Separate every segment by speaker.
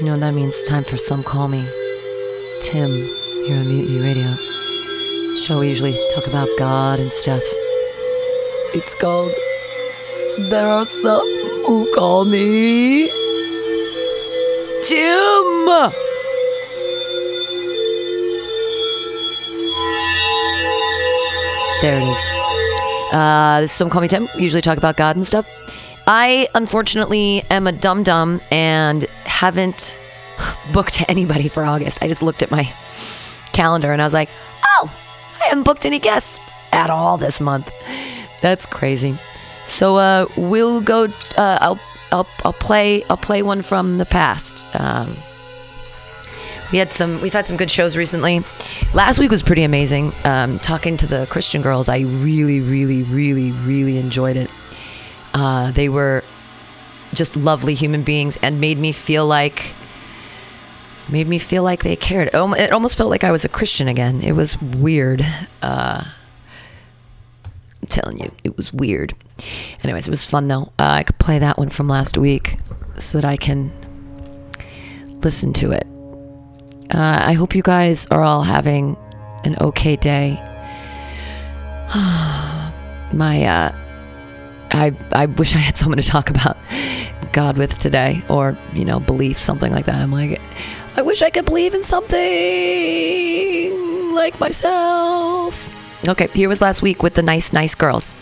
Speaker 1: You know what that means? It's time for Some Call Me. Tim, here on Mutiny Radio. Show we usually talk about God and stuff. It's called There Are Some Who Call Me. Tim! There it is. Uh, this is Some Call Me Tim. Usually talk about God and stuff. I unfortunately am a dum dum and haven't booked anybody for August. I just looked at my calendar and I was like, oh, I haven't booked any guests at all this month. That's crazy. So uh, we'll go. Uh, I'll, I'll I'll play I'll play one from the past. Um, we had some we've had some good shows recently last week was pretty amazing um, talking to the christian girls i really really really really enjoyed it uh, they were just lovely human beings and made me feel like made me feel like they cared it almo- it almost felt like i was a christian again it was weird uh, i'm telling you it was weird anyways it was fun though uh, i could play that one from last week so that i can listen to it uh, I hope you guys are all having an okay day. My, uh, I, I wish I had someone to talk about God with today, or you know, belief, something like that. I'm like, I wish I could believe in something like myself. Okay, here was last week with the nice, nice girls.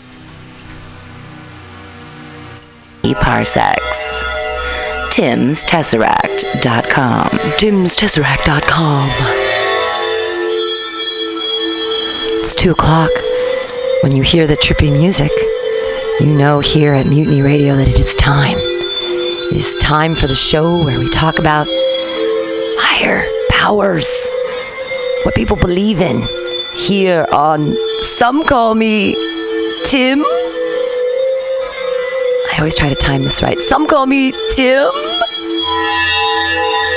Speaker 2: parsecs. Tim'sTesseract.com.
Speaker 1: timstesseract.com. It's 2 o'clock. When you hear the trippy music, you know here at Mutiny Radio that it is time. It is time for the show where we talk about higher powers, what people believe in. Here on Some Call Me Tim. I always try to time this right. Some call me Tim.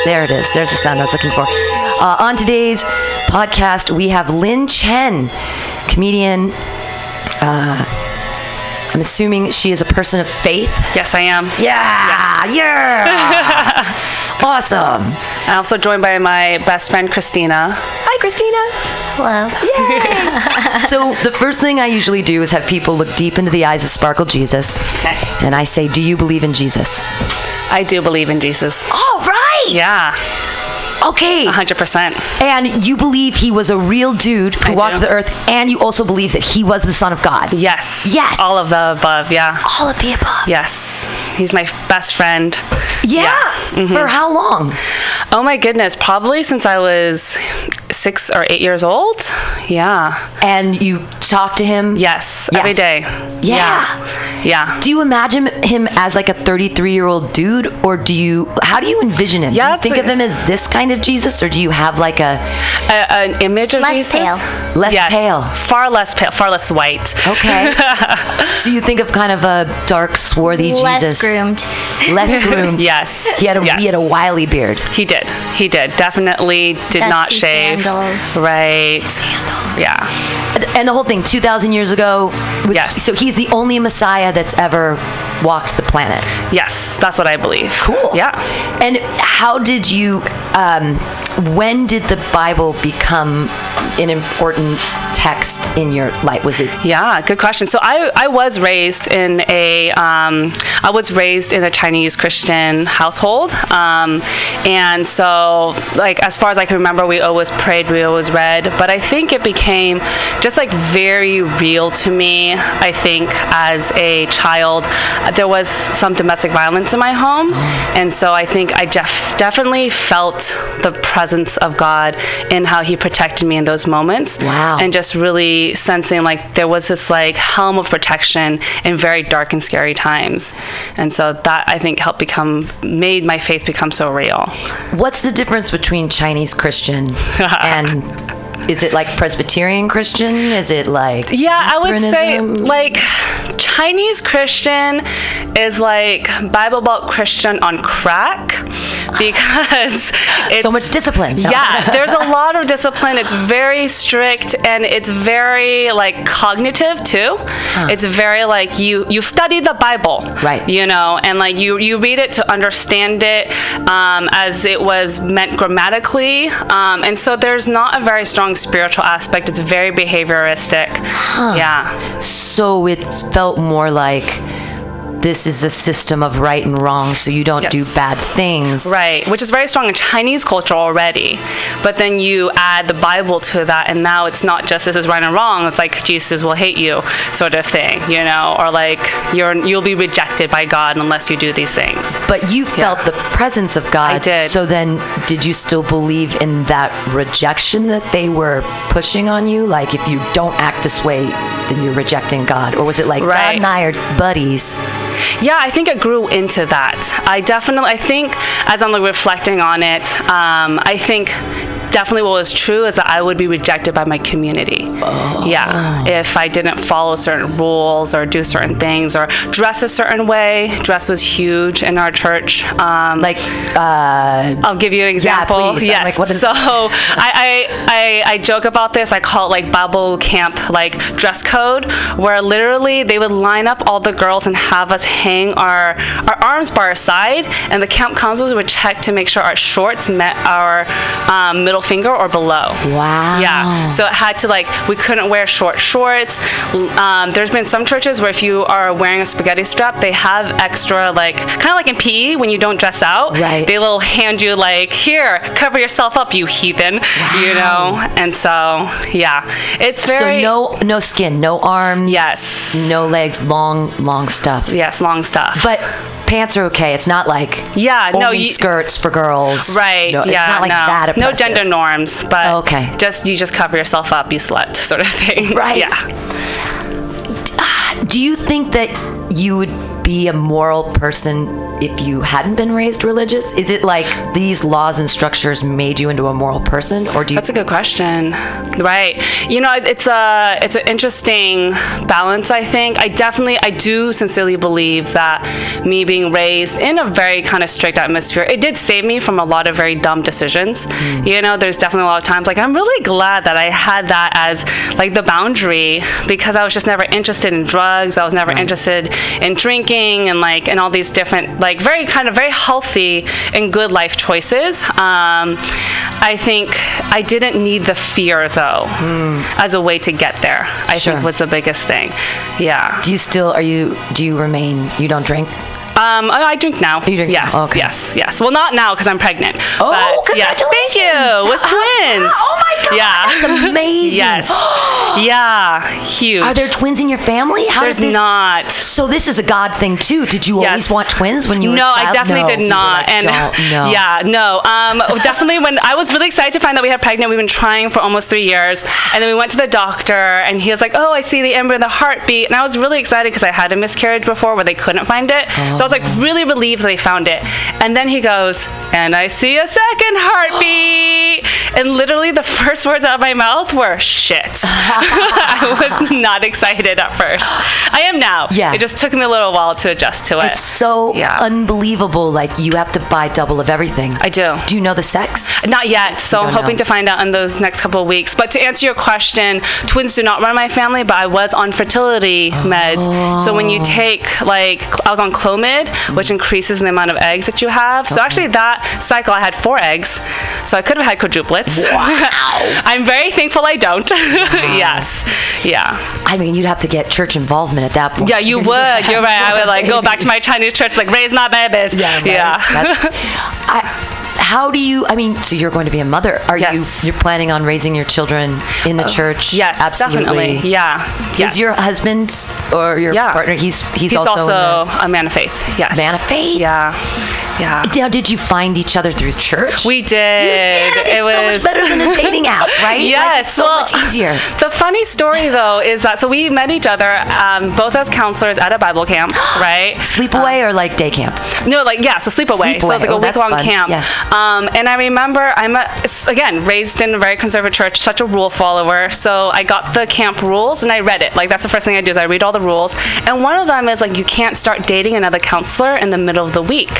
Speaker 1: There it is. There's the sound I was looking for. Uh, on today's podcast, we have Lynn Chen, comedian. Uh, I'm assuming she is a person of faith.
Speaker 3: Yes, I am.
Speaker 1: Yeah, yeah. Awesome.
Speaker 2: I'm also joined by my best friend Christina.
Speaker 3: Hi, Christina. Hello.
Speaker 1: So the first thing I usually do is have people look deep into the eyes of Sparkle Jesus,
Speaker 2: Okay.
Speaker 1: and I say, "Do you believe in Jesus?"
Speaker 2: I do believe in Jesus.
Speaker 1: All right.
Speaker 2: Yeah,
Speaker 1: Okay.
Speaker 2: 100%.
Speaker 1: And you believe he was a real dude who
Speaker 2: I
Speaker 1: walked
Speaker 2: do.
Speaker 1: the earth, and you also believe that he was the son of God.
Speaker 2: Yes.
Speaker 1: Yes.
Speaker 2: All of the above, yeah.
Speaker 3: All of the above.
Speaker 2: Yes. He's my best friend. Mm-hmm.
Speaker 1: Yeah. For how long?
Speaker 2: Oh my goodness, probably since I was six or eight years old. Yeah.
Speaker 1: And you talk to him.
Speaker 2: Yes, every
Speaker 1: Yes.
Speaker 2: day.
Speaker 1: Yeah.
Speaker 2: Yeah. Yeah.
Speaker 1: Do you imagine him as like a 33 year old dude, or do you? How do you envision him?
Speaker 2: Yeah,
Speaker 1: do you
Speaker 2: that's
Speaker 1: think
Speaker 2: a-
Speaker 1: of him as this kind of Jesus, or do you have like a?
Speaker 2: A- an image of
Speaker 3: Less
Speaker 2: Jesus.
Speaker 3: pale.
Speaker 1: Less
Speaker 2: Yes.
Speaker 1: pale.
Speaker 2: Far less pale. Far less white.
Speaker 1: Okay. so you think of kind of a dark, swarthy
Speaker 3: Less
Speaker 1: Jesus,
Speaker 3: groomed.
Speaker 1: less groomed.
Speaker 2: Yes.
Speaker 1: He had a
Speaker 2: yes.
Speaker 1: he had a wily beard.
Speaker 2: He did. He did. Definitely did
Speaker 3: Dusty
Speaker 2: not shave.
Speaker 3: sandals.
Speaker 2: Right.
Speaker 3: Sandals.
Speaker 2: Yeah.
Speaker 1: And the whole thing, 2,000 years ago. With,
Speaker 2: Yes.
Speaker 1: So he's the only Messiah that's ever walked the planet.
Speaker 2: Yes. That's what I believe.
Speaker 1: Cool.
Speaker 2: Yeah.
Speaker 1: And how did you, um, when did the Bible become an important text in your life? Was it,
Speaker 2: Yeah, good question. So I, I was raised in a um, I was raised in a Chinese Christian household, um, and so like as far as I can remember, we always prayed, we always read. But I think it became just like very real to me. I think as a child, there was some domestic violence in my home, and so I think I def- definitely felt the presence of God in how He protected me in those moments.
Speaker 1: Wow.
Speaker 2: And just really sensing like there was this like helm of protection in very dark and scary times. And so that I think helped become made my faith become so real.
Speaker 1: what's the difference between Chinese Christian and, is it like Presbyterian Christian? Is it like,
Speaker 2: Yeah, I would say
Speaker 1: Lutheranism?
Speaker 2: like Chinese Christian is like Bible Belt Christian on crack because it's
Speaker 1: so much discipline? No.
Speaker 2: Yeah, there's a lot of discipline. It's very strict and it's very like cognitive too. It's very like you you study the Bible,
Speaker 1: Right.
Speaker 2: You know, and like you you read it to understand it um, as it was meant grammatically, um, and so there's not a very strong spiritual aspect. It's very behavioristic. Yeah,
Speaker 1: So it felt more like this is a system of right and wrong, so you don't do
Speaker 2: Yes.
Speaker 1: bad things.
Speaker 2: right. Which is very strong in Chinese culture already, but then you add the Bible to that, and now it's not just this is right and wrong. It's like Jesus will hate you, sort of thing, you know, or like you're you'll be rejected by God unless you do these things.
Speaker 1: But you felt the presence of God.
Speaker 2: I did.
Speaker 1: So then, did you still believe in that rejection that they were pushing on you? Like, if you don't act this way, then you're rejecting God? Or was it like, God
Speaker 2: Right.
Speaker 1: and I are buddies?
Speaker 2: Yeah, I think it grew into that. I definitely, I think as I'm like reflecting on it, um, I think definitely what was true is that I would be rejected by my community.
Speaker 1: Oh.
Speaker 2: Yeah, if I didn't follow certain rules or do certain things or dress a certain way. Dress was huge in our church. Um,
Speaker 1: Like, uh,
Speaker 2: I'll give you an example.
Speaker 1: please. I'm
Speaker 2: Yes.
Speaker 1: like, what is-
Speaker 2: so Oh, I, I, I I joke about this. I call it like Bible camp like dress code, where literally they would line up all the girls and have us hang our our arms by our side, and the camp counselors would check to make sure our shorts met our um, middle finger or below.
Speaker 1: Wow.
Speaker 2: Yeah. So it had to like we couldn't wear short shorts. L- Um, there's been some churches where if you are wearing a spaghetti strap, they have extra like kind of like in PE when you don't dress out.
Speaker 1: Right.
Speaker 2: They will hand you like here, cover yourself up, you heathen. You know. And so yeah, it's very
Speaker 1: so no, no skin, no arms.
Speaker 2: Yes.
Speaker 1: No legs, long, long stuff.
Speaker 2: yes long stuff.
Speaker 1: But pants are okay. It's not like
Speaker 2: Yeah, no,
Speaker 1: only
Speaker 2: you-
Speaker 1: skirts for girls.
Speaker 2: Right.
Speaker 1: No,
Speaker 2: yeah.
Speaker 1: It's not like
Speaker 2: no.
Speaker 1: that.
Speaker 2: No
Speaker 1: oppressive.
Speaker 2: gender norms, but
Speaker 1: Oh, okay.
Speaker 2: Just you just cover yourself up, you slut, sort of thing.
Speaker 1: Right.
Speaker 2: Yeah.
Speaker 1: Uh, Do you think that you would be a moral person if you hadn't been raised religious? Is it like these laws and structures made you into a moral person, or do you?
Speaker 2: That's a good question, right? You know, it's a it's an interesting balance. I think I definitely I do sincerely believe that me being raised in a very kind of strict atmosphere it did save me from a lot of very dumb decisions. You know, there's definitely a lot of times like I'm really glad that I had that as
Speaker 1: Mm-hmm.
Speaker 2: like the boundary because I was just never interested in drugs. I was never interested in drinking hiking and like and all these different like very kind of very healthy and good life choices. Um, I think I didn't need the fear though as a way to get there. I
Speaker 1: Mm. Sure.
Speaker 2: think was the biggest thing. Yeah.
Speaker 1: Do you still are you do you remain you don't drink?
Speaker 2: Um, oh, I drink now.
Speaker 1: You drink now.
Speaker 2: yes,
Speaker 1: Okay.
Speaker 2: yes, yes. Well, not now because I'm pregnant.
Speaker 1: Oh,
Speaker 2: but yes, thank you.
Speaker 1: congratulations.
Speaker 2: With
Speaker 1: Oh,
Speaker 2: twins.
Speaker 1: wow. Oh my God,
Speaker 2: Yeah.
Speaker 1: That's amazing.
Speaker 2: yes. yeah. Huge.
Speaker 1: Are there twins in your family? How
Speaker 2: There's
Speaker 1: does this
Speaker 2: not.
Speaker 1: So this is a God thing too. Did you always
Speaker 2: Yes.
Speaker 1: want twins when you were
Speaker 2: no,
Speaker 1: a child?
Speaker 2: I definitely
Speaker 1: No, you
Speaker 2: did
Speaker 1: were
Speaker 2: not.
Speaker 1: like,
Speaker 2: and
Speaker 1: don't, no.
Speaker 2: yeah, no. Um, definitely when I was really excited to find that we had pregnant. We've been trying for almost three years, and then we went to the doctor, and he was like, "Oh, I see the embryo, in the heartbeat," and I was really excited because I had a miscarriage before where they couldn't find it. So I was like really relieved that they found it. And then he goes, "And I see a second heartbeat," and literally the first words out of my mouth were "shit." I was not excited at first. I am now.
Speaker 1: Yeah.
Speaker 2: It just took me a little while to adjust to it.
Speaker 1: It's so
Speaker 2: Yeah.
Speaker 1: unbelievable. Like you have to buy double of everything.
Speaker 2: I do.
Speaker 1: Do you know the sex?
Speaker 2: Not yet. So
Speaker 1: You
Speaker 2: I'm
Speaker 1: don't
Speaker 2: hoping
Speaker 1: know.
Speaker 2: to find out in those next couple of weeks. But to answer your question, twins do not run my family, but I was on fertility
Speaker 1: Oh.
Speaker 2: meds. So when you take like cl- I was on Clomid, which
Speaker 1: Mm.
Speaker 2: increases the amount of eggs that you have. So actually that cycle I had four eggs. So I could have had quadruplets. Wow. I'm very thankful I don't. yes. Yeah.
Speaker 1: I mean, you'd have to get church involvement at that point.
Speaker 2: Yeah, you would. You're right. I would like go back to my Chinese church like raise my babies.
Speaker 1: Yeah. right. That's- I, how do you? I mean, so you're going to be a mother. Are
Speaker 2: Yes. Uh,
Speaker 1: you? You're planning on raising your children in the church?
Speaker 2: Yes,
Speaker 1: absolutely.
Speaker 2: definitely. Yeah. Yes.
Speaker 1: Is your husband or your
Speaker 2: Yeah.
Speaker 1: partner? He's he's,
Speaker 2: He's also,
Speaker 1: in the-
Speaker 2: a man of faith. Yes.
Speaker 1: Man of faith?
Speaker 2: Yeah. Yeah.
Speaker 1: now, did you find each other through church?
Speaker 2: We
Speaker 1: You
Speaker 2: did.
Speaker 1: did. It's
Speaker 2: it
Speaker 1: so
Speaker 2: was
Speaker 1: much better than a dating app, right? Like, it's
Speaker 2: Yes,
Speaker 1: so
Speaker 2: well,
Speaker 1: much easier.
Speaker 2: The funny story though is that so we met each other um, both as counselors at a Bible camp, right? Um,
Speaker 1: Sleepaway or like day camp?
Speaker 2: No, like yeah, so sleepaway. So
Speaker 1: Sleepaway.
Speaker 2: it's like
Speaker 1: Oh,
Speaker 2: a week
Speaker 1: that's
Speaker 2: long
Speaker 1: fun.
Speaker 2: camp.
Speaker 1: Yeah.
Speaker 2: Um, and I remember I'm a, s- again raised in a very conservative church, such a rule follower. So I got the camp rules and I read it. Like that's the first thing I do is I read all the rules. And one of them is like you can't start dating another counselor in the middle of the week.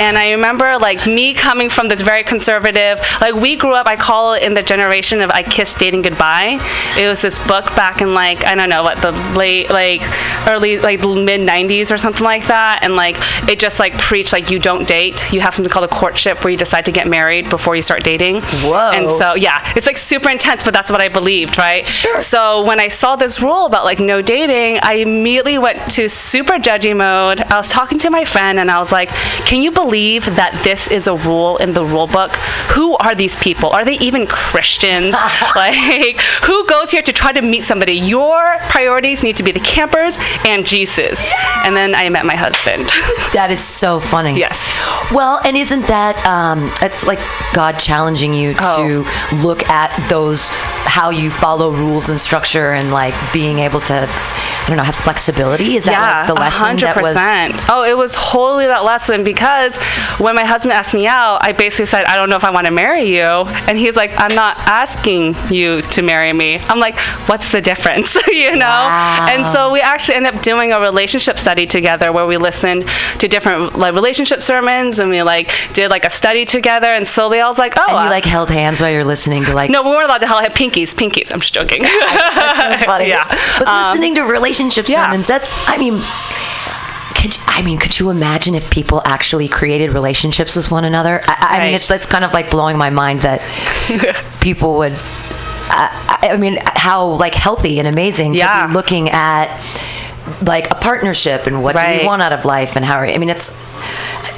Speaker 2: And I remember like me coming from this very conservative, like we grew up. I call it in the generation of I kiss dating goodbye. It was this book back in like I don't know what the late like early like mid 90s or something like that. And like it just like preached like you don't date. You have something called a courtship where you decide to get married before you start dating.
Speaker 1: Whoa.
Speaker 2: And so yeah, it's like super intense, but that's what I believed, right?
Speaker 1: Sure.
Speaker 2: So when I saw this rule about like no dating, I immediately went to super judgy mode. I was talking to my friend and I was like, "Can you believe that this is a rule in the rule book? Who are these people? Are they even Christians? like, who goes here to try to meet somebody? Your priorities need to be the campers and Jesus." And then I met my husband.
Speaker 1: That is so funny.
Speaker 2: yes.
Speaker 1: Well, and isn't that um, it's like God challenging you to look at those how you follow rules and structure and like being able to I don't know have flexibility? Is that like the lesson that was?
Speaker 2: Oh, it was wholly that lesson because when my husband asked me out, I basically said, I don't know if I want to marry you. And he's like, I'm not asking you to marry me. I'm like, what's the difference? you know? And so we actually ended up doing a relationship study together where we listened to different like relationship sermons and we like did like a study together and slowly I was like, Oh
Speaker 1: And
Speaker 2: I-
Speaker 1: you like held hands while you're listening to like
Speaker 2: No, we weren't allowed to hell have pinkies, pinkies. I'm just joking.
Speaker 1: funny.
Speaker 2: Yeah.
Speaker 1: But listening to relationship
Speaker 2: Um, yeah.
Speaker 1: sermons, that's I mean could you, I mean, could you imagine if people actually created relationships with one another? I, I mean,
Speaker 2: Right.
Speaker 1: it's that's kind of like blowing my mind that people would. Uh, I I mean, how like healthy and amazing to
Speaker 2: Yeah.
Speaker 1: be looking at like a partnership and what do
Speaker 2: Right.
Speaker 1: you want out of life and how are you, I mean, it's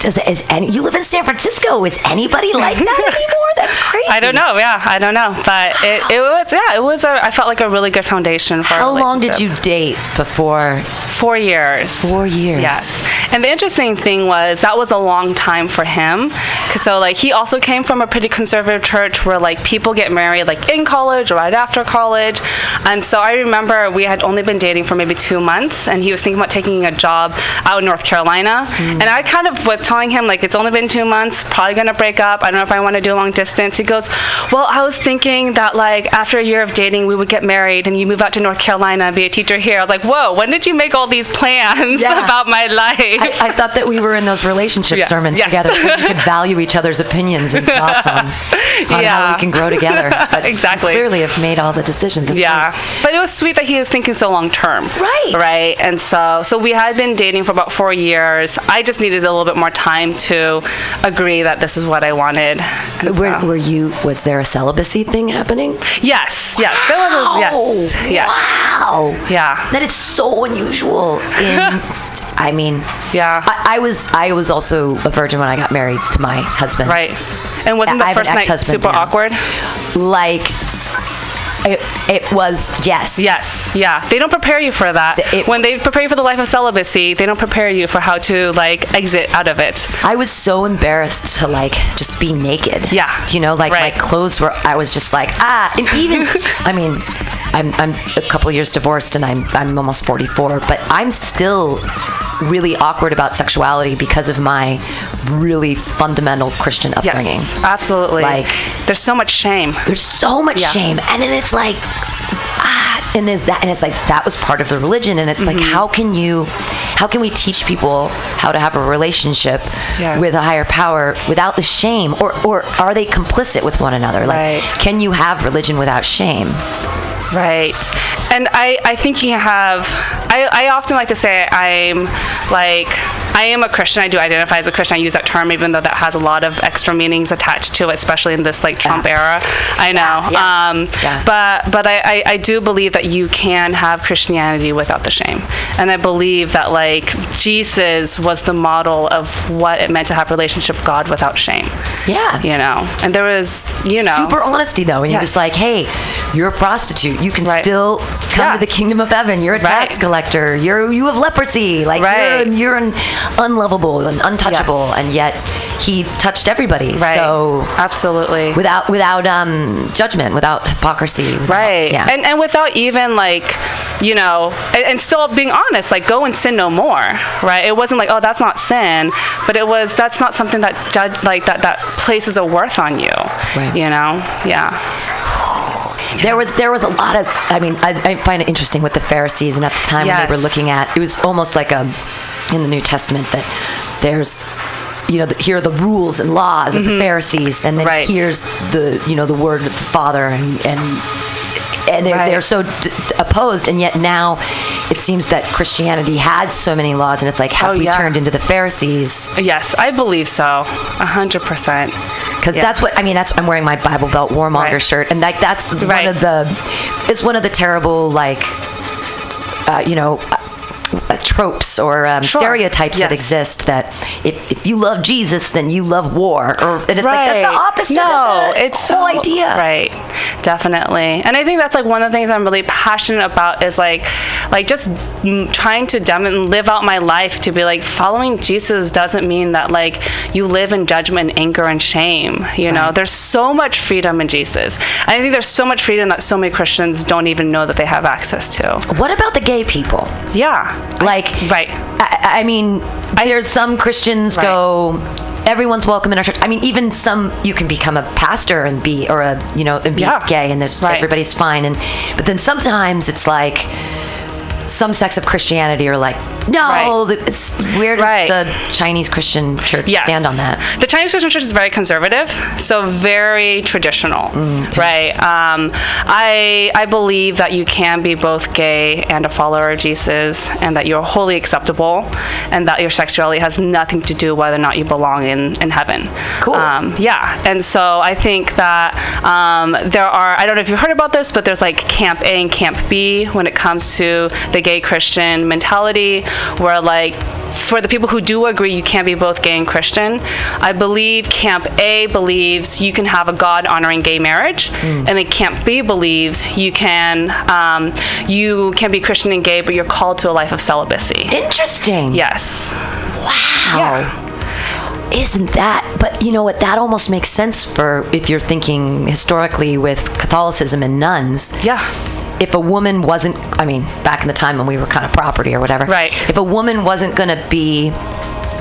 Speaker 1: does is any you live in San Francisco? Is anybody like that anymore? That's crazy.
Speaker 2: I don't know. Yeah, I don't know. But it, it was yeah, it was a. I felt like a really good foundation for. our
Speaker 1: How long did
Speaker 2: relationship.
Speaker 1: you date before
Speaker 2: Four years.
Speaker 1: four years?
Speaker 2: Yes. And the interesting thing was that was a long time for him. 'Cause So like he also came from a pretty conservative church where like people get married like in college or right after college. And so I remember we had only been dating for maybe 2 months and he was thinking about taking a job out in North Carolina.
Speaker 1: Mm.
Speaker 2: And I kind of was telling him like it's only been 2 months, probably going to break up. I don't know if I want to do long distance. She goes, Well, I was thinking that like after a year of dating, we would get married and you move out to North Carolina and be a teacher here. I was like, Whoa, when did you make all these plans
Speaker 1: Yeah.
Speaker 2: about my life?
Speaker 1: I, I thought that we were in those relationship
Speaker 2: Yeah.
Speaker 1: sermons
Speaker 2: Yes.
Speaker 1: together where we could value each other's opinions and thoughts on, on how
Speaker 2: Yeah.
Speaker 1: we can grow together. But
Speaker 2: Exactly.
Speaker 1: Clearly, have made all the decisions. It's
Speaker 2: yeah,
Speaker 1: like-
Speaker 2: but it was sweet that he was thinking so long term.
Speaker 1: Right.
Speaker 2: Right. And so, so we had been dating for about four years. I just needed a little bit more time to agree that this is what I wanted. And
Speaker 1: Were,
Speaker 2: so-
Speaker 1: were you? Was there a celibacy thing happening?
Speaker 2: yes. Yes. There was. A, yes.
Speaker 1: Wow.
Speaker 2: Yes.
Speaker 1: Wow.
Speaker 2: Yeah.
Speaker 1: That is so unusual. In, I mean,
Speaker 2: Yeah.
Speaker 1: I, I was I was also a virgin when I got married to my husband.
Speaker 2: Right. And wasn't
Speaker 1: Yeah,
Speaker 2: the
Speaker 1: I have an
Speaker 2: first night
Speaker 1: ex-husband
Speaker 2: super
Speaker 1: now.
Speaker 2: awkward?
Speaker 1: Like, it, it was yes.
Speaker 2: Yes. Yeah. They don't prepare you for that.
Speaker 1: It-
Speaker 2: when they prepare you for the life of celibacy, they don't prepare you for how to like exit out of it.
Speaker 1: I was so embarrassed to like just be naked.
Speaker 2: Yeah.
Speaker 1: You know, like
Speaker 2: Right.
Speaker 1: my clothes were I was just like, ah, and even I mean, I'm I'm a couple years divorced and I'm I'm almost 44, but I'm still really awkward about sexuality because of my really fundamental Christian
Speaker 2: Yes.
Speaker 1: upbringing.
Speaker 2: Absolutely.
Speaker 1: Like-
Speaker 2: there's so much shame.
Speaker 1: There's so much
Speaker 2: Yeah.
Speaker 1: shame and then it's like ah, and there's that and it's like that was part of the religion and it's like
Speaker 2: Mm-hmm.
Speaker 1: how can you how can we teach people how to have a relationship
Speaker 2: Yes.
Speaker 1: with a higher power without the shame or or are they complicit with one another
Speaker 2: Right.
Speaker 1: like can you have religion without shame
Speaker 2: Right. And I, I think you have, I, I often like to say I'm like, I am a Christian. I do identify as a Christian. I use that term, even though that has a lot of extra meanings attached to it, especially in this like Trump era. I know.
Speaker 1: yeah,
Speaker 2: Um,
Speaker 1: yeah.
Speaker 2: But but I, I, I do believe that you can have Christianity without the shame, and I believe that like Jesus was the model of what it meant to have relationship with God without shame.
Speaker 1: Yeah.
Speaker 2: You know, and there was you know
Speaker 1: super honesty though and he
Speaker 2: Yes.
Speaker 1: was like hey you're a prostitute you can
Speaker 2: Right.
Speaker 1: still come to the
Speaker 2: Yes.
Speaker 1: kingdom of heaven you're a tax
Speaker 2: Right.
Speaker 1: collector you're you have leprosy like
Speaker 2: Right.
Speaker 1: you're, you're un, unlovable and untouchable
Speaker 2: Yes.
Speaker 1: and yet he touched everybody
Speaker 2: right.
Speaker 1: so
Speaker 2: absolutely
Speaker 1: without without um judgment without hypocrisy without,
Speaker 2: right
Speaker 1: yeah
Speaker 2: and and without even like you know and, and still being honest like go and sin no more right it wasn't like oh that's not sin but it was that's not something that judge like that that places a worth on you
Speaker 1: Right.
Speaker 2: you know yeah
Speaker 1: There was there was a lot of I mean I, I find it interesting with the Pharisees and at the time when
Speaker 2: Yes.
Speaker 1: they were looking at it was almost like a in the New Testament that there's you know the, here are the rules and laws of the Pharisees and then
Speaker 2: Mm-hmm. Right.
Speaker 1: here's the you know the word of the Father and and and Eh, they're,
Speaker 2: Right.
Speaker 1: they're so d- d- opposed and yet now it seems that Christianity has so many laws and it's like have
Speaker 2: Oh,
Speaker 1: we
Speaker 2: yeah.
Speaker 1: turned into the Pharisees
Speaker 2: yes i believe so 100%
Speaker 1: because
Speaker 2: Yeah.
Speaker 1: that's what I mean. That's I'm wearing my Bible Belt warmonger
Speaker 2: Right.
Speaker 1: shirt, and like that's
Speaker 2: Right.
Speaker 1: one of the it's one of the terrible like uh, you know. Uh, uh, tropes or um,
Speaker 2: Sure.
Speaker 1: stereotypes that
Speaker 2: Yes.
Speaker 1: exist that if, if you love Jesus then you love war or and it's like that's the opposite
Speaker 2: No,
Speaker 1: of the
Speaker 2: it's
Speaker 1: whole
Speaker 2: so-
Speaker 1: idea
Speaker 2: Right. Definitely. And I think that's like one of the things I'm really passionate about is like like just mm, trying to dem- live out my life to be like following Jesus doesn't mean that like you live in judgment, anger and shame, you know. There's so much freedom in Jesus. And I think there's so much freedom that so many Christians don't even know that they have access to.
Speaker 1: what about the gay people
Speaker 2: Yeah.
Speaker 1: like
Speaker 2: Right.
Speaker 1: I, I mean there's some Christians
Speaker 2: Right.
Speaker 1: go everyone's welcome in our church I mean even some you can become a pastor and be or a you know and be
Speaker 2: Yeah.
Speaker 1: gay and there's
Speaker 2: Right.
Speaker 1: everybody's fine and but then sometimes it's like some sects of Christianity are like no the, it's where does
Speaker 2: Right.
Speaker 1: the Chinese Christian church
Speaker 2: Yes.
Speaker 1: stand on that
Speaker 2: The Chinese Christian Church is very conservative, so very traditional, right? Um, I I believe that you can be both gay and a follower of Jesus, and that you're wholly acceptable, and that your sexuality has nothing to do whether or not you belong in in heaven.
Speaker 1: Cool.
Speaker 2: Um, yeah, and so I think that um, there are. I don't know if you've heard about this, but there's like Camp A and Camp B when it comes to the gay Christian mentality, where like for the people who do agree you can't be both gay and Christian, I believe Camp A believes you can have a God honoring gay marriage, and then Camp B believes you can um, you can be Christian and gay, but you're called to a life of celibacy.
Speaker 1: interesting
Speaker 2: Yes.
Speaker 1: wow Isn't that? But you know what? That almost makes sense for if you're thinking historically with Catholicism and nuns.
Speaker 2: Yeah.
Speaker 1: If a woman wasn't, I mean, back in the time when we were kind of property or whatever.
Speaker 2: Right.
Speaker 1: If a woman wasn't going to be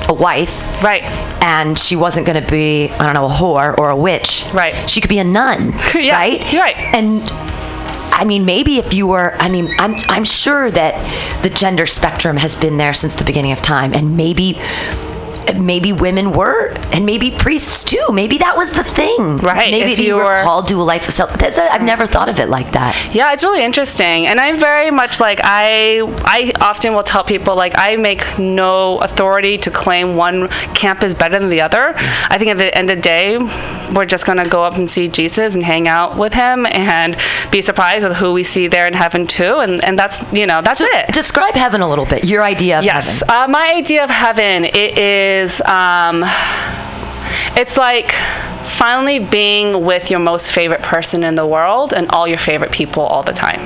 Speaker 1: a wife.
Speaker 2: Right.
Speaker 1: And she wasn't going to be, I don't know, a whore or a witch.
Speaker 2: Right.
Speaker 1: She could be a nun.
Speaker 2: Yeah,
Speaker 1: Right?
Speaker 2: you're right.
Speaker 1: And I mean, maybe if you were, I mean, I'm, I'm sure that the gender spectrum has been there since the beginning of time. And maybe. Maybe women were, and maybe priests too. Maybe that was the thing.
Speaker 2: Right,
Speaker 1: Maybe
Speaker 2: if
Speaker 1: they
Speaker 2: you
Speaker 1: were
Speaker 2: were-
Speaker 1: called to a life of self. That's a, I've never thought of it like that.
Speaker 2: Yeah, it's really interesting, and I'm very much like I. I often will tell people like I make no authority to claim one camp is better than the other. I think at the end of the day, we're just gonna go up and see Jesus and hang out with him and be surprised with who we see there in heaven too, and and that's you know that's
Speaker 1: So
Speaker 2: it.
Speaker 1: describe heaven a little bit. Your idea of
Speaker 2: Yes.
Speaker 1: heaven.
Speaker 2: Uh, my idea of heaven it is um, it's like finally being with your most favorite person in the world and all your favorite people all the time.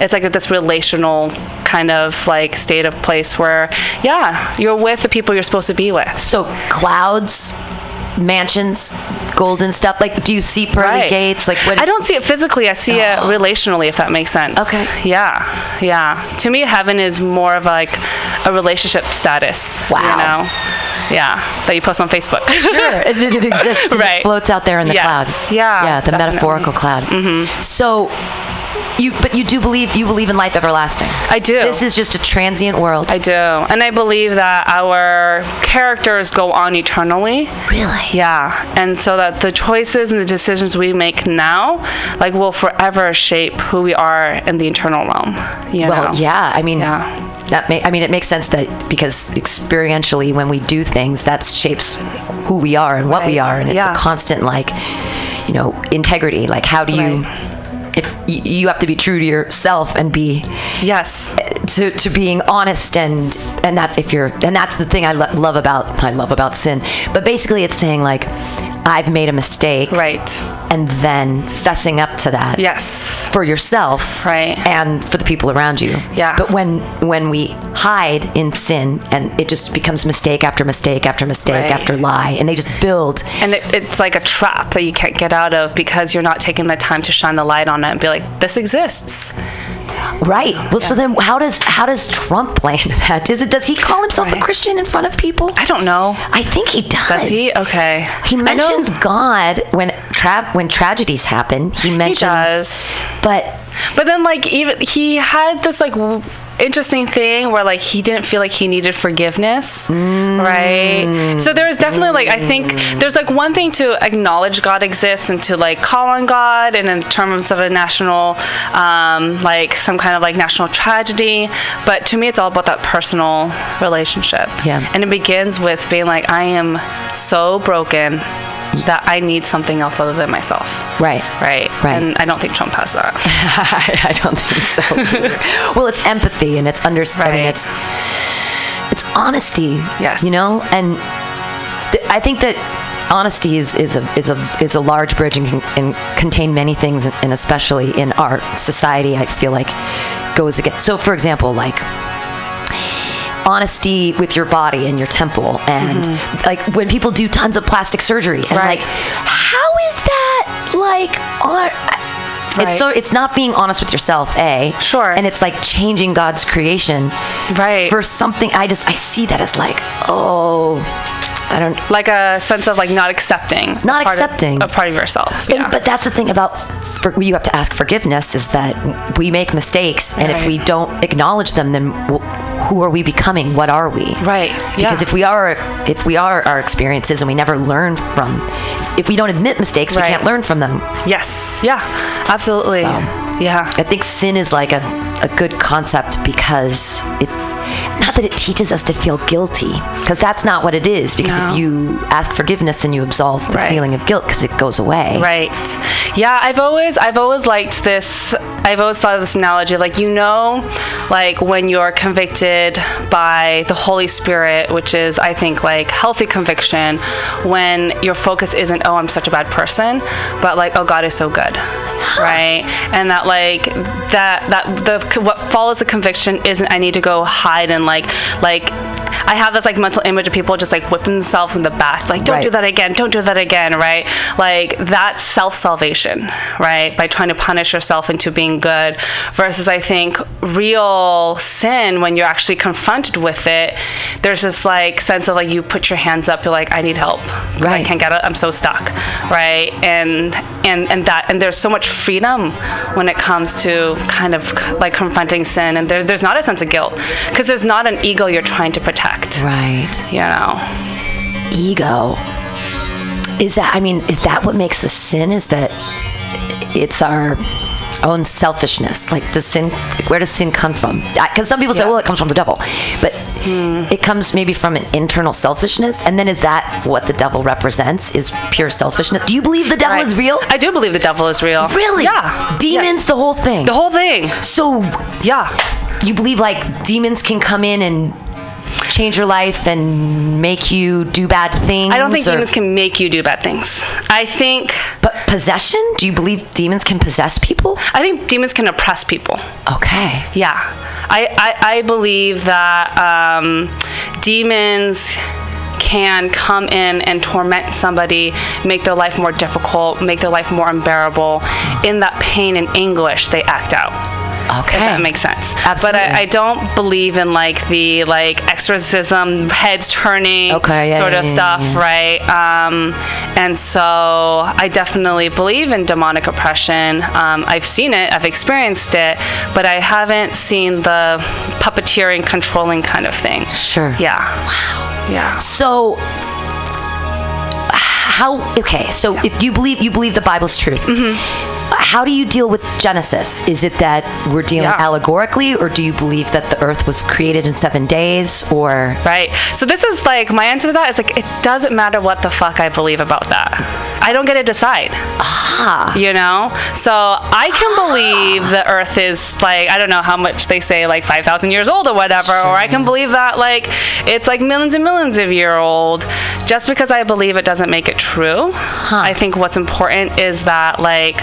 Speaker 2: It's like this relational kind of like state of place where yeah, you're with the people you're supposed to be with.
Speaker 1: So clouds, mansions, golden stuff. Like, do you see pearly
Speaker 2: Right.
Speaker 1: gates? Like, what?
Speaker 2: I don't see it physically. I see it relationally, if that makes sense.
Speaker 1: Okay.
Speaker 2: Yeah, yeah. To me, heaven is more of like a relationship status.
Speaker 1: Wow.
Speaker 2: You know? Yeah, that you post on Facebook.
Speaker 1: Sure, it, it exists. and It
Speaker 2: Right.
Speaker 1: floats out there in the
Speaker 2: Yes.
Speaker 1: cloud.
Speaker 2: Yeah,
Speaker 1: Yeah, the
Speaker 2: definitely.
Speaker 1: metaphorical cloud. Mm-hmm. So. You, but you do believe you believe in life everlasting.
Speaker 2: I do.
Speaker 1: This is just a transient world.
Speaker 2: I do. And I believe that our characters go on eternally.
Speaker 3: Really?
Speaker 2: Yeah. And so that the choices and the decisions we make now, like, will forever shape who we are in the eternal realm. You
Speaker 1: well,
Speaker 2: know?
Speaker 1: yeah. I mean,
Speaker 2: Yeah.
Speaker 1: that. May, I mean, it makes sense that because experientially, when we do things, that shapes who we are and what we
Speaker 2: Right.
Speaker 1: are, and it's
Speaker 2: Yeah.
Speaker 1: a constant, like, you know, integrity. Like, how do you? If y- you have to be true to yourself and be
Speaker 2: Yes.
Speaker 1: to, to being honest and and that's if you're and that's the thing I lo- love about I love about sin. But basically, it's saying like I've made a mistake,
Speaker 2: Right.
Speaker 1: And then fessing up to that,
Speaker 2: Yes.
Speaker 1: for yourself,
Speaker 2: Right.
Speaker 1: and for the people around you,
Speaker 2: Yeah.
Speaker 1: But when when we hide in sin and it just becomes mistake after mistake after mistake
Speaker 2: Right.
Speaker 1: after lie, and they just build.
Speaker 2: And it, it's like a trap that you can't get out of because you're not taking the time to shine the light on it and be like, this exists.
Speaker 1: Right. Well, so then how does how does Trump play into that? Does it does he call himself a
Speaker 2: Right.
Speaker 1: Christian in front of people?
Speaker 2: I don't know.
Speaker 1: I think he does.
Speaker 2: Does he? Okay.
Speaker 1: He
Speaker 2: I know-
Speaker 1: mentions God when tra- when tragedies happen. He mentions,
Speaker 2: does.
Speaker 1: but
Speaker 2: But then, like, even he had this like w- interesting thing where like he didn't feel like he needed forgiveness,
Speaker 1: Mm.
Speaker 2: right? So there was definitely like I think there's like one thing to acknowledge God exists and to like call on God, and in terms of a national, um, like some kind of like national tragedy. But to me, it's all about that personal relationship.
Speaker 1: Yeah.
Speaker 2: and it begins with being like, I am so broken that I need something else other than myself.
Speaker 1: right,
Speaker 2: Right.
Speaker 1: Right.
Speaker 2: And I don't think Trump has that.
Speaker 1: I don't think so. well, it's empathy and it's understanding.
Speaker 2: Right.
Speaker 1: It's it's honesty.
Speaker 2: Yes.
Speaker 1: you know, and th- I think that honesty is, is a is a is a large bridge and can and contain many things, and especially in our society, I feel like goes against. So, for example, like honesty with your body and your temple and like when people do tons of plastic surgery and
Speaker 2: Mm-hmm. Right.
Speaker 1: like how is that like on it's
Speaker 2: Right.
Speaker 1: so it's not being honest with yourself a
Speaker 2: Sure.
Speaker 1: and it's like changing god's creation
Speaker 2: Right.
Speaker 1: for something i just i see that as like oh i don't
Speaker 2: like a sense of like not accepting a
Speaker 1: Not
Speaker 2: part of-
Speaker 1: accepting.
Speaker 2: a part of yourself
Speaker 1: And-
Speaker 2: yeah.
Speaker 1: but that's the thing about for, you have to ask forgiveness is that we make mistakes, and if
Speaker 2: Right.
Speaker 1: we don't acknowledge them, then w- who are we becoming? What are we?
Speaker 2: Right,
Speaker 1: Because
Speaker 2: yeah.
Speaker 1: if we are, if we are our experiences, and we never learn from, if we don't admit mistakes, we
Speaker 2: Right.
Speaker 1: can't learn from them.
Speaker 2: yes yeah absolutely
Speaker 1: So.
Speaker 2: yeah
Speaker 1: I think sin is like a, a good concept because it, not that it teaches us to feel guilty, because that's not what it is. Because
Speaker 2: No.
Speaker 1: if you ask forgiveness, then you absolve the
Speaker 2: Right.
Speaker 1: feeling of guilt because it goes away.
Speaker 2: Right. Yeah, I've always I've always liked this I've always thought of this analogy like you know like when you're convicted by the Holy Spirit, which is I think like healthy conviction when your focus isn't oh I'm such a bad person, but like oh God is so good. Right? And that like that that the what follows the conviction isn't I need to go hide and like like I have this like mental image of people just like whipping themselves in the back, like don't
Speaker 1: Right.
Speaker 2: do that again, don't do that again, right? Like that's self salvation, right? By trying to punish yourself into being good, versus I think real sin when you're actually confronted with it, there's this like sense of like you put your hands up, you're like I need help, I
Speaker 1: Right.
Speaker 2: can't get out, I'm so stuck, right? And and and that and there's so much freedom when it comes to kind of like confronting sin, and there's there's not a sense of guilt because there's not an ego you're trying to protect,
Speaker 1: Right.
Speaker 2: you know.
Speaker 1: Ego. Is that, I mean, is that what makes us sin? Is that it's our own selfishness? Like, does sin, like, where does sin come from? Because some people say, well, it comes from the devil. But
Speaker 2: Hmm.
Speaker 1: it comes maybe from an internal selfishness. And then is that what the devil represents? Is pure selfishness? Do you believe the devil
Speaker 2: Right.
Speaker 1: is real?
Speaker 2: I do believe the devil is real.
Speaker 1: really?
Speaker 2: Yeah.
Speaker 1: Demons, the whole thing.
Speaker 2: The whole thing.
Speaker 1: so
Speaker 2: Yeah.
Speaker 1: you believe like demons can come in and change your life and make you do bad things.
Speaker 2: I don't think
Speaker 1: or-
Speaker 2: demons can make you do bad things. I think
Speaker 1: But possession? Do you believe demons can possess people?
Speaker 2: I think demons can oppress people.
Speaker 1: Okay.
Speaker 2: Yeah. I, I, I believe that um, demons can come in and torment somebody, make their life more difficult, make their life more unbearable. In that pain and anguish, they act out.
Speaker 1: Okay.
Speaker 2: If that makes sense.
Speaker 1: Absolutely.
Speaker 2: But I, I don't believe in like the like exorcism, heads turning
Speaker 1: Okay, yeah,
Speaker 2: sort
Speaker 1: yeah,
Speaker 2: of
Speaker 1: yeah,
Speaker 2: stuff,
Speaker 1: yeah.
Speaker 2: right? Um, and so I definitely believe in demonic oppression. Um, I've seen it, I've experienced it, but I haven't seen the puppeteering, controlling kind of thing.
Speaker 1: Sure.
Speaker 2: Yeah. Wow. Yeah.
Speaker 1: So how okay, so if you believe you believe the Bible's truth.
Speaker 2: Mm-hmm.
Speaker 1: How do you deal with Genesis? Is it that we're dealing
Speaker 2: Yeah.
Speaker 1: allegorically or do you believe that the earth was created in 7 days or
Speaker 2: Right. So this is like my answer to that is like it doesn't matter what the fuck I believe about that. I don't get to decide. Ah. You know? So I can believe the earth is like I don't know how much they say like 5,000 years old or whatever or I can believe that like it's like millions and millions of year old. Just because I believe it doesn't make it true. I think what's important is that like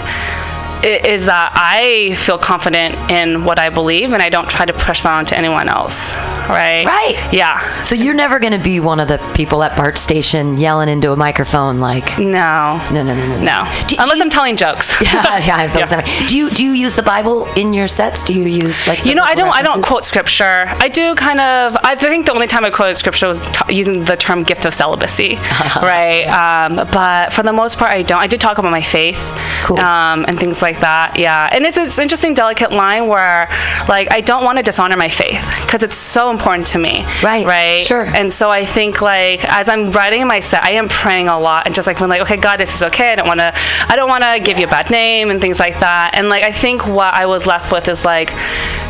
Speaker 2: i- is that I feel confident in what I believe and I don't try to push that onto anyone else. Right?
Speaker 1: Right.
Speaker 2: Yeah.
Speaker 1: So you're never going to be one of the people at BART station yelling into a microphone like
Speaker 2: No.
Speaker 1: no no no no.
Speaker 2: No.
Speaker 1: Do- do
Speaker 2: Unless
Speaker 1: you-
Speaker 2: I'm telling jokes.
Speaker 1: yeah, yeah, I feel
Speaker 2: Yeah.
Speaker 1: the same way. Do you do you use the Bible in your sets? Do you use like
Speaker 2: You know, I
Speaker 1: biblical
Speaker 2: don't. I don't
Speaker 1: references?
Speaker 2: quote scripture. I do kind of. I think the only time I quoted scripture was t- using the term "gift of celibacy," right? Um, but for the most part, I don't. I did talk about my faith,
Speaker 1: Cool.
Speaker 2: um, and things like that. Yeah, and it's this interesting, delicate line where, like, I don't want to dishonor my faith because it's so important to me.
Speaker 1: Right,
Speaker 2: Right.
Speaker 1: sure.
Speaker 2: And so I think, like, as I'm writing my set, I am praying a lot and just like, when like, okay, God, this is okay. I don't want to. I don't want to give you a bad name and things like that. And like, I think what I was left with is like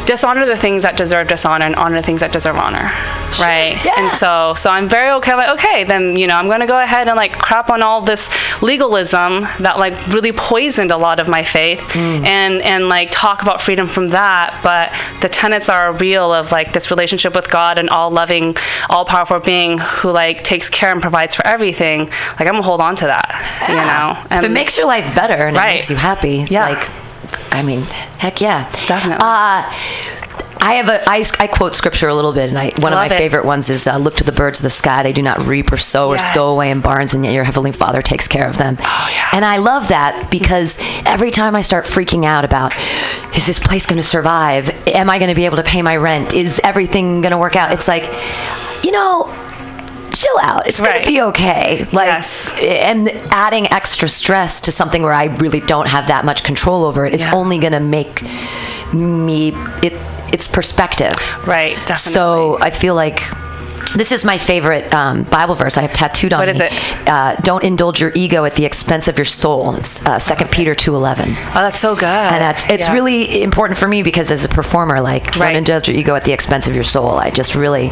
Speaker 2: dishonor the things that deserve dishonor and honor the things that deserve honor right and so so i'm very okay like okay then you know i'm gonna go ahead and like crap on all this legalism that like really poisoned a lot of my faith
Speaker 1: Mm.
Speaker 2: and and like talk about freedom from that but the tenets are real of like this relationship with god and all loving all powerful being who like takes care and provides for everything like i'm gonna hold on to that you know
Speaker 1: if it makes your life better and it
Speaker 2: Right.
Speaker 1: makes you happy,
Speaker 2: Yeah.
Speaker 1: like I mean, heck yeah.
Speaker 2: Definitely.
Speaker 1: Uh, I have a I, I quote scripture a little bit, and I one
Speaker 2: Love
Speaker 1: of my
Speaker 2: it.
Speaker 1: favorite ones is uh, "Look to the birds of the sky; they do not reap or sow or
Speaker 2: Yes.
Speaker 1: stow away in barns, and yet your heavenly Father takes care of them." Oh, yeah. And I love that because every time I start freaking out about is this place going to survive? Am I going to be able to pay my rent? Is everything going to work out? It's like, you know, chill out. It's
Speaker 2: Right.
Speaker 1: gonna be okay. Like,
Speaker 2: Yes.
Speaker 1: and adding extra stress to something where I really don't have that much control over it is
Speaker 2: Yeah.
Speaker 1: only gonna make me it. It's perspective.
Speaker 2: right definitely
Speaker 1: So I feel like. This is my favorite um, Bible verse I have tattooed on
Speaker 2: What
Speaker 1: me.
Speaker 2: is it?
Speaker 1: Uh, don't indulge your ego at the expense of your soul. It's uh, 2 Peter
Speaker 2: oh
Speaker 1: 2.11
Speaker 2: that's so good
Speaker 1: and that's it's
Speaker 2: Yeah.
Speaker 1: really important for me because as a performer like don't
Speaker 2: Right.
Speaker 1: indulge your ego at the expense of your soul i just really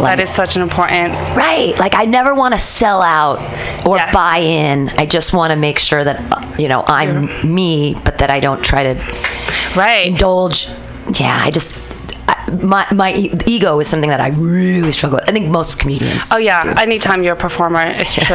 Speaker 1: like
Speaker 2: that is such an important
Speaker 1: right like i never want to sell out or
Speaker 2: Yes.
Speaker 1: buy in i just want to make sure that uh, you know i'm me but that i don't try to
Speaker 2: right
Speaker 1: indulge yeah i just I, my my e- ego is something that I really struggle with. I think most comedians.
Speaker 2: Oh yeah, anytime you're a performer, it's true.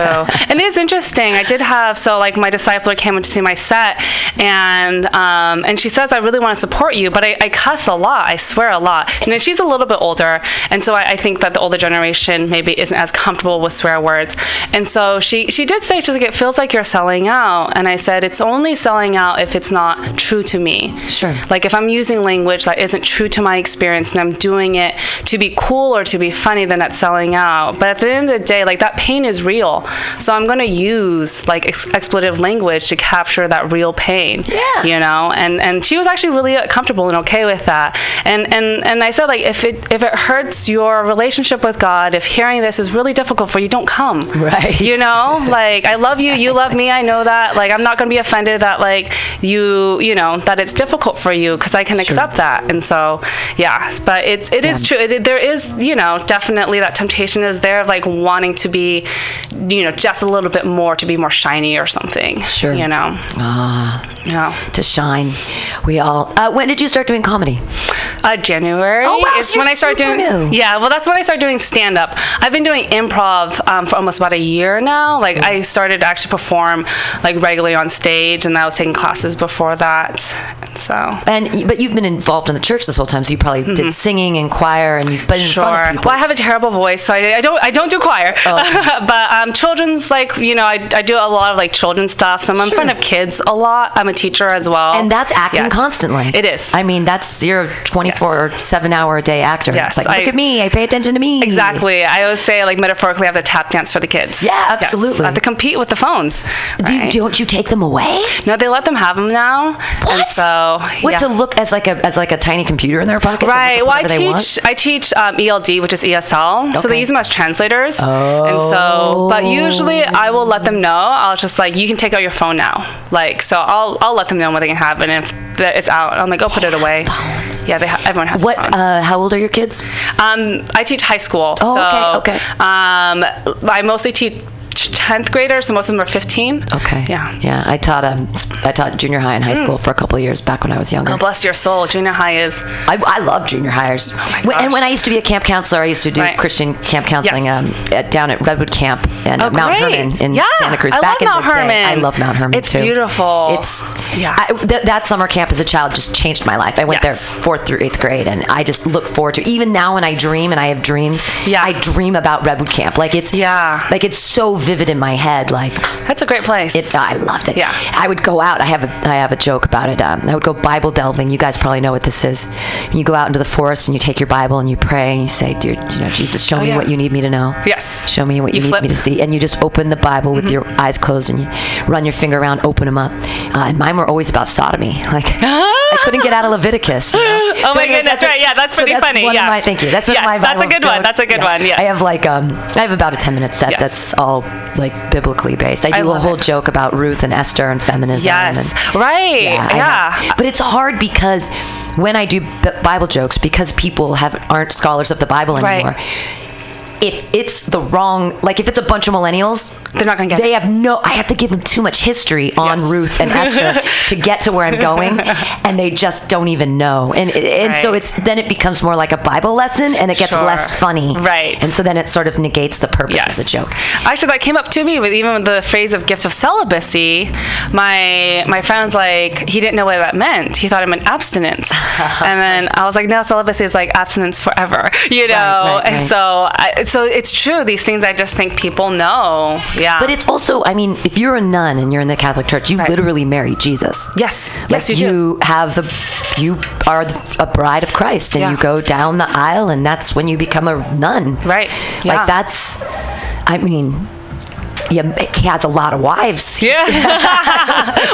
Speaker 2: and it is interesting. I did have so like my discipler came to see my set, and um, and she says I really want to support you, but I, I cuss a lot, I swear a lot. And then she's a little bit older, and so I, I think that the older generation maybe isn't as comfortable with swear words. And so she she did say she's like it feels like you're selling out, and I said it's only selling out if it's not true to me.
Speaker 1: Sure.
Speaker 2: Like if I'm using language that isn't true to my experience and I'm doing it to be cool or to be funny, then that's selling out. But at the end of the day, like that pain is real. So I'm going to use like ex- expletive language to capture that real pain.
Speaker 1: Yeah.
Speaker 2: You know, and and she was actually really comfortable and okay with that. And and and I said like if it if it hurts your relationship with God, if hearing this is really difficult for you, don't come.
Speaker 1: Right.
Speaker 2: You know, like I love you, you love me. I know that. Like I'm not going to be offended that like you, you know, that it's difficult for you because I can accept that. And so, yeah, but it's it is true. It, it- there is, you know, definitely that temptation is there of like wanting to be, you know, just a little bit more to be more shiny or something.
Speaker 1: Sure.
Speaker 2: You know. Ah. Yeah.
Speaker 1: to shine. We all. Uh, when did you start doing comedy?
Speaker 2: Uh, January
Speaker 1: Oh, wow,
Speaker 2: is
Speaker 1: so
Speaker 2: when
Speaker 1: you're
Speaker 2: I started
Speaker 1: super
Speaker 2: doing.
Speaker 1: new.
Speaker 2: Yeah, well, that's when I started doing stand up. I've been doing improv um, for almost about a year now.
Speaker 1: Mm.
Speaker 2: Like, I started to actually perform like regularly on stage, and I was taking classes before that. And so,
Speaker 1: And but you've been involved in the church this whole time, so you probably
Speaker 2: Mm-hmm.
Speaker 1: did singing and choir, and you've been in
Speaker 2: sure.
Speaker 1: front of people.
Speaker 2: Well, I have a terrible voice, so I, I don't. I don't do choir,
Speaker 1: Oh.
Speaker 2: but um, children's like you know, I, I do a lot of like children's stuff. So I'm in front of kids a lot. I'm a teacher as well,
Speaker 1: and that's acting
Speaker 2: Yes.
Speaker 1: constantly.
Speaker 2: It is.
Speaker 1: I mean, that's you're a 24 or seven hour a day actor.
Speaker 2: Yes,
Speaker 1: It's like, look
Speaker 2: I-
Speaker 1: at me. I pay attention to me.
Speaker 2: Exactly. I always say, like, metaphorically, I have to tap dance for the kids.
Speaker 1: Yeah,
Speaker 2: Yes.
Speaker 1: absolutely.
Speaker 2: I have to compete with the phones.
Speaker 1: Do you,
Speaker 2: right?
Speaker 1: don't you take them away?
Speaker 2: No, they let them have them now.
Speaker 1: What?
Speaker 2: And so,
Speaker 1: What
Speaker 2: yeah.
Speaker 1: to look as like a as like a tiny computer in their pocket? to look
Speaker 2: Right.
Speaker 1: up
Speaker 2: Well, I
Speaker 1: whatever they want?
Speaker 2: teach. I teach um, ELD, which is ESL. So
Speaker 1: Okay.
Speaker 2: they use them as translators. Oh. And so, but usually I will let them know. I'll just like, you can take out your phone now. Like, so I'll I'll let them know when they can have it. And if that it's out, I'm like, oh, put it away. Yeah, they ha- everyone has. a
Speaker 1: What?
Speaker 2: phone.
Speaker 1: Uh, how old are your kids?
Speaker 2: Um, I teach high school.
Speaker 1: Oh,
Speaker 2: so,
Speaker 1: okay, okay.
Speaker 2: Um, I mostly teach 10th graders, so most of them are 15.
Speaker 1: Okay.
Speaker 2: Yeah. Mm.
Speaker 1: Yeah. I taught um I taught junior high and high school for a couple of years back when I was younger.
Speaker 2: Oh, bless your soul. Junior high is.
Speaker 1: I, I love junior hires.
Speaker 2: Oh my
Speaker 1: When- and
Speaker 2: gosh.
Speaker 1: when I used to be a camp counselor, I used to do
Speaker 2: Right.
Speaker 1: Christian camp counseling
Speaker 2: Yes.
Speaker 1: um, at, down at Redwood Camp and
Speaker 2: Oh,
Speaker 1: Mount
Speaker 2: great.
Speaker 1: Herman in
Speaker 2: Yeah,
Speaker 1: Santa Cruz.
Speaker 2: I love
Speaker 1: Back in
Speaker 2: Mount
Speaker 1: the day,
Speaker 2: Herman.
Speaker 1: I love Mount Herman
Speaker 2: It's
Speaker 1: too.
Speaker 2: beautiful.
Speaker 1: It's
Speaker 2: Yeah.
Speaker 1: I, th- that summer camp as a child just changed my life. I
Speaker 2: Yes.
Speaker 1: went there fourth through eighth grade, and I just look forward to even now when I dream and I have dreams.
Speaker 2: Yeah.
Speaker 1: I dream about Redwood Camp. Like it's
Speaker 2: Yeah.
Speaker 1: like it's so vivid in my head. Like
Speaker 2: That's a great place.
Speaker 1: it's I loved it.
Speaker 2: Yeah.
Speaker 1: I would go out. I have a I have a joke about it. Um, I would go Bible delving. You guys probably know what this is. You go out into the forest and you take your Bible and you pray and you say, "Dear, you know, Jesus, show me
Speaker 2: Oh, yeah.
Speaker 1: what you need me to know.
Speaker 2: Yes.
Speaker 1: Show me what you,
Speaker 2: You
Speaker 1: need
Speaker 2: flip. Mm-hmm.
Speaker 1: me to see." And you just open the Bible with your eyes closed and you run your finger around, open them up. Uh, and mine were always about sodomy. Like I couldn't get out of Leviticus. you know?
Speaker 2: Oh my
Speaker 1: anyway,
Speaker 2: goodness, right, yeah, that's
Speaker 1: so
Speaker 2: pretty funny,
Speaker 1: One
Speaker 2: yeah.
Speaker 1: Of my, thank you. That's one
Speaker 2: Yes,
Speaker 1: of my
Speaker 2: that's a
Speaker 1: Bible
Speaker 2: good one,
Speaker 1: jokes.
Speaker 2: that's a good one, yes.
Speaker 1: I have like um I have about a 10 minute set
Speaker 2: Yes.
Speaker 1: that's all like biblically based. I
Speaker 2: I
Speaker 1: do a
Speaker 2: love
Speaker 1: whole
Speaker 2: it.
Speaker 1: joke about Ruth and Esther and feminism.
Speaker 2: Yes.
Speaker 1: and-
Speaker 2: Right.
Speaker 1: I
Speaker 2: Yeah.
Speaker 1: know. But it's hard because when I do B- Bible jokes, because people have aren't scholars of the Bible
Speaker 2: Right.
Speaker 1: anymore. If it's the wrong, like if it's a bunch of millennials,
Speaker 2: They're not gonna get
Speaker 1: They
Speaker 2: it.
Speaker 1: have no. I have to give them too much history on
Speaker 2: Yes.
Speaker 1: Ruth and Esther to get to where I'm going, and they just don't even know. And and so
Speaker 2: Right.
Speaker 1: it's then it becomes more like a Bible lesson, and it gets
Speaker 2: Sure.
Speaker 1: less funny,
Speaker 2: Right.
Speaker 1: And so then it sort of negates the purpose of the joke.
Speaker 2: Actually, that came up to me with even with the phrase of gift of celibacy. My my friend's like he didn't know what that meant. He thought it meant abstinence, and then I was like, no, celibacy is like abstinence forever, you know.
Speaker 1: right,
Speaker 2: and
Speaker 1: right.
Speaker 2: so I, so it's true. These things I just think people know. Yeah.
Speaker 1: But it's also, I mean, if you're a nun and you're in the Catholic Church, you literally marry Jesus.
Speaker 2: yes, yes,
Speaker 1: Like
Speaker 2: you, do.
Speaker 1: have the, you are the- a bride of Christ, and
Speaker 2: Yeah.
Speaker 1: you go down the aisle, and that's when you become a nun.
Speaker 2: Right.
Speaker 1: Like
Speaker 2: Yeah.
Speaker 1: that's, I mean, yeah, he has a lot of wives.
Speaker 2: Yeah.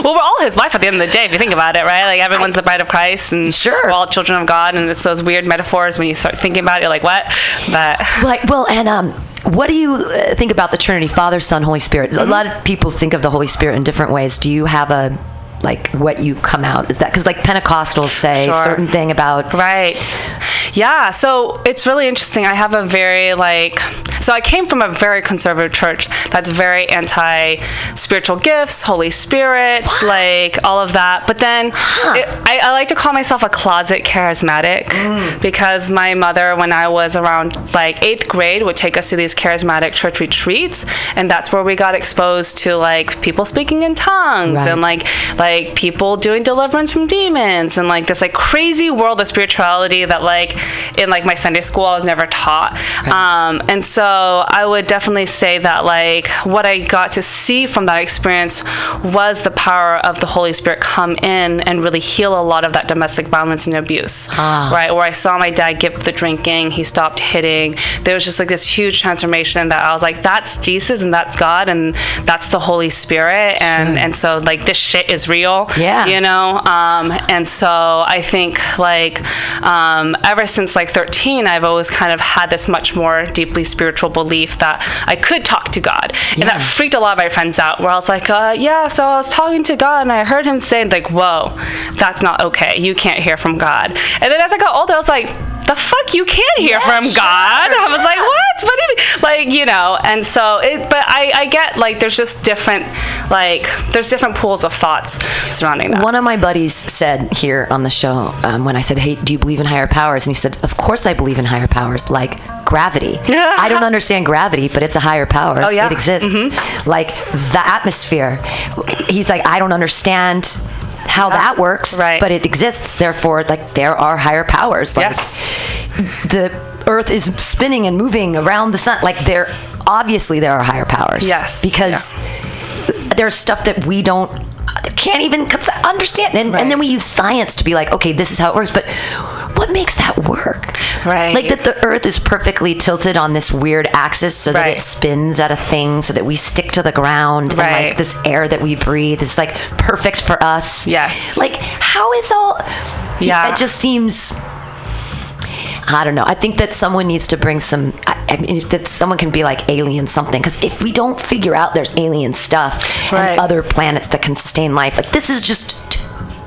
Speaker 2: well, we're all his wife at the end of the day, if you think about it, right? Like everyone's the bride of Christ, and
Speaker 1: Sure.
Speaker 2: we're all children of God, and it's those weird metaphors when you start thinking about it. You're like, what? But
Speaker 1: Like, well, and um, what do you uh, think about the Trinity, Father, Son, Holy Spirit?
Speaker 2: Mm-hmm.
Speaker 1: A lot of people think of the Holy Spirit in different ways. Do you have a like what you come out is that because like Pentecostals say
Speaker 2: Sure.
Speaker 1: certain thing about
Speaker 2: Right. Yeah. So it's really interesting. I have a very like So I came from a very conservative church that's very anti spiritual gifts, Holy Spirit, like all of that. But then it, I, I like to call myself a closet charismatic because my mother, when I was around like eighth grade, would take us to these charismatic church retreats, and that's where we got exposed to like people speaking in tongues
Speaker 1: Right.
Speaker 2: and like like people doing deliverance from demons and like this like crazy world of spirituality that like in like my Sunday school I was never taught. Um, and so I would definitely say that like what I got to see from that experience was the power of the Holy Spirit come in and really heal a lot of that domestic violence and abuse. Right. Where I saw my dad give up the drinking, he stopped hitting. There was just like this huge transformation that I was like, that's Jesus and that's God and that's the Holy Spirit. And and so like this shit is real.
Speaker 1: Yeah.
Speaker 2: You know? Um, and so I think like um, ever since like 13, I've always kind of had this much more deeply spiritual belief that I could talk to God. And that freaked a lot of my friends out where I was like, uh, yeah, so I was talking to God and I heard him saying like, whoa, that's not okay. You can't hear from God. And then as I got older, I was like, the fuck you can't hear from God. I was like, what? What do you mean? Like, you know, and so it but I, I get like there's just different like there's different pools of thoughts surrounding that.
Speaker 1: One of my buddies said here on the show um, when I said, "Hey, do you believe in higher powers?" and he said, "Of course I believe in higher powers, like gravity. I don't understand gravity, but it's a higher power.
Speaker 2: Oh, yeah. Mm-hmm.
Speaker 1: It exists. Like the atmosphere. He's like, I don't understand how that works,
Speaker 2: Right.
Speaker 1: but it exists. Therefore, like there are higher powers. Like,
Speaker 2: Yes.
Speaker 1: The Earth is spinning and moving around the sun. Like there, obviously there are higher powers.
Speaker 2: Yes.
Speaker 1: because there's stuff that we don't can't even cons- understand and,
Speaker 2: Right.
Speaker 1: and then we use science to be like okay this is how it works but what makes that work
Speaker 2: Right.
Speaker 1: like that the earth is perfectly tilted on this weird axis so that
Speaker 2: Right.
Speaker 1: it spins at a thing so that we stick to the ground and
Speaker 2: Right.
Speaker 1: like this air that we breathe is like perfect for us
Speaker 2: Yes.
Speaker 1: like how is all
Speaker 2: Yeah.
Speaker 1: it just seems I don't know. I think that someone needs to bring some. I, I mean, if that someone can be like alien something, because if we don't figure out there's alien stuff
Speaker 2: Right.
Speaker 1: and other planets that can sustain life, like this is just t-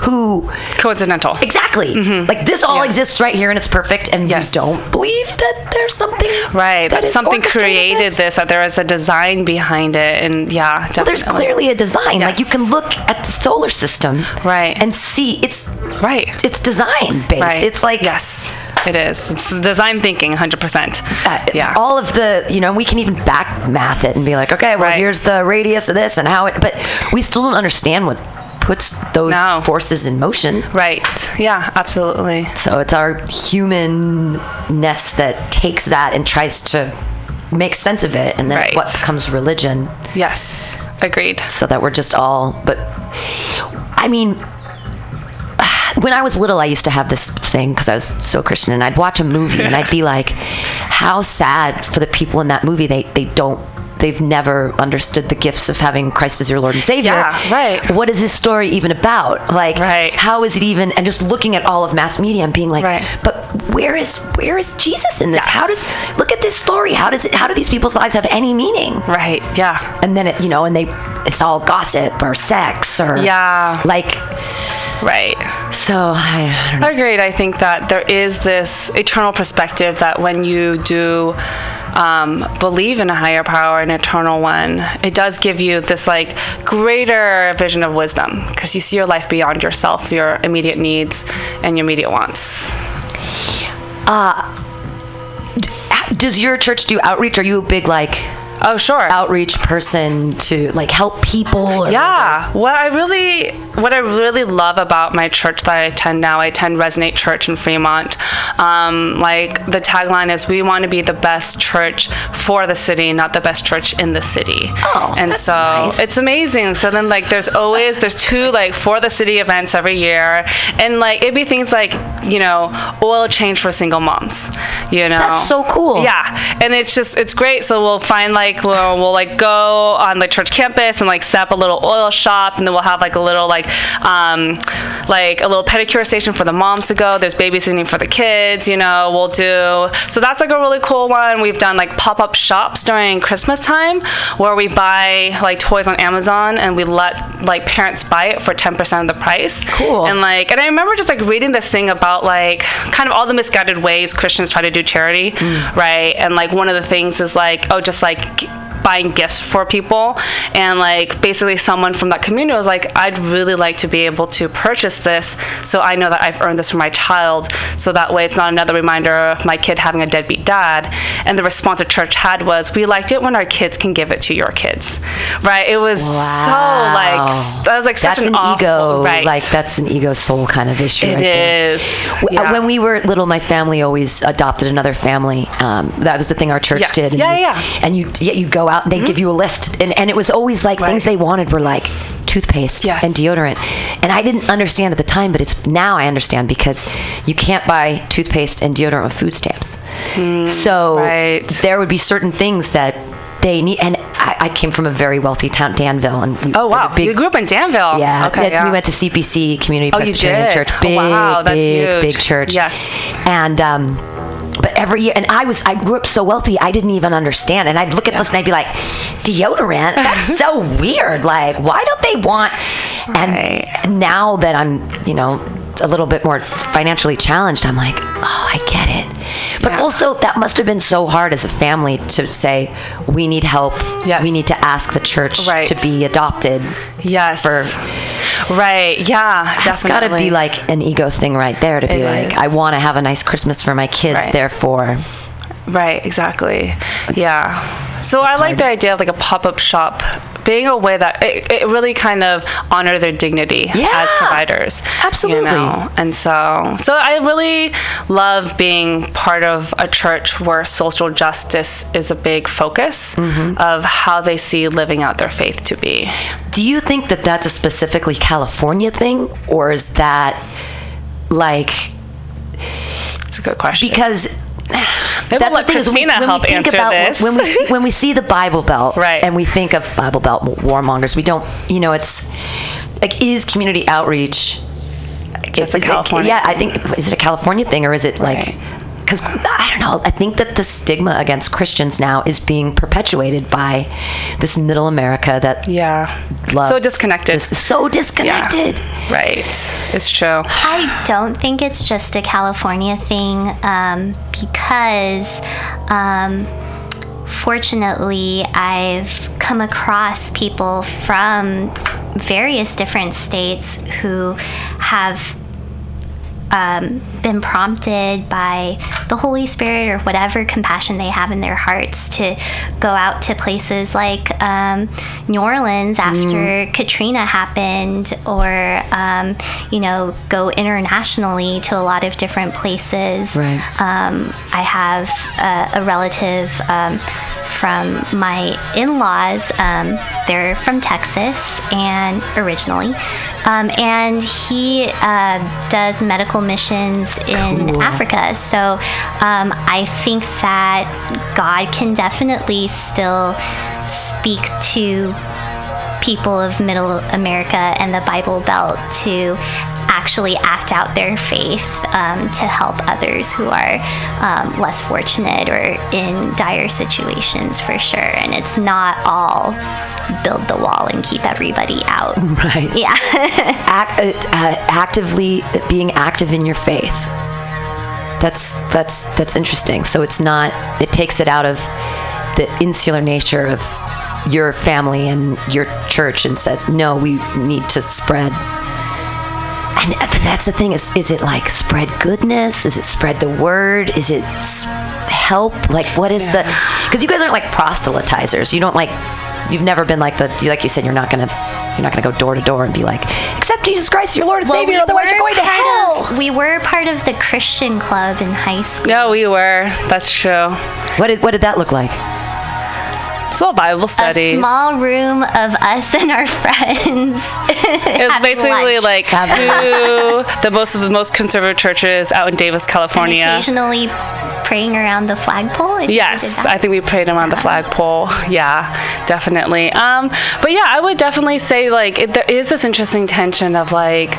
Speaker 1: who
Speaker 2: Coincidental. Mm-hmm.
Speaker 1: exactly. Like this all exists right here and it's perfect, and
Speaker 2: Yes.
Speaker 1: we don't believe that there's something
Speaker 2: Right. That
Speaker 1: is
Speaker 2: something
Speaker 1: orchestrating
Speaker 2: created this, that there is a design behind it and yeah, definitely.
Speaker 1: Well, there's clearly a design. Like you
Speaker 2: Yes.
Speaker 1: can look at the solar system,
Speaker 2: Right.
Speaker 1: and see it's
Speaker 2: Right.
Speaker 1: It's design based.
Speaker 2: right.
Speaker 1: It's like
Speaker 2: Yes. It is. It's design thinking 100%.
Speaker 1: uh,
Speaker 2: yeah.
Speaker 1: all of the you know we can even back math it and be like okay well
Speaker 2: Right.
Speaker 1: here's the radius of this and how it but we still don't understand what puts those
Speaker 2: No.
Speaker 1: forces in motion
Speaker 2: right. Yeah, absolutely.
Speaker 1: so it's our humanness that takes that and tries to make sense of it and then
Speaker 2: Right.
Speaker 1: what becomes religion
Speaker 2: Yes. Agreed.
Speaker 1: so that we're just all but i mean when i was little i used to have this thing because i was so christian and i'd watch a movie and i'd be like how sad for the people in that movie they they don't they've never understood the gifts of having christ as your lord and savior
Speaker 2: Yeah, right.
Speaker 1: what is this story even about like
Speaker 2: Right.
Speaker 1: how is it even and just looking at all of mass media and being like
Speaker 2: Right.
Speaker 1: but where is where is jesus in this
Speaker 2: Yes.
Speaker 1: how does look at this story how does it how do these people's lives have any meaning
Speaker 2: Right. Yeah.
Speaker 1: and then it you know and they it's all gossip or sex or
Speaker 2: Yeah.
Speaker 1: like
Speaker 2: Right.
Speaker 1: so i, I don't know
Speaker 2: Agreed. I think that there is this eternal perspective that when you do um, believe in a higher power, an eternal one, it does give you this like greater vision of wisdom because you see your life beyond yourself, your immediate needs, and your immediate wants.
Speaker 1: Uh, does your church do outreach are you a big like
Speaker 2: Oh, sure.
Speaker 1: outreach person to like help people or
Speaker 2: Yeah. What I really what I really love about my church that I attend now, I attend Resonate Church in Fremont. Um, like the tagline is we want to be the best church for the city, not the best church in the city.
Speaker 1: Oh,
Speaker 2: and
Speaker 1: that's
Speaker 2: so
Speaker 1: nice.
Speaker 2: it's amazing. So then like there's always there's two like for the city events every year. And like it'd be things like, you know, oil change for single moms. You know.
Speaker 1: That's so cool.
Speaker 2: Yeah. And it's just it's great. So we'll find like like we'll, we'll like go on like church campus and like set up a little oil shop, and then we'll have like a little like um, like a little pedicure station for the moms to go. There's babysitting for the kids. You know, we'll do so that's like a really cool one. We've done like pop up shops during Christmas time where we buy like toys on Amazon and we let like parents buy it for 10% of the price.
Speaker 1: Cool.
Speaker 2: And like, and I remember just like reading this thing about like kind of all the misguided ways Christians try to do charity, right? And like one of the things is like, oh, just like g- buying gifts for people and like basically someone from that community was like i'd really like to be able to purchase this so i know that i've earned this for my child so that way it's not another reminder of my kid having a deadbeat dad and the response the church had was we liked it when our kids can give it to your kids right it was
Speaker 1: Wow.
Speaker 2: so like s- that was like such
Speaker 1: Oh. that's an,
Speaker 2: awful-
Speaker 1: ego
Speaker 2: right
Speaker 1: like that's an ego soul kind of issue
Speaker 2: It
Speaker 1: I think.
Speaker 2: is.
Speaker 1: W- uh,
Speaker 2: Yeah.
Speaker 1: When we were little, my family always adopted another family. Um, that was the thing our church
Speaker 2: Yes.
Speaker 1: did.
Speaker 2: Yeah,
Speaker 1: you,
Speaker 2: yeah. Mm-hmm.
Speaker 1: And you, yeah, you'd go out and they'd give you a list, and, and it was always like things they wanted were like toothpaste
Speaker 2: Yes.
Speaker 1: and deodorant. And I didn't understand at the time, but it's now I understand because you can't buy toothpaste and deodorant with food stamps. so
Speaker 2: Mm, right.
Speaker 1: there would be certain things that they need. And I, I came from a very wealthy town, Danville, and we-
Speaker 2: oh
Speaker 1: we had a
Speaker 2: wow,
Speaker 1: big-
Speaker 2: you grew up in Danville.
Speaker 1: yeah.
Speaker 2: Okay.
Speaker 1: that- We went to CPC, Community
Speaker 2: you
Speaker 1: Presbyterian
Speaker 2: did?
Speaker 1: Church.
Speaker 2: Oh,
Speaker 1: Big,
Speaker 2: wow, that's
Speaker 1: big,
Speaker 2: huge.
Speaker 1: big church.
Speaker 2: Yes.
Speaker 1: And, um, but every year, and I was, I grew up so wealthy, I didn't even understand. And I'd look at this and I'd be like, deodorant? That's so weird. Like, why don't they want? And now that I'm, you know, a little bit more financially challenged, I'm like, oh, I get it. But also, that must have been so hard as a family to say, we need help.
Speaker 2: Yes.
Speaker 1: We need to ask the church
Speaker 2: Right.
Speaker 1: to be adopted
Speaker 2: yes.
Speaker 1: for-
Speaker 2: right. Yeah.
Speaker 1: that's got
Speaker 2: definitely.
Speaker 1: to be like an ego thing right there to be
Speaker 2: It
Speaker 1: like
Speaker 2: is.
Speaker 1: i want to have a nice christmas for my kids
Speaker 2: Right.
Speaker 1: therefore
Speaker 2: Right, exactly. Yeah. So I like the idea of like a pop-up shop being a way that it, it really kind of honor their dignity
Speaker 1: Yeah.
Speaker 2: as providers.
Speaker 1: Absolutely.
Speaker 2: You know? And so so I really love being part of a church where social justice is a big focus of how they see living out their faith to be.
Speaker 1: do you think that that's a specifically california thing or is that like
Speaker 2: It's a good question.
Speaker 1: because
Speaker 2: Maybe
Speaker 1: that's
Speaker 2: we'll let
Speaker 1: the thing is
Speaker 2: Christina help
Speaker 1: we think
Speaker 2: answer
Speaker 1: about
Speaker 2: this.
Speaker 1: when we see, when we see the Bible Belt
Speaker 2: Right.
Speaker 1: and we think of Bible Belt warmongers, we don't you know it's like is community outreach
Speaker 2: Just a
Speaker 1: is it-
Speaker 2: California
Speaker 1: yeah, I think is it a California thing or is it like because I don't know. I think that the stigma against Christians now is being perpetuated by this middle America that
Speaker 2: yeah.
Speaker 1: loves
Speaker 2: so disconnected.
Speaker 1: is so disconnected.
Speaker 2: Right. It's true.
Speaker 3: I don't think it's just a California thing um, because, um, fortunately, I've come across people from various different states who have um, been prompted by the Holy Spirit or whatever compassion they have in their hearts to go out to places like um, New Orleans after Katrina happened, or um, you know, go internationally to a lot of different places.
Speaker 1: Right.
Speaker 3: Um, I have a, a relative um, from my in laws. Um, they're from Texas and originally. Um, and he uh, does medical missions in Africa. So um, I think that God can definitely still speak to people of middle America and the Bible Belt to actually act out their faith um, to help others who are um, less fortunate or in dire situations for sure. And it's not all build the wall and keep everybody out.
Speaker 1: Right.
Speaker 3: Yeah.
Speaker 1: Act, uh, uh, actively being active in your faith. That's that's that's interesting. So it's not. It takes it out of the insular nature of your family and your church, and says, no, we need to spread. And that's the thing is, is it like spread goodness? Is it spread the word? Is it s- help? Like what is the? Because you guys aren't like proselytizers. You don't like. You've never been like the. Like you said, you're not gonna. You're not gonna go door to door and be like, accept Jesus Christ, your Lord and
Speaker 3: Well,
Speaker 1: Savior.
Speaker 3: we
Speaker 1: otherwise, you're
Speaker 3: were
Speaker 1: going to
Speaker 3: part
Speaker 1: hell.
Speaker 3: of- we were part of the Christian club in high school.
Speaker 2: No, we were. That's true.
Speaker 1: What did what did that look like?
Speaker 2: It's a little Bible
Speaker 3: a
Speaker 2: studies.
Speaker 3: small room of us and our friends.
Speaker 2: It was basically
Speaker 3: lunch.
Speaker 2: like two the most of the most conservative churches out in Davis,
Speaker 3: And
Speaker 2: California.
Speaker 3: occasionally praying around the flagpole. I think we did
Speaker 2: Yes,
Speaker 3: that. Uh-huh.
Speaker 2: I think we prayed around the flagpole. Yeah, definitely. Um, but yeah, I would definitely say like it, there is this interesting tension of like,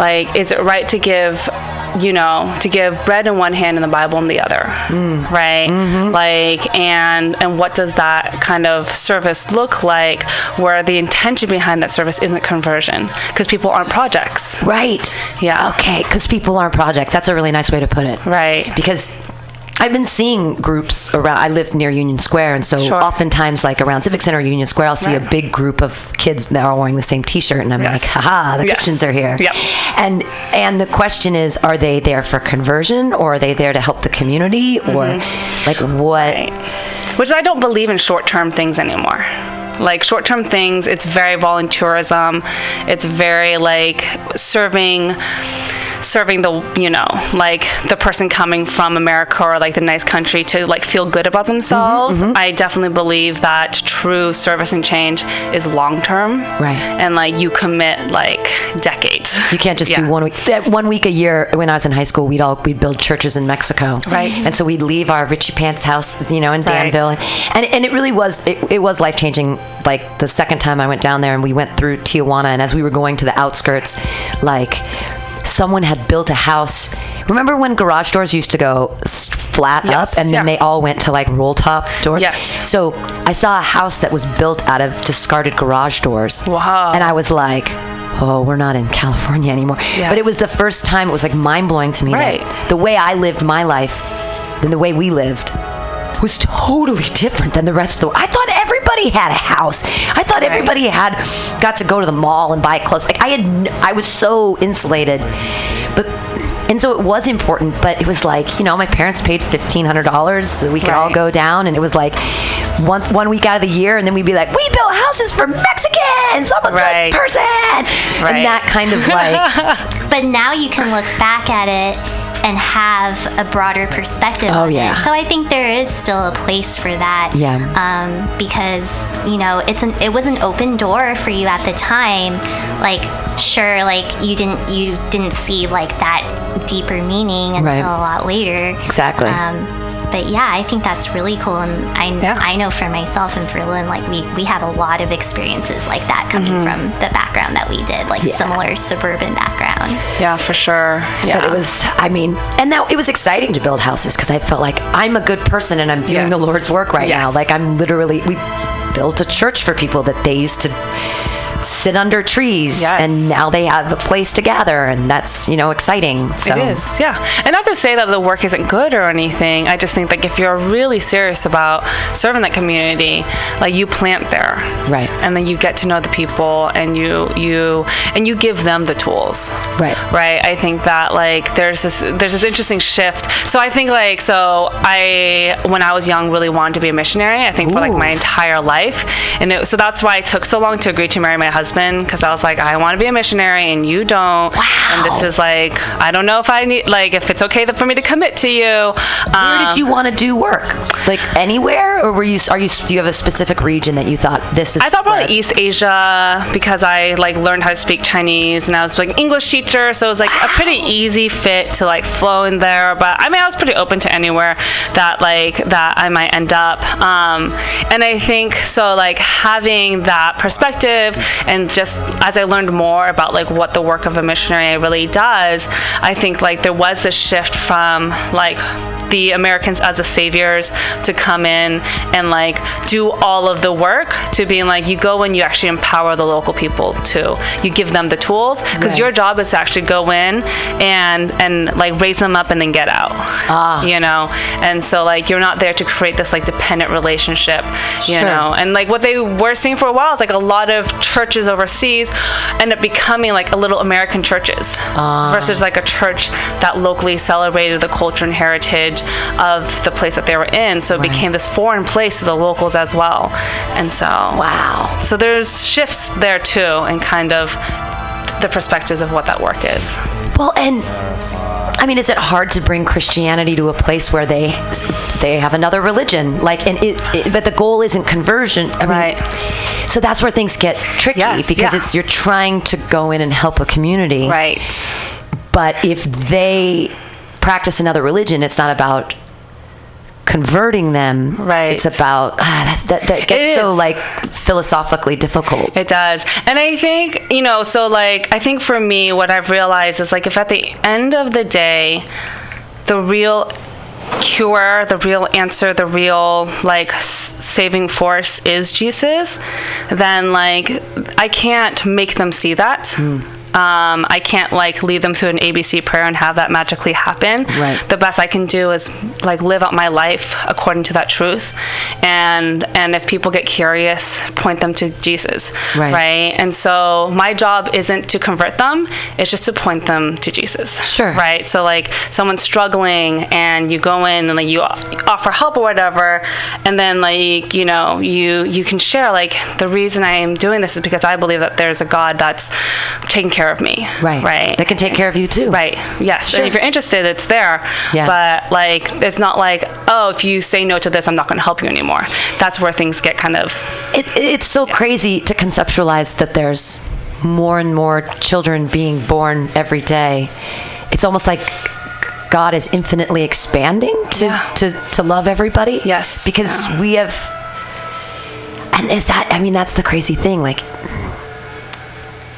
Speaker 2: like is it right to give, you know, to give bread in one hand and the Bible in the other,
Speaker 1: Mm.
Speaker 2: right?
Speaker 1: Mm-hmm.
Speaker 2: Like, and and what does that kind of service look like, where the intention behind that service isn't conversion, because people aren't projects,
Speaker 1: Right.
Speaker 2: Yeah.
Speaker 1: Okay. Because people aren't projects. That's a really nice way to put it.
Speaker 2: right?
Speaker 1: Because I've been seeing groups around. I live near Union Square, and so
Speaker 2: Sure.
Speaker 1: oftentimes, like around Civic Center, or Union Square, I'll see a
Speaker 2: Right.
Speaker 1: big group of kids that are wearing the same T-shirt, and I'm
Speaker 2: Yes.
Speaker 1: like, "Haha, the
Speaker 2: Yes.
Speaker 1: Christians are here."
Speaker 2: Yep.
Speaker 1: And and the question is, are they there for conversion, or are they there to help the community, or
Speaker 2: Mm-hmm.
Speaker 1: like what?
Speaker 2: which I don't believe in short-term things anymore. Like short-term things, it's very volunteerism. It's very like serving serving the you know like the person coming from america or like the nice country to like feel good
Speaker 1: Mm-hmm,
Speaker 2: about themselves i definitely believe that true service and change is long term
Speaker 1: Right.
Speaker 2: and like you commit like decades
Speaker 1: You can't just
Speaker 2: Yeah.
Speaker 1: do one week. uh, One week a year. When I was in high school, we'd all we'd build churches in Mexico,
Speaker 2: Right.
Speaker 1: And so we'd leave our Richie Pants house, you know, in
Speaker 2: Right.
Speaker 1: Danville, and and it really was it, it was life changing. Like the second time I went down there, and we went through Tijuana, and as we were going to the outskirts, like someone had built a house. Remember when garage doors used to go s- flat
Speaker 2: Yes.
Speaker 1: up, and then
Speaker 2: Yeah.
Speaker 1: they all went to like roll top doors?
Speaker 2: Yes.
Speaker 1: So I saw a house that was built out of discarded garage doors.
Speaker 2: Wow.
Speaker 1: And I was like, oh, we're not in California anymore. But it was the first time, it was like mind blowing to me. that
Speaker 2: Right.
Speaker 1: The way I lived my life than the way we lived was totally different than the rest of the world. I thought everybody had a house. I thought everybody had got to go to the mall and buy clothes. Like I had n- I was so insulated. But and so it was important, but it was like, you know, my parents paid $1500 so we could all
Speaker 2: Right.
Speaker 1: go down and it was like once one week out of the year and then we'd be like, "We built houses for Mexicans." Oh, I'm a
Speaker 2: Right.
Speaker 1: good person.
Speaker 2: Right.
Speaker 1: And that kind of like,
Speaker 3: But now you can look back at it and have a broader perspective.
Speaker 1: Oh,
Speaker 3: on it.
Speaker 1: yeah.
Speaker 3: So I think there is still a place for that.
Speaker 1: Yeah.
Speaker 3: Um, because you know it's an it was an open door for you at the time. Like sure, like you didn't you didn't see like that deeper meaning until
Speaker 1: Right.
Speaker 3: a lot later.
Speaker 1: Exactly.
Speaker 3: Um, but yeah, I think that's really cool, and I I know for myself and for Lynn, like we we had a lot of experiences like that coming
Speaker 1: Mm-hmm.
Speaker 3: from the background that we did, like similar suburban background.
Speaker 2: yeah for sure yeah
Speaker 1: but it was, I mean, and now it was exciting to build houses because I felt like I'm a good person and I'm doing
Speaker 2: Yes.
Speaker 1: the Lord's work right now.
Speaker 2: Yes.
Speaker 1: Like I'm literally, we built a church for people that they used to sit under trees
Speaker 2: Yes.
Speaker 1: and now they have a place to gather and that's, you know, exciting. So
Speaker 2: It is, yeah. And not to say that the work isn't good or anything. I just think like if you're really serious about serving that community, like you plant there,
Speaker 1: Right.
Speaker 2: And then you get to know the people, and you you and you give them the tools,
Speaker 1: Right.
Speaker 2: Right. I think that like there's this there's this interesting shift. So I think like so I when I was young really wanted to be a missionary. I think for like
Speaker 1: Ooh.
Speaker 2: my entire life, and it, so that's why it took so long to agree to marry my husband because I was like I want to be a missionary and you don't. And this is like I don't know if I need like if it's okay for me to commit to you.
Speaker 1: Where
Speaker 2: Um,
Speaker 1: did you want to do work? Like anywhere, or were you? Are you? Do you have a specific region that you thought this is?
Speaker 2: I thought probably
Speaker 1: where-
Speaker 2: East Asia because I like learned how to speak Chinese and I was like English teacher, so it was like a pretty easy fit to like flow in there. But I mean, I was pretty open to anywhere that like that I might end up. Um, and I think so like having that perspective and just as I learned more about like what the work of a missionary really does, I think like there was this shift from like the Americans as the saviors to come in and like do all of the work to being like you go and you actually empower the local people too. You give them the tools because your job is to actually go in and and like raise them up and then get out. You know, and so like you're not there to create this like dependent relationship. You
Speaker 1: Sure.
Speaker 2: know, and like what they were seeing for a while is like a lot of churches overseas end up becoming like a little American churches versus like a church that locally celebrated the culture and heritage of the place that they were in. So it became this foreign place to the locals as well. And so,
Speaker 1: Wow.
Speaker 2: so there's shifts there too, and kind of the perspectives of what that work is.
Speaker 1: Well, and I mean, is it hard to bring Christianity to a place where they they have another religion? Like, and it, it, but the goal isn't conversion, I mean,
Speaker 2: Right.
Speaker 1: So that's where things get tricky
Speaker 2: Yes,
Speaker 1: because
Speaker 2: yeah.
Speaker 1: it's you're trying to go in and help a community,
Speaker 2: Right.
Speaker 1: But if they practice another religion, it's not about converting them
Speaker 2: Right.
Speaker 1: it's about ah, that's that, that gets
Speaker 2: It
Speaker 1: so
Speaker 2: is.
Speaker 1: like philosophically difficult
Speaker 2: It does. And I think, you know, so like, I think for me, what I've realized is like, if at the end of the day, the real cure, the real answer, the real like s- saving force is Jesus, then like, I can't make them see that. Um, I can't like lead them through an ABC prayer and have that magically happen.
Speaker 1: Right.
Speaker 2: The best I can do is like live out my life according to that truth, and and if people get curious, point them to Jesus.
Speaker 1: Right.
Speaker 2: Right. And so my job isn't to convert them; it's just to point them to Jesus.
Speaker 1: Sure.
Speaker 2: Right. So like someone's struggling, and you go in and like you offer help or whatever, and then like you know you you can share like the reason I am doing this is because I believe that there's a God that's taking care of me.
Speaker 1: right
Speaker 2: Right.
Speaker 1: that can take care of you too
Speaker 2: Right. Yes. And if you're interested, it's there.
Speaker 1: Yeah.
Speaker 2: But like, it's not like, oh, if you say no to this, I'm not going to help you anymore. That's where things get kind of
Speaker 1: It, it's so crazy to conceptualize that there's more and more children being born every day. It's almost like God is infinitely expanding to to, to love everybody.
Speaker 2: Yes.
Speaker 1: because we have, and is that? I mean, that's the crazy thing. Like,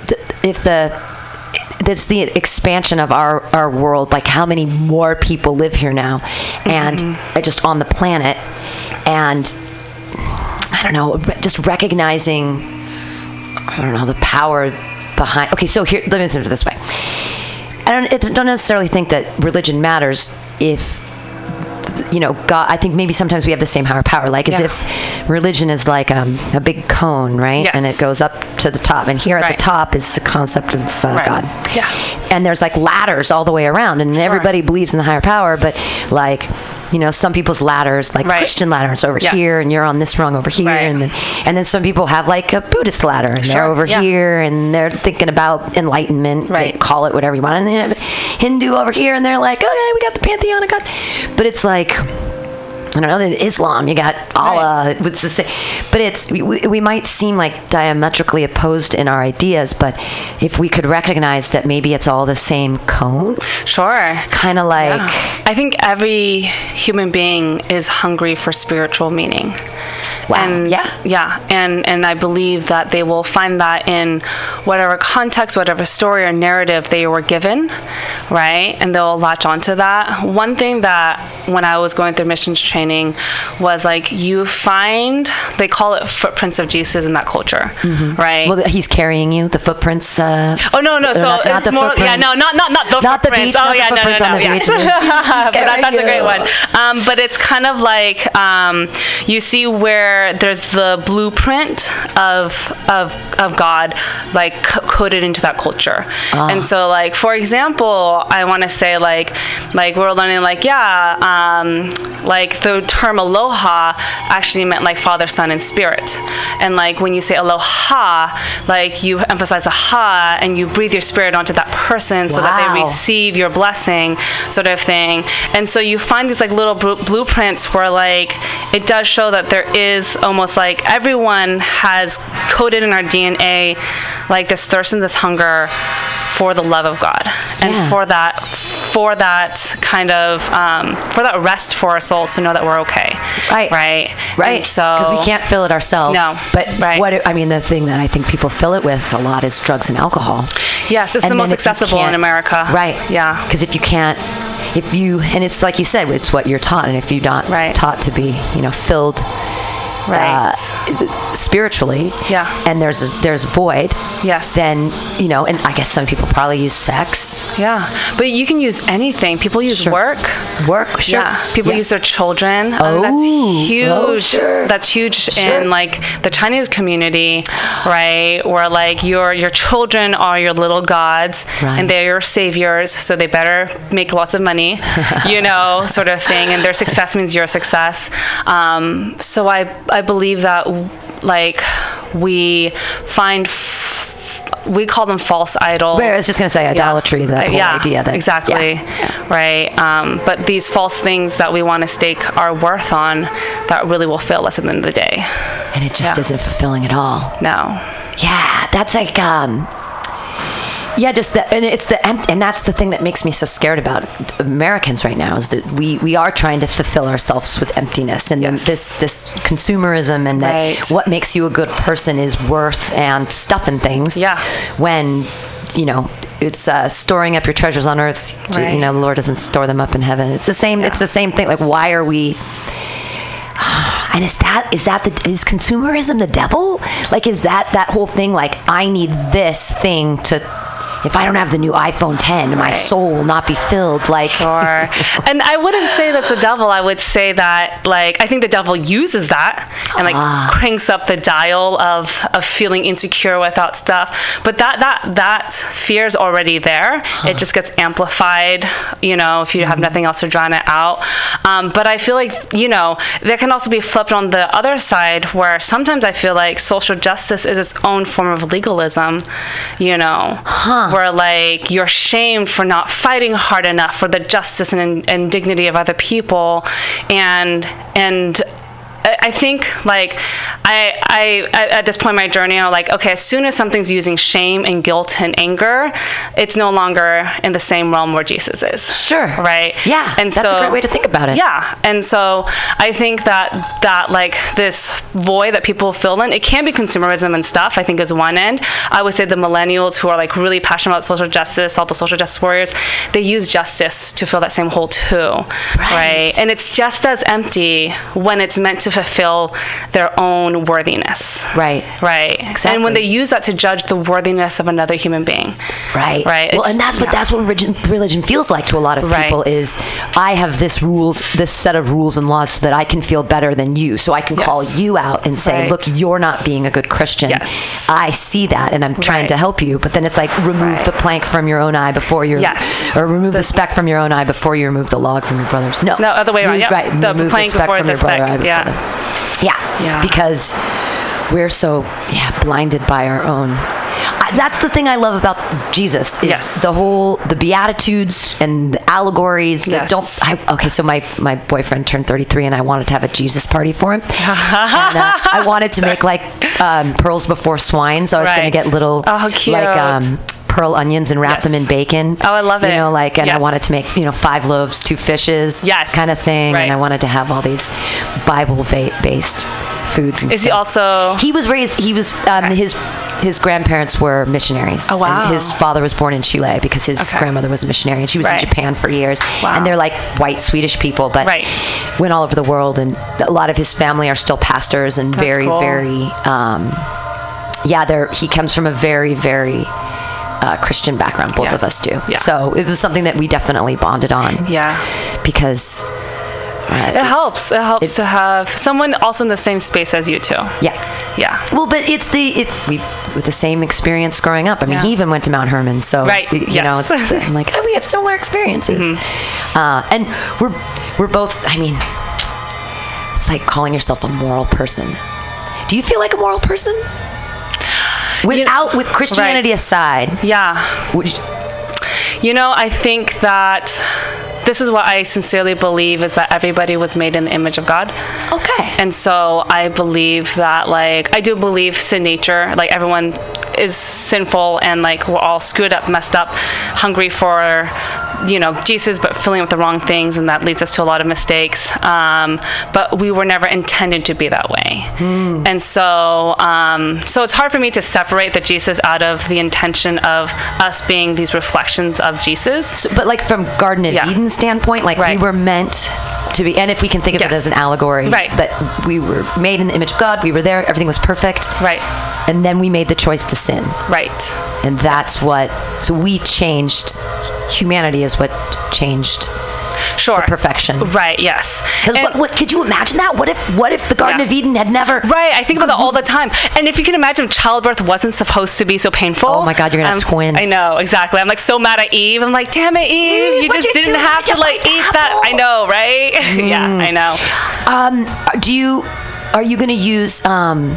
Speaker 1: th- if the that's the expansion of our, our world like how many more people live here now and uh, just on the planet and I don't know, re- just recognizing, I don't know, the power behind. Okay, so here, let me answer it this way. I don't, it's, don't necessarily think that religion matters if, you know, God. I think maybe sometimes we have the same higher power, like as
Speaker 2: Yeah.
Speaker 1: if religion is like um, a big cone, right? And
Speaker 2: Yes.
Speaker 1: it goes up to the top, and here at
Speaker 2: Right.
Speaker 1: the top is the concept of uh,
Speaker 2: Right.
Speaker 1: God.
Speaker 2: Yeah.
Speaker 1: And there's like ladders all the way around, and everybody believes in the higher power, but like. You know, some people's ladders, like
Speaker 2: Right.
Speaker 1: Christian ladders, over
Speaker 2: Yes.
Speaker 1: here, and you're on this rung over here,
Speaker 2: Right.
Speaker 1: and then and then some people have like a Buddhist ladder, and
Speaker 2: Sure,
Speaker 1: they're over
Speaker 2: yeah.
Speaker 1: here, and they're thinking about enlightenment. They
Speaker 2: Right.
Speaker 1: call it whatever you want. And then you have Hindu over here, and they're like, okay, we got the pantheon of God, but it's like. I don't know. then Islam, you got Allah. It's the same, but it's we, we might seem like diametrically opposed in our ideas, but if we could recognize that maybe it's all the same cone,
Speaker 2: sure.
Speaker 1: kind of like
Speaker 2: I think every human being is hungry for spiritual meaning.
Speaker 1: Wow,
Speaker 2: And
Speaker 1: yeah.
Speaker 2: Yeah. And and I believe that they will find that in whatever context, whatever story or narrative they were given, right? And they'll latch onto that. One thing that when I was going through missions training was like you find they call it footprints of Jesus in that culture. Mm-hmm. Right?
Speaker 1: well, he's carrying you. The footprints. Uh,
Speaker 2: Oh no no!
Speaker 1: Uh,
Speaker 2: So
Speaker 1: not- not
Speaker 2: it's
Speaker 1: the
Speaker 2: more yeah
Speaker 1: footprints.
Speaker 2: no not not not the
Speaker 1: Not the
Speaker 2: footprints.
Speaker 1: beach,
Speaker 2: oh
Speaker 1: not the
Speaker 2: yeah no no
Speaker 1: footprints on
Speaker 2: no
Speaker 1: the
Speaker 2: yeah.
Speaker 1: beach.
Speaker 2: But that-
Speaker 1: Scare
Speaker 2: that's a great
Speaker 1: you.
Speaker 2: one. Um, but it's kind of like um, you see where there's the blueprint of of of God like co- coded into that culture, and so like for example, I want to say like like we're learning like yeah um, like the term aloha actually meant like Father Son and Spirit, and like when you say aloha, like you emphasize the ha and you breathe your spirit onto that person so that they
Speaker 1: Wow.
Speaker 2: receive receive your blessing sort of thing and so you find these like little blu- blueprints where like it does show that there is almost like everyone has coded in our dna like this thirst and this hunger for the love of god and
Speaker 1: Yeah.
Speaker 2: for that for that kind of um, for that rest for our souls to know that we're okay
Speaker 1: Right.
Speaker 2: right
Speaker 1: Right.
Speaker 2: And so
Speaker 1: because we can't fill it ourselves.
Speaker 2: No.
Speaker 1: But
Speaker 2: Right.
Speaker 1: what it, I mean, the thing that I think people fill it with a lot is drugs and alcohol.
Speaker 2: Yes, it's the
Speaker 1: then
Speaker 2: most
Speaker 1: if you
Speaker 2: accessible in
Speaker 1: can't-
Speaker 2: America.
Speaker 1: Right.
Speaker 2: Yeah.
Speaker 1: Because if you can't, if you, and it's like you said, it's what you're taught, and if you're not
Speaker 2: Right.
Speaker 1: taught to be, you know, filled.
Speaker 2: Right.
Speaker 1: Uh, spiritually,
Speaker 2: Yeah.
Speaker 1: and there's a, there's a void.
Speaker 2: Yes.
Speaker 1: Then you know, and I guess some people probably use sex,
Speaker 2: yeah but you can use anything people use
Speaker 1: Sure.
Speaker 2: work
Speaker 1: work. Sure.
Speaker 2: Yeah, people
Speaker 1: Yeah.
Speaker 2: use their children. I mean,
Speaker 1: Oh,
Speaker 2: that's huge.
Speaker 1: oh, sure.
Speaker 2: That's huge
Speaker 1: Sure.
Speaker 2: in like the Chinese community, right? Where like your your children are your little gods,
Speaker 1: Right.
Speaker 2: and they're your saviors. So they better make lots of money, you know, sort of thing. And their success means your success. Um, so I I believe that like we find. F- we call them false idols.
Speaker 1: Wait, I was just gonna say idolatry, that whole
Speaker 2: yeah,
Speaker 1: idea that-
Speaker 2: exactly,
Speaker 1: yeah.
Speaker 2: right? Um, but these false things that we want to stake our worth on, that really will fail us at the end of the day.
Speaker 1: and it just
Speaker 2: Yeah.
Speaker 1: isn't fulfilling at all.
Speaker 2: No.
Speaker 1: Yeah, that's like um yeah, just the and it's the empt- and that's the thing that makes me so scared about Americans right now is that we we are trying to fulfill ourselves with emptiness and then this this consumerism and that
Speaker 2: Right.
Speaker 1: what makes you a good person is worth and stuff and things.
Speaker 2: Yeah.
Speaker 1: when you know it's uh, storing up your treasures on earth. to-
Speaker 2: Right.
Speaker 1: You know, the Lord doesn't store them up in heaven. It's the same. It's the same thing. Like, why are we? And is that is that the is consumerism the devil? Like is that that whole thing like I need this thing to if I don't have the new iPhone 10, my soul will not be filled like
Speaker 2: Sure. and I wouldn't say that's the devil. I would say that, like, I think the devil uses that and like
Speaker 1: Ah.
Speaker 2: cranks up the dial of of feeling insecure without stuff. But that that that fear is already there. It just gets amplified, you know, if you have nothing else to drown it out. Um, but I feel like you know that can also be flipped on the other side, where sometimes I feel like social justice is its own form of legalism. You know, where like you're shamed for not fighting hard enough for the justice and, and dignity of other people and and I I think like I, I at- at this point in my journey I'm like okay as soon as something's using shame and guilt and anger it's no longer in the same realm where Jesus is
Speaker 1: Sure.
Speaker 2: right
Speaker 1: Yeah.
Speaker 2: and
Speaker 1: that's
Speaker 2: so
Speaker 1: a great way to think about it.
Speaker 2: yeah, and so I think that that like this void that people fill in, it can be consumerism and stuff. I think is one end. I would say the millennials who are like really passionate about social justice, all the social justice warriors, they use justice to fill that same hole too, right? And it's just as empty when it's meant to fulfill their own worthiness.
Speaker 1: Right.
Speaker 2: Right. And
Speaker 1: Exactly.
Speaker 2: when they use that to judge the worthiness of another human being.
Speaker 1: Right.
Speaker 2: Right.
Speaker 1: Well,
Speaker 2: It's-
Speaker 1: and that's what
Speaker 2: yeah.
Speaker 1: that's what religion, religion feels like to a lot of
Speaker 2: Right.
Speaker 1: people is I have this rules, this set of rules and laws so that I can feel better than you. So I can call
Speaker 2: Yes.
Speaker 1: you out and say,
Speaker 2: Right.
Speaker 1: "Look, you're not being a good Christian.
Speaker 2: Yes.
Speaker 1: I see that and I'm trying to
Speaker 2: Right.
Speaker 1: help you." But then it's like remove the plank from your own eye before your
Speaker 2: Yes.
Speaker 1: or remove the, speck from your own eye before you remove the log from your brother's. No.
Speaker 2: No, other way around.
Speaker 1: Remove-
Speaker 2: Yep.
Speaker 1: Right.
Speaker 2: The
Speaker 1: remove
Speaker 2: plank
Speaker 1: the speck
Speaker 2: before
Speaker 1: from
Speaker 2: the
Speaker 1: your brother
Speaker 2: speck.
Speaker 1: eye before
Speaker 2: Yeah.
Speaker 1: the- yeah.
Speaker 2: Yeah.
Speaker 1: Because we're so yeah, blinded by our own. I, that's the thing I love about Jesus is
Speaker 2: Yes.
Speaker 1: the whole the beatitudes and the allegories
Speaker 2: Yes.
Speaker 1: that don't I, okay so my my boyfriend turned 33 and I wanted to have a Jesus party for him and,
Speaker 2: Uh-huh.
Speaker 1: uh, I wanted to make like um, pearls before swine so I was gonna
Speaker 2: Right.
Speaker 1: get little
Speaker 2: Oh, how cute.
Speaker 1: like um pearl onions and wrap
Speaker 2: Yes.
Speaker 1: them in bacon
Speaker 2: Oh, I love
Speaker 1: you
Speaker 2: it.
Speaker 1: know like and I
Speaker 2: Yes.
Speaker 1: wanted to make you know five loaves two fishes
Speaker 2: Yes.
Speaker 1: kind of thing
Speaker 2: Right.
Speaker 1: and I wanted to have all these Bible va- based foods and
Speaker 2: Is he
Speaker 1: stuff.
Speaker 2: also-
Speaker 1: he was raised he was um, his his grandparents were missionaries
Speaker 2: Oh, wow.
Speaker 1: and his father was born in Chile because his grandmother was a missionary and she was
Speaker 2: Right.
Speaker 1: in Japan for years
Speaker 2: Wow.
Speaker 1: and they're like white Swedish people but
Speaker 2: Right.
Speaker 1: went all over the world and a lot of his family are still pastors and very
Speaker 2: cool.
Speaker 1: very um, yeah they're he comes from a very very uh, Christian background both of
Speaker 2: Yes.
Speaker 1: us do
Speaker 2: Yeah.
Speaker 1: so it was something that we definitely bonded on
Speaker 2: Yeah.
Speaker 1: because uh,
Speaker 2: It helps. It helps to have someone also in the same space as you two.
Speaker 1: Yeah.
Speaker 2: Yeah.
Speaker 1: Well, but it's the it, we with the same experience growing up. I mean,
Speaker 2: Yeah.
Speaker 1: he even went to Mount Herman, so
Speaker 2: Right,
Speaker 1: y- You
Speaker 2: yes. Mm-hmm.
Speaker 1: know, it's the- I'm like, oh, we have similar experiences, uh, and we're we're both. I mean, it's like calling yourself a moral person. Do you feel like a moral person? Without with Christianity
Speaker 2: right.
Speaker 1: aside,
Speaker 2: Yeah.
Speaker 1: would you,
Speaker 2: You know, I think that this is what I sincerely believe is that everybody was made in the image of God.
Speaker 1: okay,
Speaker 2: And so I believe that, like, I do believe sin nature, like, everyone is sinful and, like, we're all screwed up, messed up, hungry for, you know, Jesus, but filling with the wrong things, and that leads us to a lot of mistakes. Um, but we were never intended to be that way.
Speaker 1: Hmm.
Speaker 2: And so, um, so it's hard for me to separate the Jesus out of the intention of us being these reflections of Jesus.
Speaker 1: but like from Garden of
Speaker 2: Yeah.
Speaker 1: Eden standpoint, like
Speaker 2: Right.
Speaker 1: we were meant to be, and if we can think of it
Speaker 2: Yes.
Speaker 1: as an allegory,
Speaker 2: Right.
Speaker 1: that we were made in the image of God, we were there, everything was perfect,
Speaker 2: Right.
Speaker 1: and then we made the choice to sin,
Speaker 2: Right.
Speaker 1: and that's what. So we changed. Humanity is what changed.
Speaker 2: Sure.
Speaker 1: perfection.
Speaker 2: Right. Yes.
Speaker 1: 'Cause
Speaker 2: And-
Speaker 1: what, what could you imagine that? What if what if the Garden
Speaker 2: Yeah.
Speaker 1: of Eden had never?
Speaker 2: Right, I think about that all the time. And if you can imagine, childbirth wasn't supposed to be so painful.
Speaker 1: Oh my God, you're gonna have
Speaker 2: Um,
Speaker 1: twins.
Speaker 2: I know, exactly. I'm like so mad at Eve. I'm like, damn it, Eve,
Speaker 1: Eve,
Speaker 2: you
Speaker 1: what'd
Speaker 2: just
Speaker 1: you
Speaker 2: didn't
Speaker 1: do?
Speaker 2: have
Speaker 1: You
Speaker 2: to like
Speaker 1: broke the
Speaker 2: eat that. I
Speaker 1: apple." Mm.
Speaker 2: know, right? yeah, I know.
Speaker 1: Um, do you are you going to use um,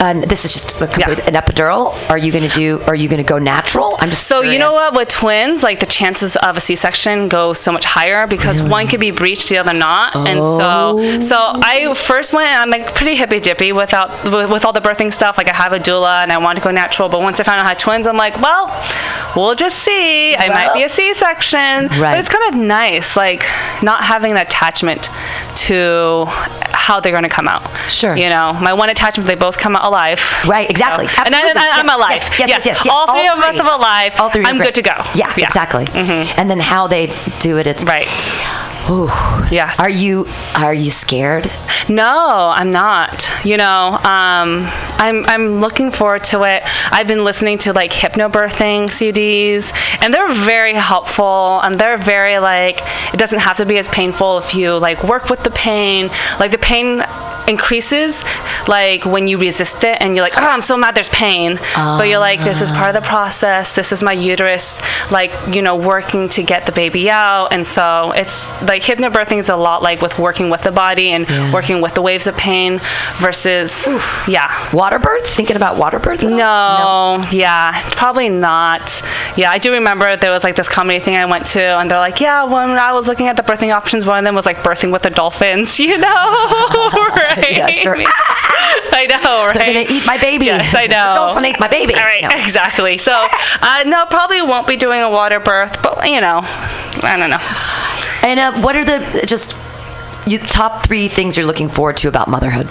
Speaker 1: And this is just a complete, an epidural. Are you going to do? Are you going to go natural? I'm just
Speaker 2: So you know
Speaker 1: curious.
Speaker 2: what? With twins, like the chances of a C-section go so much higher because one could be breached, the other not, and
Speaker 1: Oh.
Speaker 2: so so I first went. and I'm like pretty hippy dippy without with, with all the birthing stuff. Like I have a doula and I want to go natural, but once I found out I had twins, I'm like, well, we'll just see. I might be a C-section,
Speaker 1: Right.
Speaker 2: but it's kind of nice, like not having an attachment to how they're going to come out.
Speaker 1: Sure.
Speaker 2: You know, my one attachment, they both come out alive.
Speaker 1: Right, exactly.
Speaker 2: So- and I,
Speaker 1: Absolutely.
Speaker 2: I, I'm
Speaker 1: Yes,
Speaker 2: alive.
Speaker 1: yes, yes, yes, yes, yes.
Speaker 2: All,
Speaker 1: All
Speaker 2: three of us
Speaker 1: three.
Speaker 2: are alive.
Speaker 1: All three. are
Speaker 2: I'm good
Speaker 1: great.
Speaker 2: to go.
Speaker 1: Yeah, exactly. And then how they do it, it's
Speaker 2: Mm-hmm. Right.
Speaker 1: Ooh.
Speaker 2: Yes.
Speaker 1: Are you are you scared?
Speaker 2: No, I'm not. You know, um, I'm I'm looking forward to it. I've been listening to like hypnobirthing CDs, and they're very helpful. And they're very like it doesn't have to be as painful if you like work with the pain. Like the pain increases like when you resist it and you're like oh i'm so mad there's pain but you're like this is part of the process this is my uterus like you know working to get the baby out and so it's like hypnobirthing is a lot like with working with the body and working with the waves of pain versus yeah
Speaker 1: Water birth? Thinking about water birth? at all?
Speaker 2: no, yeah, probably not. Yeah, I do remember there was like this comedy thing I went to, and they're like, yeah, when I was looking at the birthing options, one of them was like birthing with the dolphins, you know? right?
Speaker 1: Yeah, sure.
Speaker 2: I know, right?
Speaker 1: They're gonna eat my baby.
Speaker 2: Yes, I know.
Speaker 1: Dolphin ate my baby.
Speaker 2: All right,
Speaker 1: No.
Speaker 2: exactly. So, uh, no, probably won't be doing a water birth, but you know, I don't know.
Speaker 1: And uh, what are the just you top three things you're looking forward to about motherhood?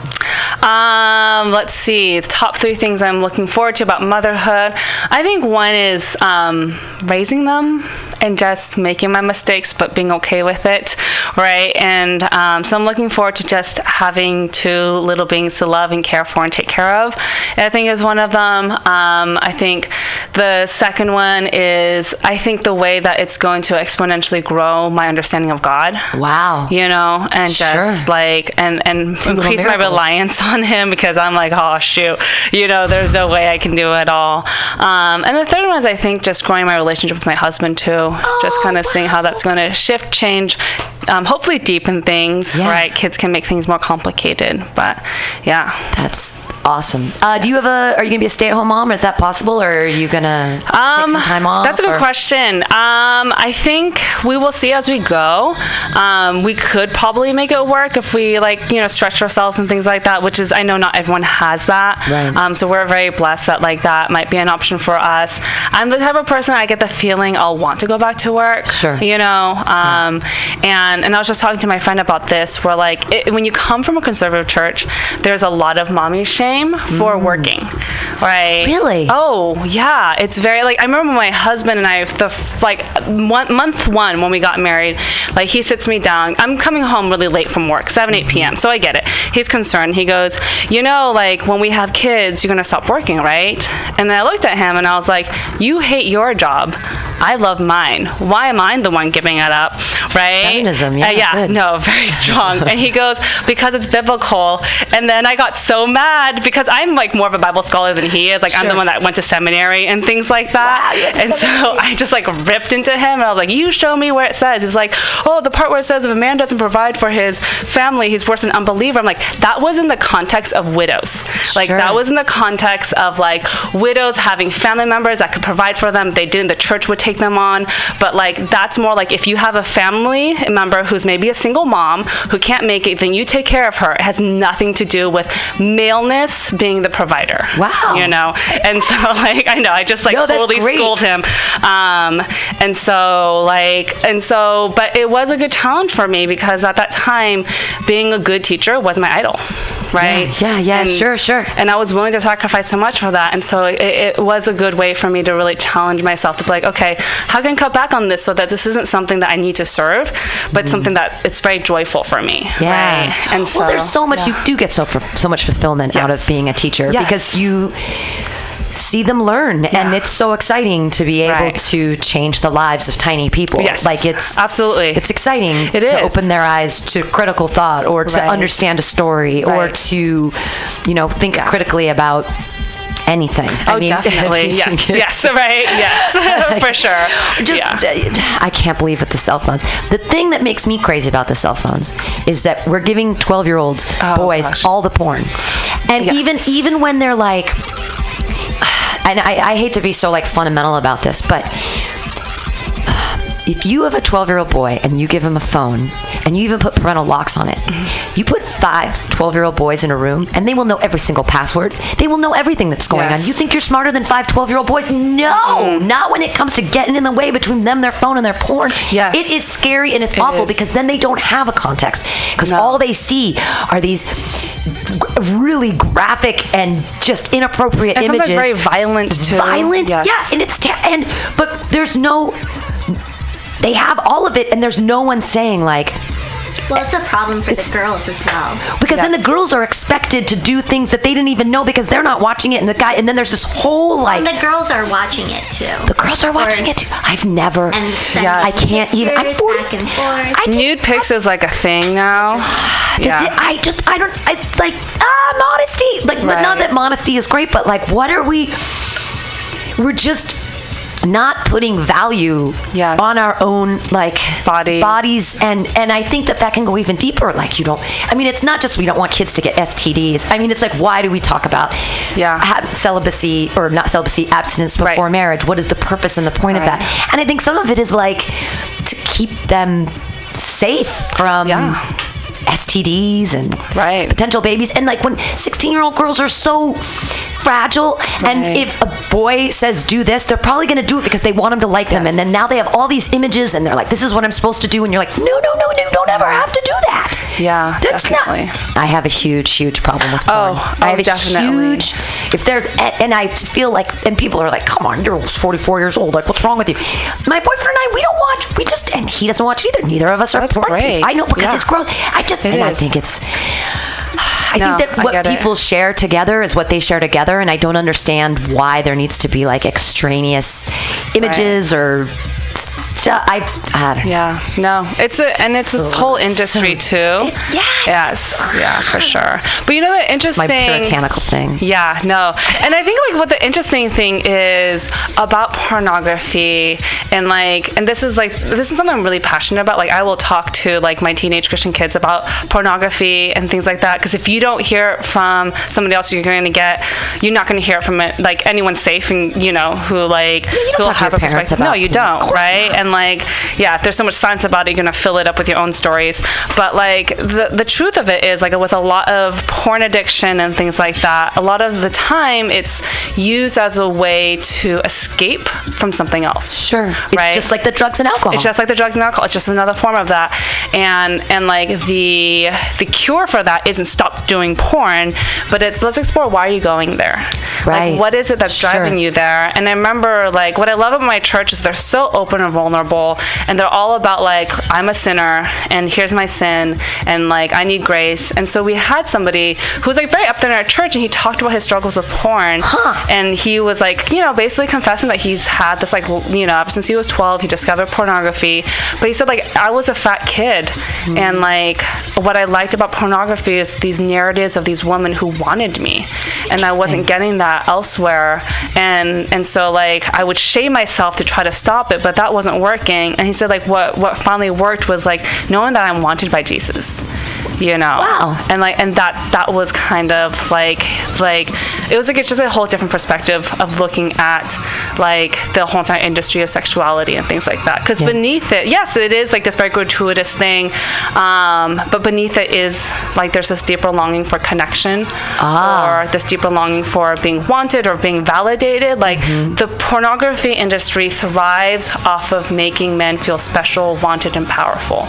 Speaker 2: Um, let's see. The top three things I'm looking forward to about motherhood. I think one is um, raising them and just making my mistakes, but being okay with it, right? And um, so I'm looking forward to just having two little beings to love and care for and take care of. I think is one of them. Um, I think the second one is I think the way that it's going to exponentially grow my understanding of God
Speaker 1: Wow.
Speaker 2: you know, and
Speaker 1: Sure.
Speaker 2: just like and and
Speaker 1: little
Speaker 2: increase my
Speaker 1: miracles.
Speaker 2: reliance on him because I'm like, oh shoot, you know, there's no way I can do it all. Um, and the third one is I think just growing my relationship with my husband too,
Speaker 1: Oh,
Speaker 2: just kind of seeing how that's going to shift, change, um, hopefully deepen things.
Speaker 1: Yeah.
Speaker 2: Right, kids can make things more complicated, but yeah.
Speaker 1: That's awesome. Uh, do you have a? Are you gonna be a stay-at-home mom? Is that possible, or are you gonna take some time off?
Speaker 2: Um, That's a good
Speaker 1: or-
Speaker 2: question. Um, I think we will see as we go. Um, we could probably make it work if we like you know stretch ourselves and things like that, which is I know not everyone has that.
Speaker 1: Right.
Speaker 2: Um, so we're very blessed that like that might be an option for us. I'm the type of person I get the feeling I'll want to go back to work.
Speaker 1: Sure.
Speaker 2: You know, um, and and I was just talking to my friend about this. Where like it, when you come from a conservative church, there's a lot of mommy shame for working, right?
Speaker 1: Mm. Really?
Speaker 2: Oh. Oh yeah, it's very like I remember my husband and I the f- like one, month one when we got married, like he sits me down. I'm coming home really late from work, seven eight p.m. So I get it. He's concerned. He goes, you know, like when we have kids, you're gonna stop working, right? And then I looked at him and I was like, you hate your job, I love mine. Why am I the one giving it up, right?
Speaker 1: Feminism,
Speaker 2: Uh,
Speaker 1: yeah,
Speaker 2: yeah,
Speaker 1: good.
Speaker 2: no, no, very strong. and he goes, because it's biblical. And then I got so mad because I'm like more of a Bible scholar than he is. Like I'm the one that went to seminary and things like that. and so I just like ripped into him and I was like, you show me where it says. He's like, oh, the part where it says if a man doesn't provide for his family, he's worse than unbeliever. I'm like, that was in the context of widows. Like
Speaker 1: Sure.
Speaker 2: that was in the context of like widows having family members that could provide for them. If They didn't. The church would take them on. But like that's more like if you have a family member who's maybe a single mom who can't make it, then you take care of her. It has nothing to do with maleness being the provider.
Speaker 1: Wow.
Speaker 2: You know. And so like I know I just like
Speaker 1: No, that's
Speaker 2: totally
Speaker 1: great.
Speaker 2: schooled him. Um, and so like and so but it was a good challenge for me because at that time being a good teacher was my idol. Right.
Speaker 1: Yeah, yeah,
Speaker 2: And-
Speaker 1: sure, sure.
Speaker 2: and I was willing to sacrifice so much for that. And so it, it was a good way for me to really challenge myself to be like, okay, how can I cut back on this so that this isn't something that I need to serve, but
Speaker 1: Mm-hmm.
Speaker 2: something that it's very joyful for me.
Speaker 1: Yeah.
Speaker 2: Right? And so
Speaker 1: well, there's so much you do get so for, so much fulfillment out of
Speaker 2: Yes.
Speaker 1: being a teacher
Speaker 2: Yes.
Speaker 1: because you see them learn and it's so exciting to be able
Speaker 2: Right.
Speaker 1: to change the lives of tiny people.
Speaker 2: Yes.
Speaker 1: Like it's
Speaker 2: Absolutely.
Speaker 1: It's exciting
Speaker 2: It
Speaker 1: to
Speaker 2: is.
Speaker 1: open their eyes to critical thought or to
Speaker 2: Right.
Speaker 1: understand a story or
Speaker 2: Right.
Speaker 1: to you know think critically about anything.
Speaker 2: Oh, definitely. Yes. Yes. Right. Yes. For sure.
Speaker 1: Just,
Speaker 2: Yeah.
Speaker 1: uh, I can't believe with the cell phones. The thing that makes me crazy about the cell phones is that we're giving 12 year olds, boys,
Speaker 2: Oh, gosh.
Speaker 1: all the porn. And
Speaker 2: Yes.
Speaker 1: even, even when they're like, and I, I hate to be so like fundamental about this, but if you have a 12 year old boy and you give him a phone and you even put parental locks on it, you put five 12 year old boys in a room and they will know every single password. They will know everything that's going
Speaker 2: Yes.
Speaker 1: on. You think you're smarter than five 12 year old boys? No, not when it comes to getting in the way between them, their phone, and their porn.
Speaker 2: Yes.
Speaker 1: It is scary and it's awful
Speaker 2: is.
Speaker 1: because then they don't have a context because
Speaker 2: No.
Speaker 1: all they see are these g- really graphic and just inappropriate
Speaker 2: And
Speaker 1: images
Speaker 2: sometimes very violent too.
Speaker 1: violent.
Speaker 2: Yes.
Speaker 1: Yeah, and it's ter- and but there's no. They have all of it, and there's no one saying like
Speaker 3: Well, it's a problem for the girls as well.
Speaker 1: because then the
Speaker 2: Yes.
Speaker 1: girls are expected to do things that they didn't even know because they're not watching it, and the guy, and then there's this whole like.
Speaker 3: And the girls are watching it too.
Speaker 1: the girls are watching
Speaker 3: Or-
Speaker 1: it too. I've never.
Speaker 3: And sending
Speaker 1: I can't even. I'm
Speaker 3: pictures
Speaker 1: 40
Speaker 3: back and forth.
Speaker 1: I did-
Speaker 2: Nude pics is like a thing now.
Speaker 1: That's
Speaker 2: Yeah.
Speaker 1: it. I just I don't I like ah modesty. Like but not
Speaker 2: Right.
Speaker 1: that modesty is great, but like what are we we're just not putting value
Speaker 2: Yes.
Speaker 1: on our own like
Speaker 2: Bodies.
Speaker 1: bodies and and I think that that can go even deeper like you don't I mean it's not just we don't want kids to get STDs I mean it's like why do we talk about
Speaker 2: Yeah.
Speaker 1: ha- celibacy or not celibacy abstinence before
Speaker 2: Right.
Speaker 1: marriage what is the purpose and the point of
Speaker 2: Right.
Speaker 1: that and I think some of it is like to keep them safe from
Speaker 2: Yeah.
Speaker 1: STDs and
Speaker 2: Right.
Speaker 1: potential babies. And like when 16 year old girls are so fragile,
Speaker 2: Right.
Speaker 1: and if a boy says do this, they're probably going to do it because they want him to like them. And then now they have all these images and they're like, this is what I'm supposed to do. And you're like, no, no, no, no, don't ever have to do that.
Speaker 2: Yeah,
Speaker 1: That's
Speaker 2: definitely.
Speaker 1: not. I have a huge, huge problem with porn.
Speaker 2: Oh, oh,
Speaker 1: I have a
Speaker 2: definitely.
Speaker 1: huge. If there's, a- and I feel like, and people are like, come on, you're almost 44 years old. Like, what's wrong with you? My boyfriend and I, we don't watch, we just, and he doesn't watch it either. Neither of us are
Speaker 2: That's
Speaker 1: porn people.
Speaker 2: great.
Speaker 1: I know because
Speaker 2: Yeah.
Speaker 1: it's gross. I just,
Speaker 2: It
Speaker 1: and I
Speaker 2: is.
Speaker 1: think it's, I
Speaker 2: No,
Speaker 1: think that
Speaker 2: I
Speaker 1: what
Speaker 2: get it.
Speaker 1: people share together is what they share together, and I don't understand why there needs to be like extraneous images or stuff. I, I don't know.
Speaker 2: Yeah, no, it's a and it's this whole industry too.
Speaker 1: yeah, it's-
Speaker 2: Yes. Yeah, for sure. But you know the
Speaker 1: My
Speaker 2: interesting.
Speaker 1: puritanical thing.
Speaker 2: Yeah, no. And I think like what the interesting thing is about pornography and like and this is like this is something I'm really passionate about. Like I will talk to like my teenage Christian kids about pornography and things like that because if you don't hear it from somebody else you're going to get you're not going to hear it from it, like anyone safe and you know who like
Speaker 1: you don't
Speaker 2: who'll
Speaker 1: talk to
Speaker 2: have
Speaker 1: your
Speaker 2: a
Speaker 1: parents
Speaker 2: perspective.
Speaker 1: about
Speaker 2: No, you
Speaker 1: porn. Of
Speaker 2: don't,
Speaker 1: course
Speaker 2: right? And like yeah, if there's so much science about it, you're going to fill it up with your own stories. But like the the truth of it is like with a lot of porn addiction and things like that, a lot of the time it's used as a way to escape from something else.
Speaker 1: Sure. It's
Speaker 2: Right?
Speaker 1: just like the drugs and alcohol.
Speaker 2: It's just like the drugs and alcohol. It's just another form of that. And and like the the cure for that isn't stop doing porn, but it's let's explore why are you going there.
Speaker 1: Right.
Speaker 2: Like what is it that's
Speaker 1: Sure.
Speaker 2: driving you there? And I remember like what I love about my church is they're so open and vulnerable and they're all about like I'm a sinner and here's my sin and like I need grace. And so we had somebody who was like very up there in our church and he talked about his struggles with porn and he was like, you know, basically confessing that he's had this, like, l- you know, ever since he was 12, he discovered pornography. But he said, like, I was a fat kid. And, like, what I liked about pornography is these narratives of these women who wanted me. And I wasn't getting that elsewhere. And, and so, like, I would shame myself to try to stop it, but that wasn't working. And he said, like, what, what finally worked was, like, knowing that I'm wanted by Jesus. You know,
Speaker 1: Wow.
Speaker 2: and like and that that was kind of like like it was like it's just a whole different perspective of looking at like the whole entire industry of sexuality and things like that because beneath it yes it is like this very gratuitous thing um, but beneath it is like there's this deeper longing for connection or this deeper longing for being wanted or being validated like the pornography industry thrives off of making men feel special wanted and powerful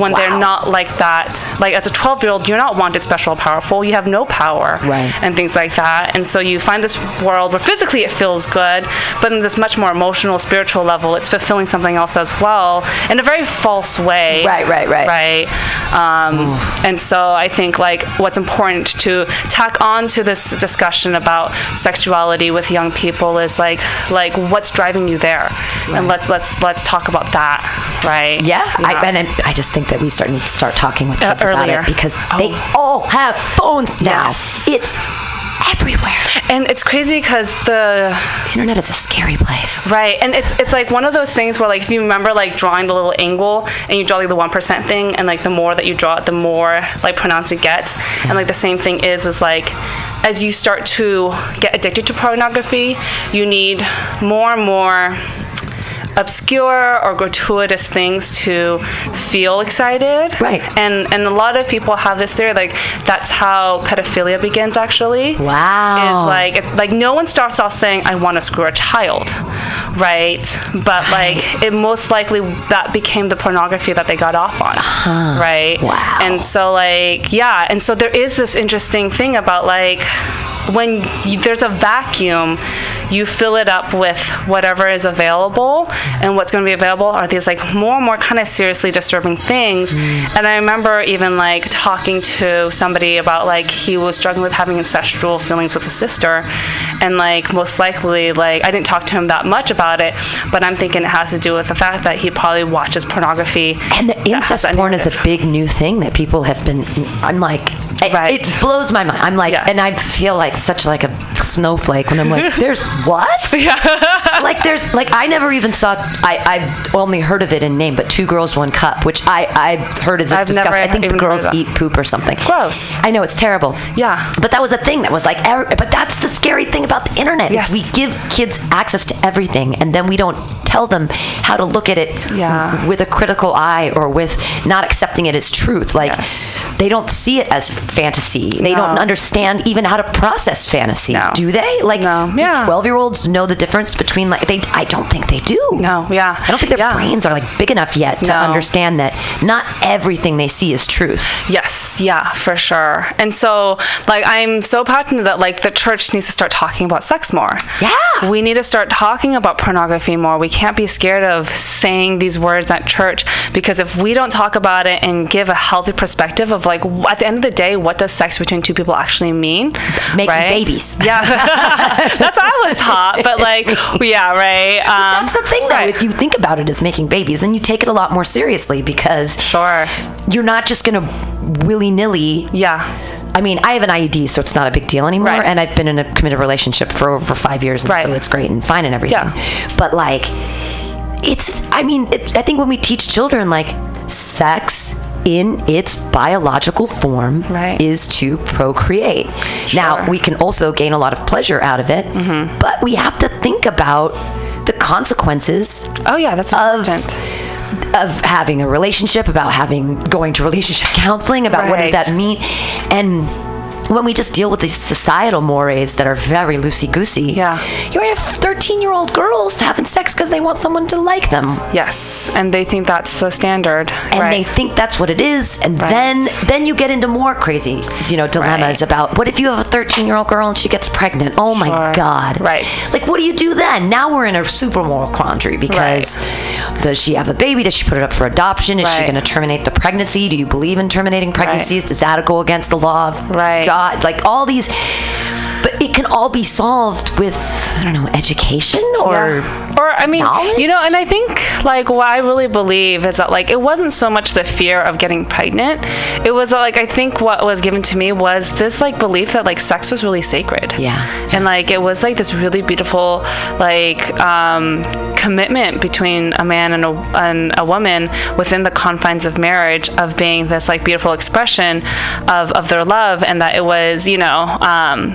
Speaker 2: when they're not like that like as a 12 year old you're not wanted special or powerful you have no power
Speaker 1: Right.
Speaker 2: and things like that and so you find this world where physically it feels good but in this much more emotional spiritual level it's fulfilling something else as well in a very false way
Speaker 1: Right, right, right.
Speaker 2: right um, and so i think like what's important to tack on to this discussion about sexuality with young people is like like what's driving you there and let's let's let's talk about that right
Speaker 1: Yeah, I, and I, I just think that we start need to start talking with
Speaker 2: Uh,
Speaker 1: kids about
Speaker 2: earlier.
Speaker 1: it because
Speaker 2: Oh.
Speaker 1: they all have phones now.
Speaker 2: Yes.
Speaker 1: It's
Speaker 3: everywhere.
Speaker 2: And it's crazy because the
Speaker 1: Internet is a scary place.
Speaker 2: Right, and it's it's like one of those things where like if you remember like drawing the little angle and you draw like the one percent thing, and like the more that you draw it, the more like pronounced it gets. And like the same thing is is like as you start to get addicted to pornography, you need more and more obscure or gratuitous things to feel excited.
Speaker 1: Right.
Speaker 2: And and a lot of people have this theory like that's how pedophilia begins actually.
Speaker 1: Wow.
Speaker 2: Is like it- like no one starts off saying I want to screw a child, right? But like it most likely that became the pornography that they got off on, right?
Speaker 1: Wow.
Speaker 2: And so like yeah, and so there is this interesting thing about like when you, there's a vacuum, you fill it up with whatever is available, and what's going to be available are these like more and more kind of seriously disturbing things.
Speaker 1: Mm.
Speaker 2: And I remember even like talking to somebody about like he was struggling with having incestual feelings with his sister, and like most likely like I didn't talk to him that much about it, but I'm thinking it has to do with the fact that he probably watches pornography
Speaker 1: And the
Speaker 2: that has
Speaker 1: incest
Speaker 2: that
Speaker 1: porn is
Speaker 2: narrative.
Speaker 1: a big new thing that people have been. I'm like, it,
Speaker 2: Right.
Speaker 1: it blows my mind. I'm like,
Speaker 2: Yes.
Speaker 1: and I feel like such like a snowflake when I'm like, there's what? like there's like I never even saw. I I only heard of it in name, but two girls, one cup, which I I heard is a
Speaker 2: I've never
Speaker 1: disgusting. I think the
Speaker 2: even heard of
Speaker 1: girls
Speaker 2: that.
Speaker 1: eat poop or something.
Speaker 2: Gross.
Speaker 1: I know it's terrible.
Speaker 2: Yeah.
Speaker 1: But that was a thing that was like, every, but that's the scary thing about the internet
Speaker 2: Yes.
Speaker 1: is we give kids access to everything, and then we don't tell them how to look at it
Speaker 2: Yeah.
Speaker 1: with a critical eye or with not accepting it as truth. Like
Speaker 2: Yes.
Speaker 1: they don't see it as fantasy. They don't
Speaker 2: No.
Speaker 1: understand even how to process fantasy.
Speaker 2: No.
Speaker 1: Do they? Like
Speaker 2: No.
Speaker 1: do
Speaker 2: Yeah.
Speaker 1: 12 year olds know the difference between like they I don't think they do.
Speaker 2: No, yeah.
Speaker 1: I don't think their
Speaker 2: Yeah.
Speaker 1: brains are like big enough yet to
Speaker 2: No.
Speaker 1: understand that not everything they see is truth.
Speaker 2: Yes, yeah, for sure. And so, like, I'm so passionate that, like, the church needs to start talking about sex more.
Speaker 1: Yeah.
Speaker 2: We need to start talking about pornography more. We can't be scared of saying these words at church because if we don't talk about it and give a healthy perspective of, like, w- at the end of the day, what does sex between two people actually mean?
Speaker 1: Making babies.
Speaker 2: Yeah. That's what I was taught. But, like, yeah, right. Um,
Speaker 1: That's the thing, though.
Speaker 2: right.
Speaker 1: If you think about it as making babies, then you take it a lot more seriously because
Speaker 2: Sure.
Speaker 1: you're not just going to willy nilly.
Speaker 2: Yeah.
Speaker 1: I mean, I have an IUD, so it's not a big deal anymore.
Speaker 2: Right.
Speaker 1: And I've been in a committed relationship for over five years, and
Speaker 2: Right.
Speaker 1: so it's great and fine and everything.
Speaker 2: Yeah.
Speaker 1: But like, it's. I mean, it, I think when we teach children like sex in its biological form
Speaker 2: Right.
Speaker 1: is to procreate. Now
Speaker 2: Sure. Mm-hmm.
Speaker 1: we can also gain a lot of pleasure out of it, but we have to think about the consequences
Speaker 2: Oh, yeah, that's
Speaker 1: of
Speaker 2: important.
Speaker 1: of having a relationship, about having going to relationship counseling, about what does
Speaker 2: Right.
Speaker 1: that mean, and when we just deal with these societal mores that are very loosey goosey,
Speaker 2: Yeah.
Speaker 1: you have thirteen-year-old girls having sex because they want someone to like them,
Speaker 2: Yes. And they think that's the standard.
Speaker 1: and
Speaker 2: right.
Speaker 1: they think that's what it is, and then then you get into more crazy, you know, dilemmas
Speaker 2: Right.
Speaker 1: about what if you have a thirteen-year-old girl and she gets pregnant? Oh my
Speaker 2: Sure.
Speaker 1: God!
Speaker 2: Right.
Speaker 1: Like, what do you do then? Now we're in a super moral quandary because does she have a baby? Does she put it up for adoption? Is she
Speaker 2: Right.
Speaker 1: going to terminate the pregnancy? Do you believe in terminating pregnancies? Does that go against the law of
Speaker 2: Right.
Speaker 1: God? Like all these, but it can all be solved with I don't know education or
Speaker 2: Yeah. or I mean,
Speaker 1: knowledge?
Speaker 2: you know, and I think like what I really believe is that like it wasn't so much the fear of getting pregnant. It was like I think what was given to me was this like belief that like sex was really sacred.
Speaker 1: Yeah.
Speaker 2: And like it was like this really beautiful like um commitment between a man and a, and a woman within the confines of marriage of being this like beautiful expression of, of their love and that it was you know um,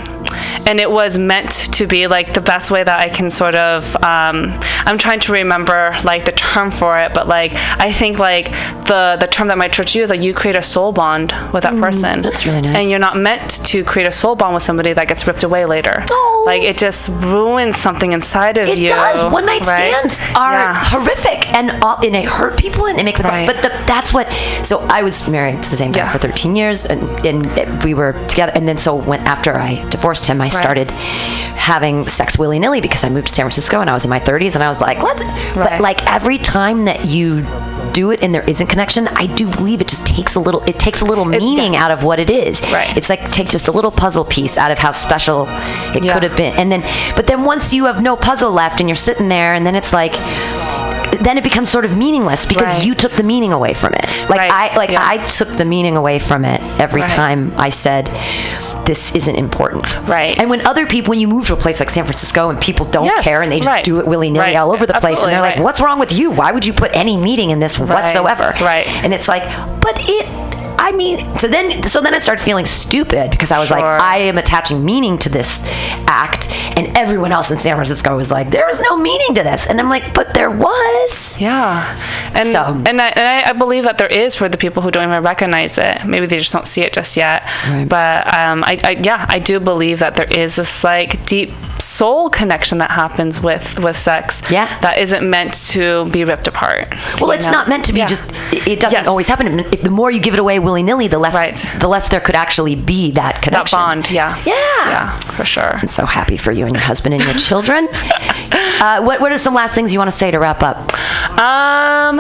Speaker 2: and it was meant to be like the best way that I can sort of um, I'm trying to remember like the term for it but like I think like the the term that my church used like you create a soul bond with that person
Speaker 1: Mm, that's really nice.
Speaker 2: and you're not meant to create a soul bond with somebody that gets ripped away later
Speaker 1: Oh.
Speaker 2: like it just ruins something inside of
Speaker 1: It
Speaker 2: you
Speaker 1: does. One night
Speaker 2: right?
Speaker 1: stands are
Speaker 2: Yeah.
Speaker 1: horrific and all, and they hurt people and they make the
Speaker 2: Right.
Speaker 1: but the, that's what. So I was married to the same guy
Speaker 2: Yeah.
Speaker 1: for 13 years and and we were together. And then so when after I divorced him, I started having sex willy nilly because I moved to San Francisco and I was in my 30s and I was like, let's. But
Speaker 2: Right.
Speaker 1: like every time that you do it and there isn't connection i do believe it just takes a little it takes a little meaning
Speaker 2: does.
Speaker 1: out of what it is
Speaker 2: Right.
Speaker 1: it's like take just a little puzzle piece out of how special it
Speaker 2: Yeah.
Speaker 1: could have been and then but then once you have no puzzle left and you're sitting there and then it's like then it becomes sort of meaningless because
Speaker 2: Right.
Speaker 1: you took the meaning away from it like
Speaker 2: Right,
Speaker 1: i like
Speaker 2: yeah.
Speaker 1: i took the meaning away from it every
Speaker 2: Right.
Speaker 1: time i said this isn't important.
Speaker 2: Right.
Speaker 1: And when other people, when you move to a place like San Francisco and people don't
Speaker 2: Yes,
Speaker 1: care and they just
Speaker 2: right.
Speaker 1: do it willy nilly
Speaker 2: Right.
Speaker 1: all over the place and
Speaker 2: Absolutely,
Speaker 1: they're like,
Speaker 2: right.
Speaker 1: what's wrong with you? Why would you put any meeting in this whatsoever?
Speaker 2: right.
Speaker 1: And it's like, but it. I mean, so then, so then I started feeling stupid because I was like,
Speaker 2: Sure.
Speaker 1: I am attaching meaning to this act, and everyone else in San Francisco was like, there is no meaning to this, and I'm like, but there was.
Speaker 2: Yeah, and
Speaker 1: So-
Speaker 2: and, I, and I, I believe that there is for the people who don't even recognize it. Maybe they just don't see it just yet. But um, I, I yeah, I do believe that there is this like deep soul connection that happens with with sex.
Speaker 1: Yeah.
Speaker 2: that isn't meant to be ripped apart.
Speaker 1: Well,
Speaker 2: you
Speaker 1: it's
Speaker 2: know?
Speaker 1: not meant to be
Speaker 2: Yeah.
Speaker 1: just. It it doesn't
Speaker 2: Yes.
Speaker 1: always happen. If the more you give it away willy nilly, the less
Speaker 2: Right.
Speaker 1: the less there could actually be that
Speaker 2: that
Speaker 1: connection.
Speaker 2: bond. Yeah,
Speaker 1: Yeah.
Speaker 2: yeah, for sure.
Speaker 1: I'm so happy for you and your husband and your children. uh, what What are some last things you want to say to wrap up?
Speaker 2: Um,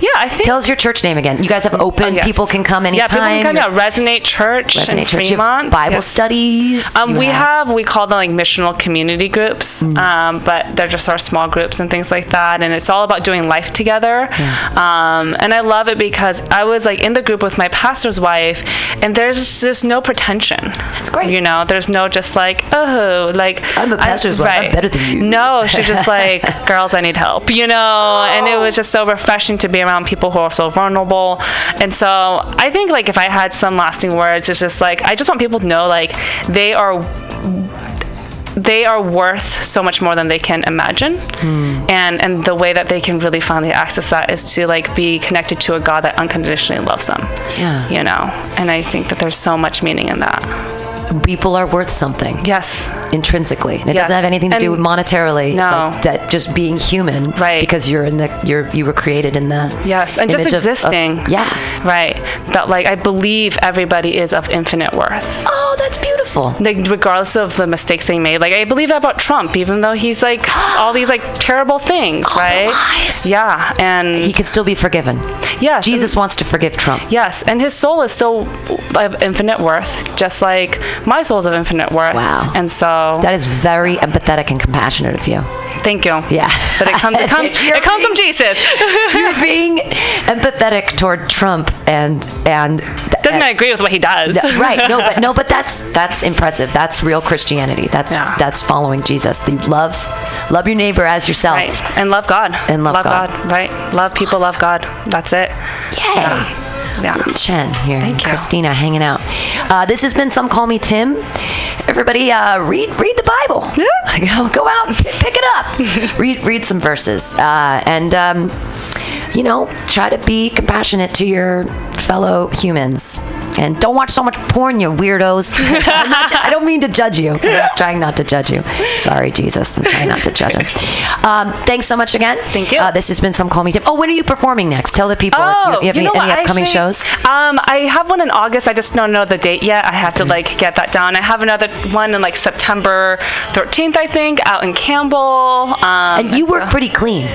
Speaker 2: yeah, I think. Oh,
Speaker 1: Tell us your church name again. You guys have open.
Speaker 2: yes.
Speaker 1: People can come anytime.
Speaker 2: Yeah, people can come.
Speaker 1: Your
Speaker 2: Yeah, Resonate Church. in
Speaker 1: Resonate Church. you have
Speaker 2: Fremont.
Speaker 1: Bible
Speaker 2: Yes.
Speaker 1: studies.
Speaker 2: Um,
Speaker 1: you Mm.
Speaker 2: we have, we call them like missional community groups, um, but they're just our small groups and things like that. And it's all about doing life together. Um, and I love it because I was like in the group with my pastor's wife, and there's just no pretension. That's
Speaker 1: great.
Speaker 2: You know, there's no just like oh, like
Speaker 1: I'm a
Speaker 2: I-
Speaker 1: pastor's wife. I'm better than you.
Speaker 2: No, she's Oh, just like girls, I need help. You know, and it was just so refreshing to be around people who are so vulnerable. And so I think like if I had some lasting words, it's just like I just want people to know like they are they are worth so much more than they can imagine and and the way that they can really finally access that is to like be connected to a god that unconditionally loves them
Speaker 1: Yeah.
Speaker 2: you know and i think that there's so much meaning in that
Speaker 1: people are worth something
Speaker 2: yes
Speaker 1: intrinsically. It
Speaker 2: Yes.
Speaker 1: doesn't have anything to do
Speaker 2: And-
Speaker 1: with monetarily. It's
Speaker 2: No.
Speaker 1: like that just being human,
Speaker 2: Right.
Speaker 1: Because you're in the you're you were created in the
Speaker 2: yes and just
Speaker 1: image of- of-
Speaker 2: existing
Speaker 1: yeah.
Speaker 2: right that like i believe everybody is of infinite worth
Speaker 1: Oh, that's beautiful.
Speaker 2: like regardless of the mistakes they made like i believe that about trump even though he's like all these like terrible things right
Speaker 1: lies.
Speaker 2: yeah and
Speaker 1: He could still be forgiven.
Speaker 2: Yes,
Speaker 1: Jesus
Speaker 2: and-
Speaker 1: wants to forgive Trump.
Speaker 2: Yes, and his soul is still of infinite worth, just like my soul is of infinite worth.
Speaker 1: Wow.
Speaker 2: And so,
Speaker 1: That is very empathetic and compassionate of you.
Speaker 2: thank you.
Speaker 1: Yeah.
Speaker 2: But it comes, it comes,
Speaker 1: You're
Speaker 2: it comes from Jesus.
Speaker 1: You're being empathetic toward Trump and and th-
Speaker 2: Doesn't I agree with what he does?
Speaker 1: th- right. No, but no, but that's that's impressive. That's real Christianity. That's
Speaker 2: Yeah.
Speaker 1: that's following Jesus. The love love your neighbor as yourself.
Speaker 2: Right. And love God.
Speaker 1: And love God.
Speaker 2: Right. Love people. Love God. That's it.
Speaker 1: Yay.
Speaker 2: Yeah.
Speaker 1: Chen here, and
Speaker 2: Thank you.
Speaker 1: Christina hanging out. Uh, this has been some call me Tim. Everybody, uh, read read the Bible. go, go out, and pick pick it up. read read some verses, uh, and um, you know, try to be compassionate to your fellow humans. And don't watch so much porn, you weirdos. I'm not- I don't mean to judge you. I'm not trying not to judge you. Sorry, Jesus. I'm trying not to judge him. Um, thanks so much again.
Speaker 2: Thank you.
Speaker 1: Uh, this has been some call me Tim. Oh, when are you performing next? Tell the people if you, you have any,
Speaker 2: Oh, know
Speaker 1: any
Speaker 2: what? I
Speaker 1: upcoming
Speaker 2: think-
Speaker 1: shows.
Speaker 2: Um, I have one in August. I just don't know the date yet. I
Speaker 1: Mm-hmm.
Speaker 2: have to like get that down. I have another one in like September 13th, I think, out in Campbell. Um,
Speaker 1: And you were pretty clean.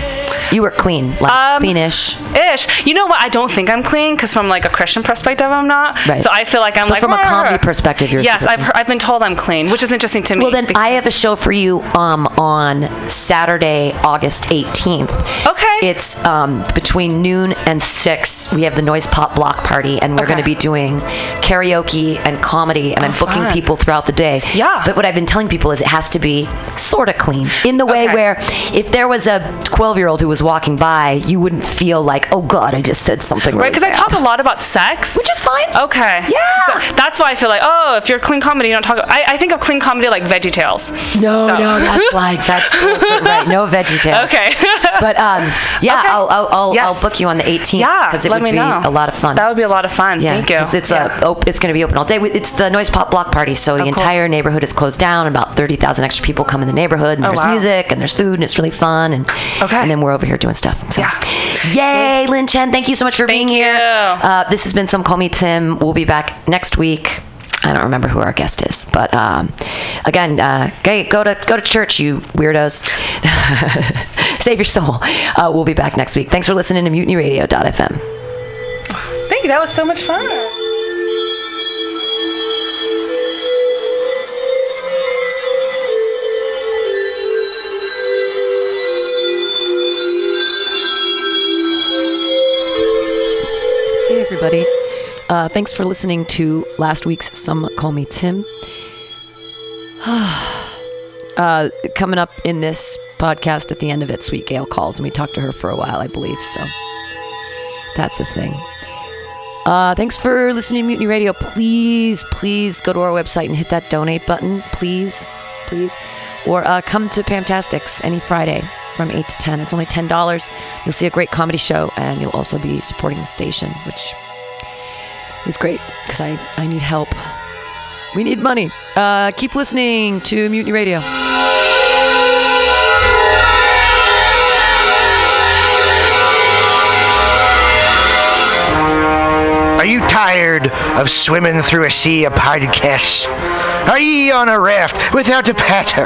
Speaker 1: You were clean, like
Speaker 2: Um,
Speaker 1: cleanish.
Speaker 2: ish. You know what? I don't think I'm clean because from like a Christian perspective, I'm not.
Speaker 1: Right.
Speaker 2: So I feel like I'm
Speaker 1: But
Speaker 2: like
Speaker 1: from a
Speaker 2: "Rah."
Speaker 1: comedy perspective, you're
Speaker 2: yes.
Speaker 1: super
Speaker 2: I've
Speaker 1: clean.
Speaker 2: heard, I've been told I'm clean, which is interesting to me.
Speaker 1: Well, then
Speaker 2: because-
Speaker 1: I have a show for you um, on Saturday, August 18th.
Speaker 2: Okay.
Speaker 1: It's um, between noon and 6. We have the Noise Pop Block Party, and we're
Speaker 2: Okay. Oh,
Speaker 1: going to be doing karaoke and comedy, and I'm booking
Speaker 2: fun.
Speaker 1: people throughout the day.
Speaker 2: Yeah.
Speaker 1: But what I've been telling people is it has to be sort of clean in the way
Speaker 2: Okay.
Speaker 1: where if there was a 12 year old who was walking by, you wouldn't feel like, oh, God, I just said something
Speaker 2: right because I
Speaker 1: bad."
Speaker 2: talk a lot about sex,
Speaker 1: Which is fine.
Speaker 2: Okay.
Speaker 1: Yeah.
Speaker 2: So that's why I feel like, oh, if you're clean comedy, you don't talk. I, I think of clean comedy like Veggie Tales.
Speaker 1: No,
Speaker 2: So-
Speaker 1: no, that's like that's right. No veggie tales.
Speaker 2: Okay.
Speaker 1: But um, yeah,
Speaker 2: Okay.
Speaker 1: I'll I'll, I'll,
Speaker 2: Yes.
Speaker 1: I'll book you on the 18th.
Speaker 2: Yeah.
Speaker 1: because it
Speaker 2: let
Speaker 1: would
Speaker 2: me
Speaker 1: be
Speaker 2: know.
Speaker 1: a lot of fun.
Speaker 2: That would be a lot of fun.
Speaker 1: yeah,
Speaker 2: Thank you.
Speaker 1: 'cause It's
Speaker 2: yeah.
Speaker 1: a op- it's going to be open all day. We- It's the noise pop block party, so the entire neighborhood is closed down. About thirty thousand extra people come in the neighborhood, and there's
Speaker 2: Oh, wow.
Speaker 1: music and there's food, and it's really fun. And
Speaker 2: Okay.
Speaker 1: and then we're over here doing stuff. So.
Speaker 2: Yeah.
Speaker 1: Yay, Lin Chen! Thank you so much for
Speaker 2: Thank
Speaker 1: being here.
Speaker 2: you.
Speaker 1: Uh, this has been some Call Me Tim. We'll be back next week. I don't remember who our guest is, but um, again, uh, go, go to go to church, you weirdos. Save your soul. Uh, we'll be back next week. Thanks for listening to MutinyRadio.fm.
Speaker 2: Thank you. That was so much fun.
Speaker 1: Hey, everybody. Uh, thanks for listening to last week's Some Call Me Tim. uh, coming up in this podcast at the end of it, Sweet Gail calls and we talked to her for a while, I believe. So that's a thing. Uh, thanks for listening to Mutiny Radio. Please, please go to our website and hit that donate button. Please, please. Or uh, come to Pamtastics any Friday from 8 to 10. It's only $10. You'll see a great comedy show and you'll also be supporting the station, which is great because I, I need help. We need money. Uh, keep listening to Mutiny Radio.
Speaker 4: Are you tired of swimming through a sea of podcasts? Are ye on a raft without a paddle?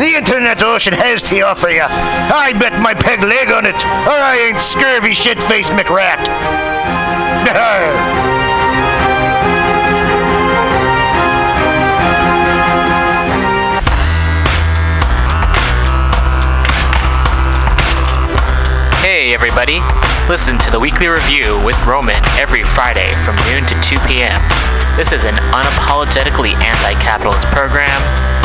Speaker 4: the internet ocean has to offer you. I bet my peg leg on it, or I ain't scurvy shit faced McRat.
Speaker 5: Hey, everybody. Listen to the weekly review with Roman every Friday from noon to 2 p.m. This is an unapologetically anti capitalist program.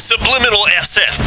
Speaker 6: Subliminal SF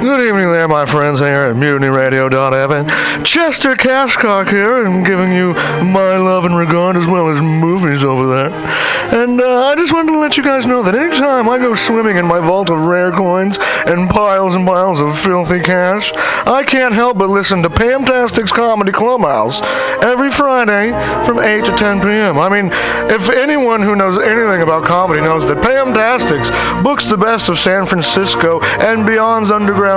Speaker 4: Good evening there, my friends here at MutinyRadio.fm. Chester Cashcock here, and giving you my love and regard as well as movies over there. And uh, I just wanted to let you guys know that anytime I go swimming in my vault of rare coins and piles and piles of filthy cash, I can't help but listen to Pamtastic's Comedy Clubhouse every Friday from 8 to 10 p.m. I mean, if anyone who knows anything about comedy knows that Pamtastics books the best of San Francisco and beyond's underground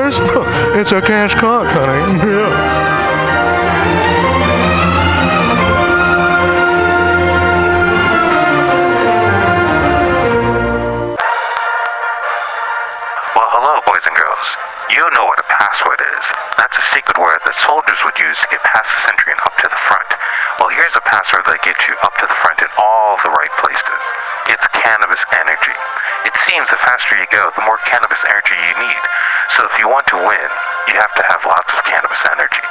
Speaker 4: it's a cash cock, honey. Yeah.
Speaker 7: Well, hello, boys and girls. You know what a password is. That's a secret word that soldiers would use to get past the sentry and up to the front. Well, here's a password that gets you up to the front in all the right places. It's cannabis energy. It seems the faster you go, the more cannabis energy you need. So if you want to win, you have to have lots of cannabis energy.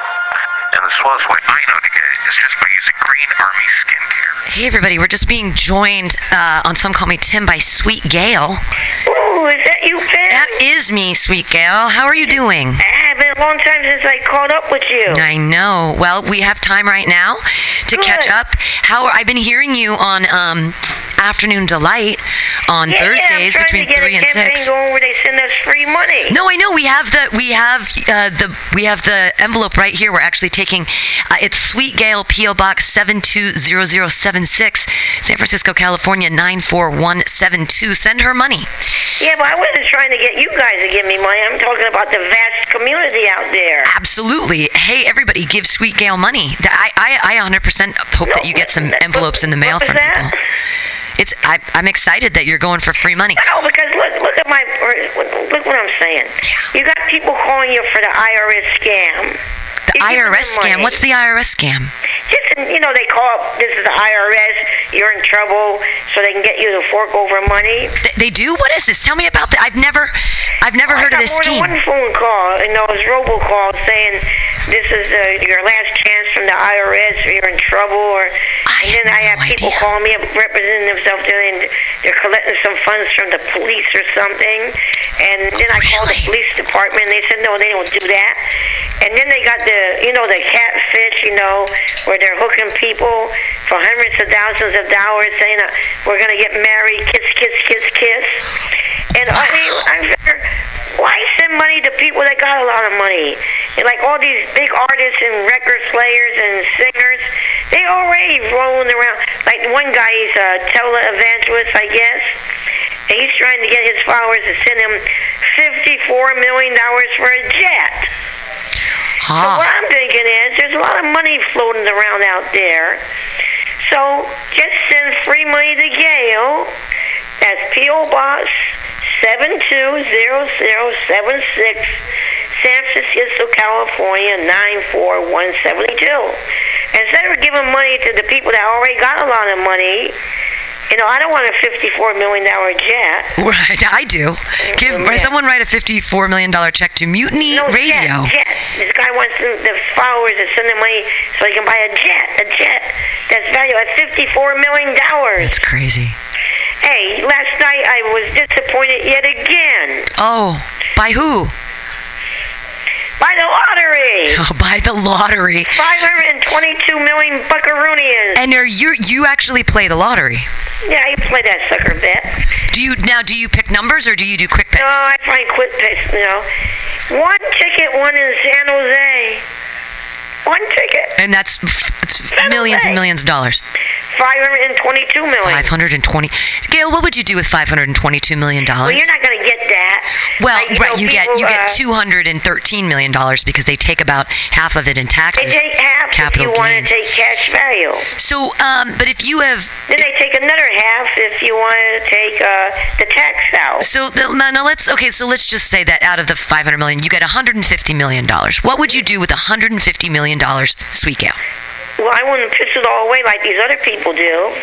Speaker 7: And the slowest way I know to get it is just by using Green Army skincare.
Speaker 1: Hey, everybody, we're just being joined uh, on Some Call Me Tim by Sweet Gail.
Speaker 8: Oh, is that you, Ben?
Speaker 1: That is me, Sweet Gail. How are you doing?
Speaker 8: Ah, it's been a long time since I caught up with you.
Speaker 1: I know. Well, we have time right now to catch
Speaker 8: Good.
Speaker 1: up. How I've been hearing you on um, Afternoon Delight on
Speaker 8: yeah,
Speaker 1: Thursdays
Speaker 8: I'm trying
Speaker 1: between
Speaker 8: to get
Speaker 1: three
Speaker 8: a
Speaker 1: and
Speaker 8: campaign
Speaker 1: six.
Speaker 8: going where they send us free money.
Speaker 1: No, I know we have the we have uh, the we have the envelope right here. We're actually taking uh, it's Sweet Gale PO Box seven two zero zero seven six, San Francisco, California nine four one seven two. Send her money.
Speaker 8: Yeah, but I wasn't trying to get you guys to give me money. I'm talking about the vast community out there.
Speaker 1: Absolutely. Hey, everybody, give Sweet Gale money. Th- I I, I 100% hope that you get some envelopes in the mail
Speaker 8: what
Speaker 1: from
Speaker 8: was that?
Speaker 1: people. It's I, I'm excited that you're going for free money.
Speaker 8: No, because look, look at my, look what I'm saying. You got people calling you for the IRS scam.
Speaker 1: The IRS scam. What's the IRS scam?
Speaker 8: Just, you know, they call up, this is the IRS, you're in trouble, so they can get you to fork over money.
Speaker 1: They, they do. What is this? Tell me about that. I've never I've never heard of
Speaker 8: I got
Speaker 1: this
Speaker 8: more
Speaker 1: scheme.
Speaker 8: than one phone call and those robocalls saying this is uh, your last chance from the IRS or you're in trouble or and then I have people call me up representing themselves and they're collecting some funds from the police or something and then I
Speaker 1: Oh,
Speaker 8: called the police department and they said no they don't do that and then they got the you know the catfish you know where they're hooking people for hundreds of thousands of dollars saying uh, we're gonna get married kiss kiss kiss kiss and I mean I figure why send money to people that got a lot of money? And like all these big artists and record players and singers, they already rolling around. Like one guy, he's a televangelist, I guess. And he's trying to get his followers to send him $54 million for a jet. So
Speaker 1: Ah.
Speaker 8: what I'm thinking is there's a lot of money floating around out there. So just send free money to Gail. That's P.O. Box 720076, San Francisco, California 94172. Instead of giving money to the people that already got a lot of money, you know, I don't want a $54 million jet.
Speaker 1: Right, I do. Give someone write a fifty-four million dollar check to Mutiny
Speaker 8: No,
Speaker 1: Radio.
Speaker 8: Jet, jet. This guy wants the, the followers to send him money so he can buy a jet, a jet that's valued at fifty-four million dollars.
Speaker 1: That's crazy.
Speaker 8: Hey, last night I was disappointed yet again
Speaker 1: Oh, by who?
Speaker 8: by the lottery.
Speaker 1: Oh, by the lottery.
Speaker 8: Five hundred and twenty-two million buckaroonians.
Speaker 1: And are you you actually play the lottery?
Speaker 8: yeah, you play that sucker bet.
Speaker 1: Do you now? Do you pick numbers or do you do quick picks?
Speaker 8: No, I find quick picks. You know, one ticket won in San Jose. One ticket,
Speaker 1: And that's it's millions and millions of dollars.
Speaker 8: five hundred and twenty-two million.
Speaker 1: Five hundred and twenty. Gail, what would you do with five hundred and twenty-two million
Speaker 8: Well,
Speaker 1: dollars?
Speaker 8: you're not going to get that.
Speaker 1: Well,
Speaker 8: Like,
Speaker 1: right,
Speaker 8: know,
Speaker 1: you get
Speaker 8: people,
Speaker 1: you
Speaker 8: uh,
Speaker 1: get two hundred and thirteen million dollars because they take about half of it in
Speaker 8: They
Speaker 1: taxes.
Speaker 8: take half
Speaker 1: capital
Speaker 8: if you want to
Speaker 1: gains.
Speaker 8: take cash value.
Speaker 1: So, um, but if you have
Speaker 8: Then they take another half if you want to take uh, the tax out.
Speaker 1: So the, now, now let's okay. So let's just say that out of the 500 million, you get 150 million dollars. What would you do with 150 million dollars, Sweet Gail?
Speaker 8: well, I wouldn't piss it all away like these other people do.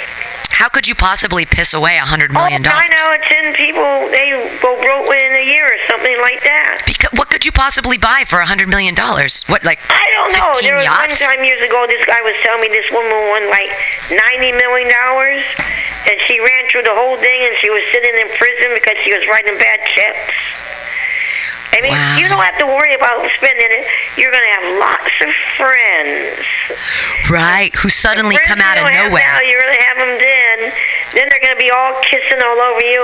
Speaker 1: How could you possibly piss away 100
Speaker 8: Nine
Speaker 1: million dollars?
Speaker 8: out of Oh, ten people they go broke within a year or something like that.
Speaker 1: Because what could you possibly buy for 100 million dollars? What like
Speaker 8: I don't know.
Speaker 1: 15
Speaker 8: There was one
Speaker 1: yachts?
Speaker 8: time years ago, this guy was telling me this woman won like ninety million dollars, and she ran through the whole thing, and she was sitting in prison because she was writing bad checks. I mean, you don't have to worry about spending it. You're gonna have lots of friends.
Speaker 1: right? Who suddenly
Speaker 8: Friends
Speaker 1: come out
Speaker 8: you
Speaker 1: of
Speaker 8: don't have
Speaker 1: nowhere?
Speaker 8: Now you're gonna have them then. Then they're gonna be all kissing all over you.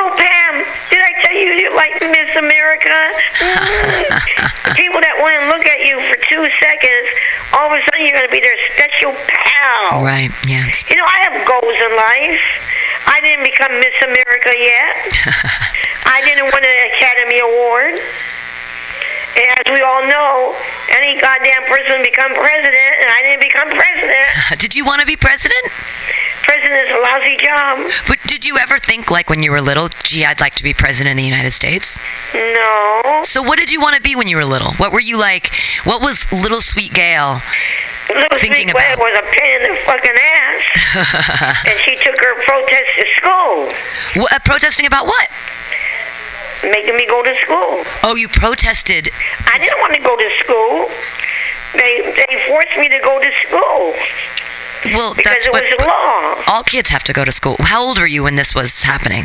Speaker 8: Oh, Pam, did I tell you you like Miss America? Mm. People that want to look at you for two seconds, all of a sudden you're gonna be their special pal.
Speaker 1: Right? Yeah. it's-
Speaker 8: You know, I have goals in life. I didn't become Miss America yet. I didn't win an Academy Award. And as we all know, any goddamn person become president, and I didn't become president.
Speaker 1: Did you want to be president?
Speaker 8: Prison is a lousy job.
Speaker 1: But did you ever think like when you were little, gee, I'd like to be president of the United States?
Speaker 8: No.
Speaker 1: So what did you want to be when you were little? What were you like? What was little Sweet Gail?
Speaker 8: Little
Speaker 1: Thinking
Speaker 8: Sweet Web was a pain in the fucking ass. and she took her protest to school,
Speaker 1: What, uh, protesting about what?
Speaker 8: making me go to school.
Speaker 1: Oh, you protested.
Speaker 8: I didn't want to go to school. They, they forced me to go to school.
Speaker 1: Well,
Speaker 8: because
Speaker 1: that's
Speaker 8: it
Speaker 1: what
Speaker 8: was law.
Speaker 1: all kids have to go to school. How old were you when this was happening?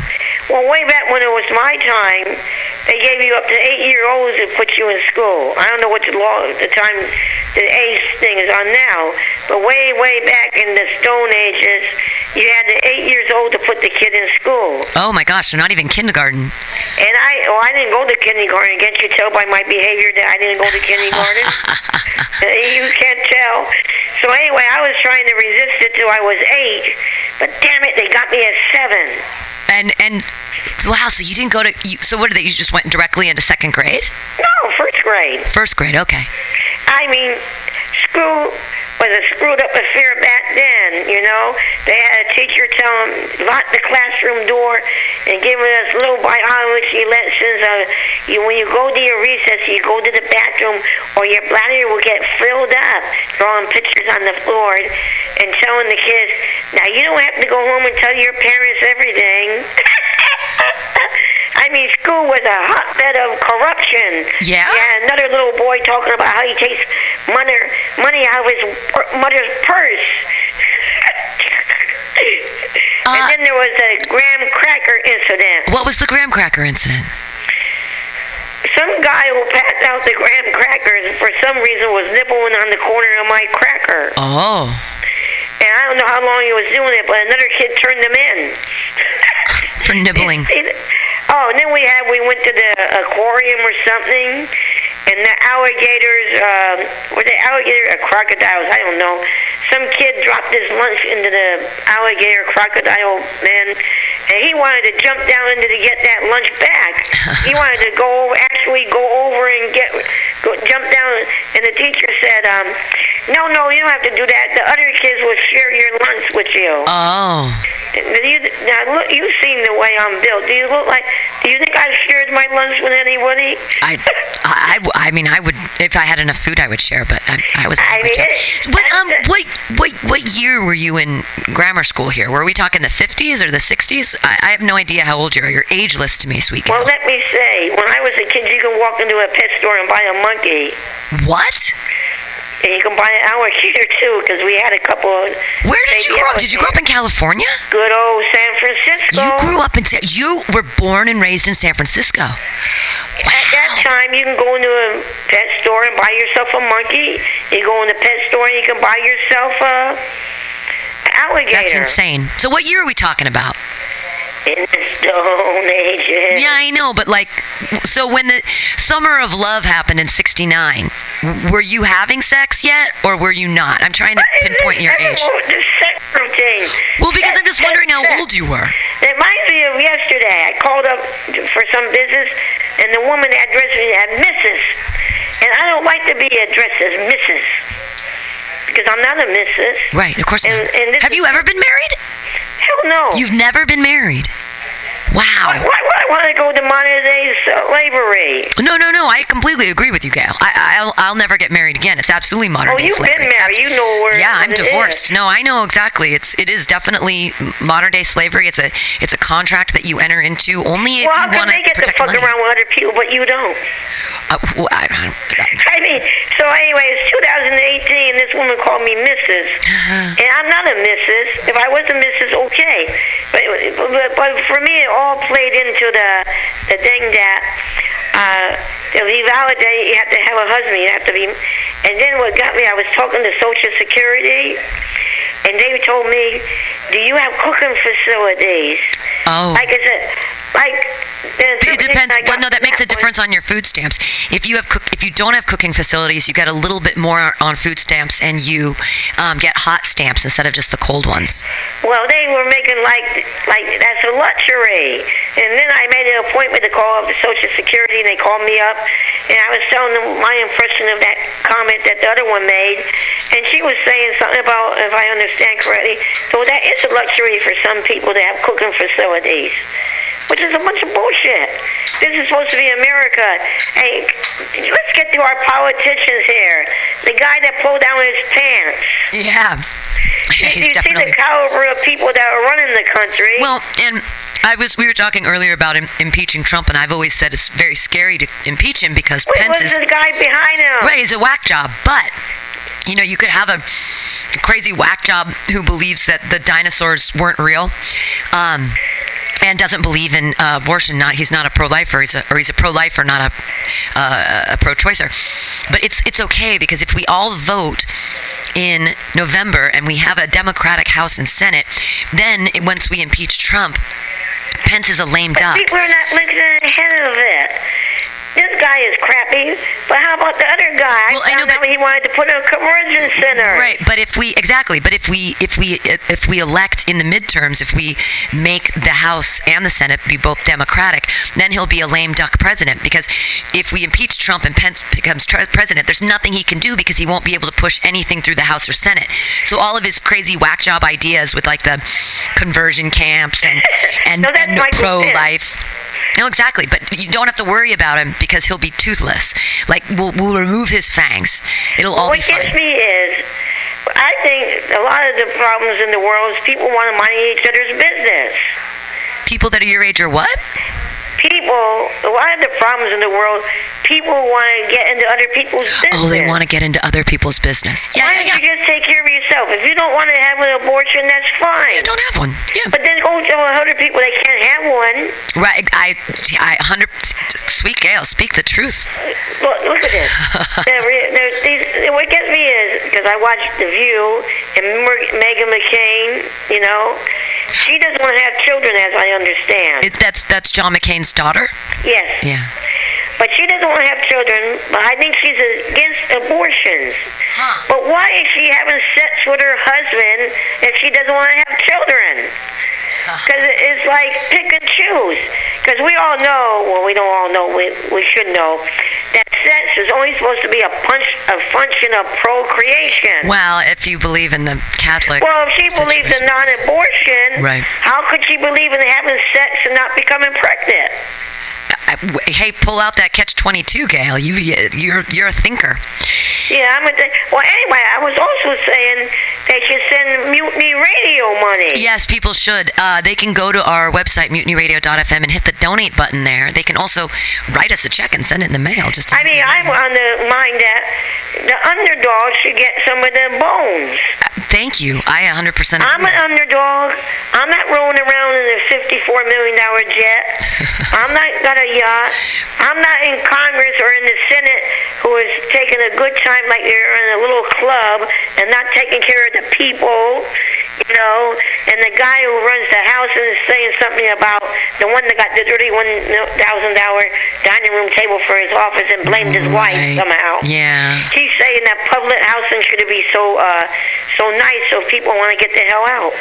Speaker 8: Well, way back when it was my time, they gave you up to eight year olds to put you in school. I don't know what the law, the time, the age thing is on now, but way, way back in the Stone Ages, you had to eight years old to put the kid in school.
Speaker 1: Oh my gosh, they're not even kindergarten.
Speaker 8: And I, oh, I didn't go to kindergarten. Can't you tell by my behavior that I didn't go to kindergarten? Uh, you can't tell. So anyway, I was trying to resist it till I was eight, but damn it, they got me at seven.
Speaker 1: And and wow, so you didn't go to you, so what did they, you just went directly into second grade?
Speaker 8: No, Oh, first grade.
Speaker 1: First grade, okay.
Speaker 8: I mean, school was a screwed up affair back then, you know. They had a teacher tell them, lock the classroom door and giving us little biology lessons. Of, you, when you go to your recess, you go to the bathroom or your bladder will get filled up, drawing pictures on the floor and telling the kids, now you don't have to go home and tell your parents everything. I mean, school was a hotbed of corruption.
Speaker 1: Yeah?
Speaker 8: Yeah, another little boy talking about how he takes money, money out of his per- mother's purse.
Speaker 1: Uh,
Speaker 8: and then there was a graham cracker incident.
Speaker 1: What was the graham cracker incident?
Speaker 8: Some guy who passed out the graham crackers for some reason was nibbling on the corner of my cracker.
Speaker 1: Oh.
Speaker 8: And I don't know how long he was doing it, but another kid turned him in.
Speaker 1: For nibbling.
Speaker 8: It- Oh, and then we had we went to the aquarium or something, and the alligators uh, were they alligator or crocodiles? I don't know. Some kid dropped his lunch into the alligator crocodile man, and he wanted to jump down into to get that lunch back. he wanted to go over, actually go over and get go, jump down. And the teacher said, um, "No, no, you don't have to do that. The other kids will share your lunch with you."
Speaker 1: Oh.
Speaker 8: Do you, now look, you've seen the way I'm built. Do you look like? Do you think I've shared my lunch with anybody?
Speaker 1: I, I, I w- I mean, I would if I had enough food, I would share, but I, I was.
Speaker 8: I mean,
Speaker 1: What um, what what what year were you in grammar school here? Were we talking the 50s or the 60s? I, I have no idea how old you are. You're ageless to me, sweet
Speaker 8: well,
Speaker 1: girl.
Speaker 8: let me say, when I was a kid, you can walk into a pet store and buy a monkey,
Speaker 1: What?
Speaker 8: and you can buy an alligator too, because we had a couple. Of
Speaker 1: Where did you grow up? Did you grow up in California?
Speaker 8: Good old San Francisco.
Speaker 1: You grew up in Sa- you were born and raised in San Francisco.
Speaker 8: At that time, you can go into a pet store and buy yourself a monkey. You go in the pet store and you can buy yourself a an alligator.
Speaker 1: That's insane. So what year are we talking about?
Speaker 8: In the Stone Ages.
Speaker 1: Yeah, I know, but like, so when the summer of love happened in '69, were you having sex yet, or were you not? I'm trying to pinpoint your age.
Speaker 8: This sexual thing.
Speaker 1: Well, because I'm just wondering how old you were.
Speaker 8: It reminds me of yesterday. I called up for some business, and the woman addressed me as Mrs. And I don't like to be addressed as Mrs. Because I'm not a Mrs.
Speaker 1: Right, of course
Speaker 8: And,
Speaker 1: not.
Speaker 8: and this
Speaker 1: Have
Speaker 8: is-
Speaker 1: you ever been married?
Speaker 8: Hell no.
Speaker 1: You've never been married. Wow.
Speaker 8: Why would I want to go to modern day uh, slavery?
Speaker 1: No, no, no. I completely agree with you, Gail. I, I'll, I'll never get married again. It's absolutely modern
Speaker 8: Oh,
Speaker 1: day
Speaker 8: you've
Speaker 1: slavery.
Speaker 8: been married. You know where.
Speaker 1: yeah,
Speaker 8: what
Speaker 1: I'm
Speaker 8: it is.
Speaker 1: divorced. No, I know exactly. It's it is definitely modern day slavery. It's a it's a contract that you enter into only if
Speaker 8: Well, how
Speaker 1: you
Speaker 8: come
Speaker 1: want to
Speaker 8: they get to
Speaker 1: protect
Speaker 8: fuck
Speaker 1: money.
Speaker 8: around with other people, but you don't?
Speaker 1: Uh, well, I- I- I-
Speaker 8: I mean, so anyway, it's 2018, and this woman called me Mrs.
Speaker 1: Uh-huh.
Speaker 8: and I'm not a Mrs. If I was a Mrs., okay. But but, but for me, it all played into the the thing that uh, to be validated, you have to have a husband. You have to be. And then what got me, I was talking to Social Security, and they told me, "Do you have cooking facilities?"
Speaker 1: Oh.
Speaker 8: Like I said, like.
Speaker 1: it depends. Well, no, that makes a difference on your food stamps. If you have cook, if you don't have cooking facilities, you get a little bit more on food stamps, and you um, get hot stamps instead of just the cold ones.
Speaker 8: Well, they were making like like that's a luxury. And then I made an appointment to call up the Social Security, and they called me up, and I was telling them my impression of that comment that the other one made, and she was saying something about, if I understand correctly, so that is a luxury for some people to have cooking facilities. Which is a bunch of bullshit. This is supposed to be America. Hey, let's get to our politicians here. The guy that pulled down his pants.
Speaker 1: Yeah.
Speaker 8: You,
Speaker 1: He's
Speaker 8: you see the
Speaker 1: definitely-
Speaker 8: caliber of people that are running the country.
Speaker 1: Well, and I was we were talking earlier about im- impeaching Trump, and I've always said it's very scary to impeach him because
Speaker 8: Wait,
Speaker 1: Pence
Speaker 8: what's
Speaker 1: is
Speaker 8: the guy behind him?
Speaker 1: right. He's a whack job, but you know, you could have a crazy whack job who believes that the dinosaurs weren't real. Um, and doesn't believe in uh, abortion. Not he's not a pro-lifer. He's a, or he's a pro-lifer, not a, uh, a pro-choicer. But it's it's okay because if we all vote in November and we have a Democratic House and Senate, then it, once we impeach Trump, Pence is a lame duck.
Speaker 8: See, we're not linking ahead of it. This guy is crappy, but how about the other guy? I found out he wanted to put a conversion center.
Speaker 1: Right, but if we exactly, but if we if we if we elect in the midterms, if we make the House and the Senate be both Democratic, then he'll be a lame duck president because if we impeach Trump and Pence becomes tr- president, there's nothing he can do because he won't be able to push anything through the House or Senate. So all of his crazy whack job ideas with like the conversion camps and and, and pro life. No, exactly. But you don't have to worry about him because he'll be toothless. Like we'll, we'll remove his fangs. It'll all
Speaker 8: what
Speaker 1: be fine.
Speaker 8: gets me is, I think a lot of the problems in the world is people want to mind each other's business.
Speaker 1: People that are your age are what?
Speaker 8: People, a lot of the problems in the world, people want to get into other people's business.
Speaker 1: Oh, they want to get into other people's business. Yeah,
Speaker 8: Why don't you just take care of yourself? If you don't want to have an abortion, that's fine.
Speaker 1: don't have one. Yeah.
Speaker 8: But then go tell a hundred people they can't have one.
Speaker 1: right. I, I, hundred. Sweet Gail, speak the truth.
Speaker 8: Look, look at this. There- there- these- what gets me is because I watched The View and Mer- Megan McCain. You know, she doesn't want to have children, as I understand.
Speaker 1: It, that's that's John McCain's daughter.
Speaker 8: yes.
Speaker 1: Yeah.
Speaker 8: But she doesn't want to have children. But I think she's against abortions. But why is she having sex with her husband if she doesn't want to have children? Because it's like pick and choose. Because we all know, well, we don't all know, we, we should know, that sex is only supposed to be a, punch, a function of procreation.
Speaker 1: Well, if you believe in the Catholic.
Speaker 8: Well, if she believes in non abortion,
Speaker 1: Right.
Speaker 8: how could she believe in having sex and not becoming pregnant?
Speaker 1: I- w- hey, pull out that catch twenty-two, Gail. You you're you're a thinker.
Speaker 8: Yeah, I'm a. Th- well, anyway, I was also saying they should send Mutiny Radio money.
Speaker 1: Yes, people should. Uh, they can go to our website, mutinyradio.fm, and hit the donate button there. They can also write us a check and send it in the mail. Just to,
Speaker 8: I mean, I'm on the mind that the underdog should get some of the bones.
Speaker 1: thank you. I 100% agree.
Speaker 8: I'm an underdog. I'm not rolling around in a $54 million jet. I'm not got a yacht. I'm not in Congress or in the Senate who is taking a good time like they're in a little club and not taking care of the people, you know. And the guy who runs the House is saying something about the one that got the $31,000 dining room table for his office and blamed his wife somehow.
Speaker 1: yeah.
Speaker 8: He's saying that public housing should be so uh, so nice so people want to get the hell out.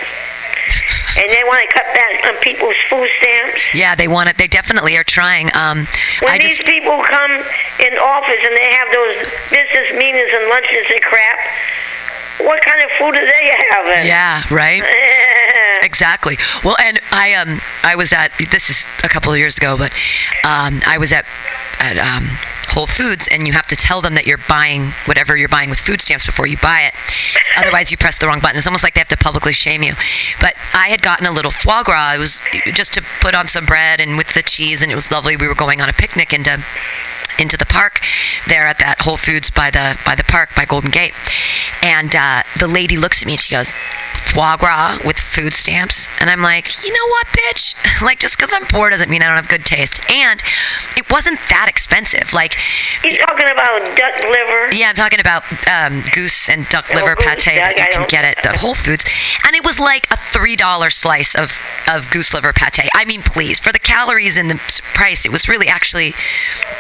Speaker 8: And they want to cut back on people's food stamps.
Speaker 1: Yeah, they want it. They definitely are trying. Um,
Speaker 8: When
Speaker 1: I
Speaker 8: these
Speaker 1: just,
Speaker 8: people come in office and they have those business meetings and lunches and crap, what kind of food are they having?
Speaker 1: yeah, right? Exactly. Well, and I um I was at this is a couple of years ago, but um I was at at um Whole Foods and you have to tell them that you're buying whatever you're buying with food stamps before you buy it. Otherwise, you press the wrong button. It's almost like they have to publicly shame you. But I had gotten a little foie gras. It was just to put on some bread and with the cheese and it was lovely. We were going on a picnic um, into into the park there at that Whole Foods by the by the park by Golden Gate, and uh, the lady looks at me and she goes, "Foie gras with food stamps," and I'm like, "You know what, bitch? like just because I'm poor doesn't mean I don't have good taste." And it wasn't that expensive. Like
Speaker 8: You talking about duck liver? Oh,
Speaker 1: yeah, I'm talking about um, goose and duck liver
Speaker 8: goose,
Speaker 1: pate
Speaker 8: yeah,
Speaker 1: that you
Speaker 8: I
Speaker 1: can
Speaker 8: don't-
Speaker 1: get at the Whole Foods, and it was like a three dollar slice of of goose liver pate. I mean, please, for the calories and the s- price, it was really actually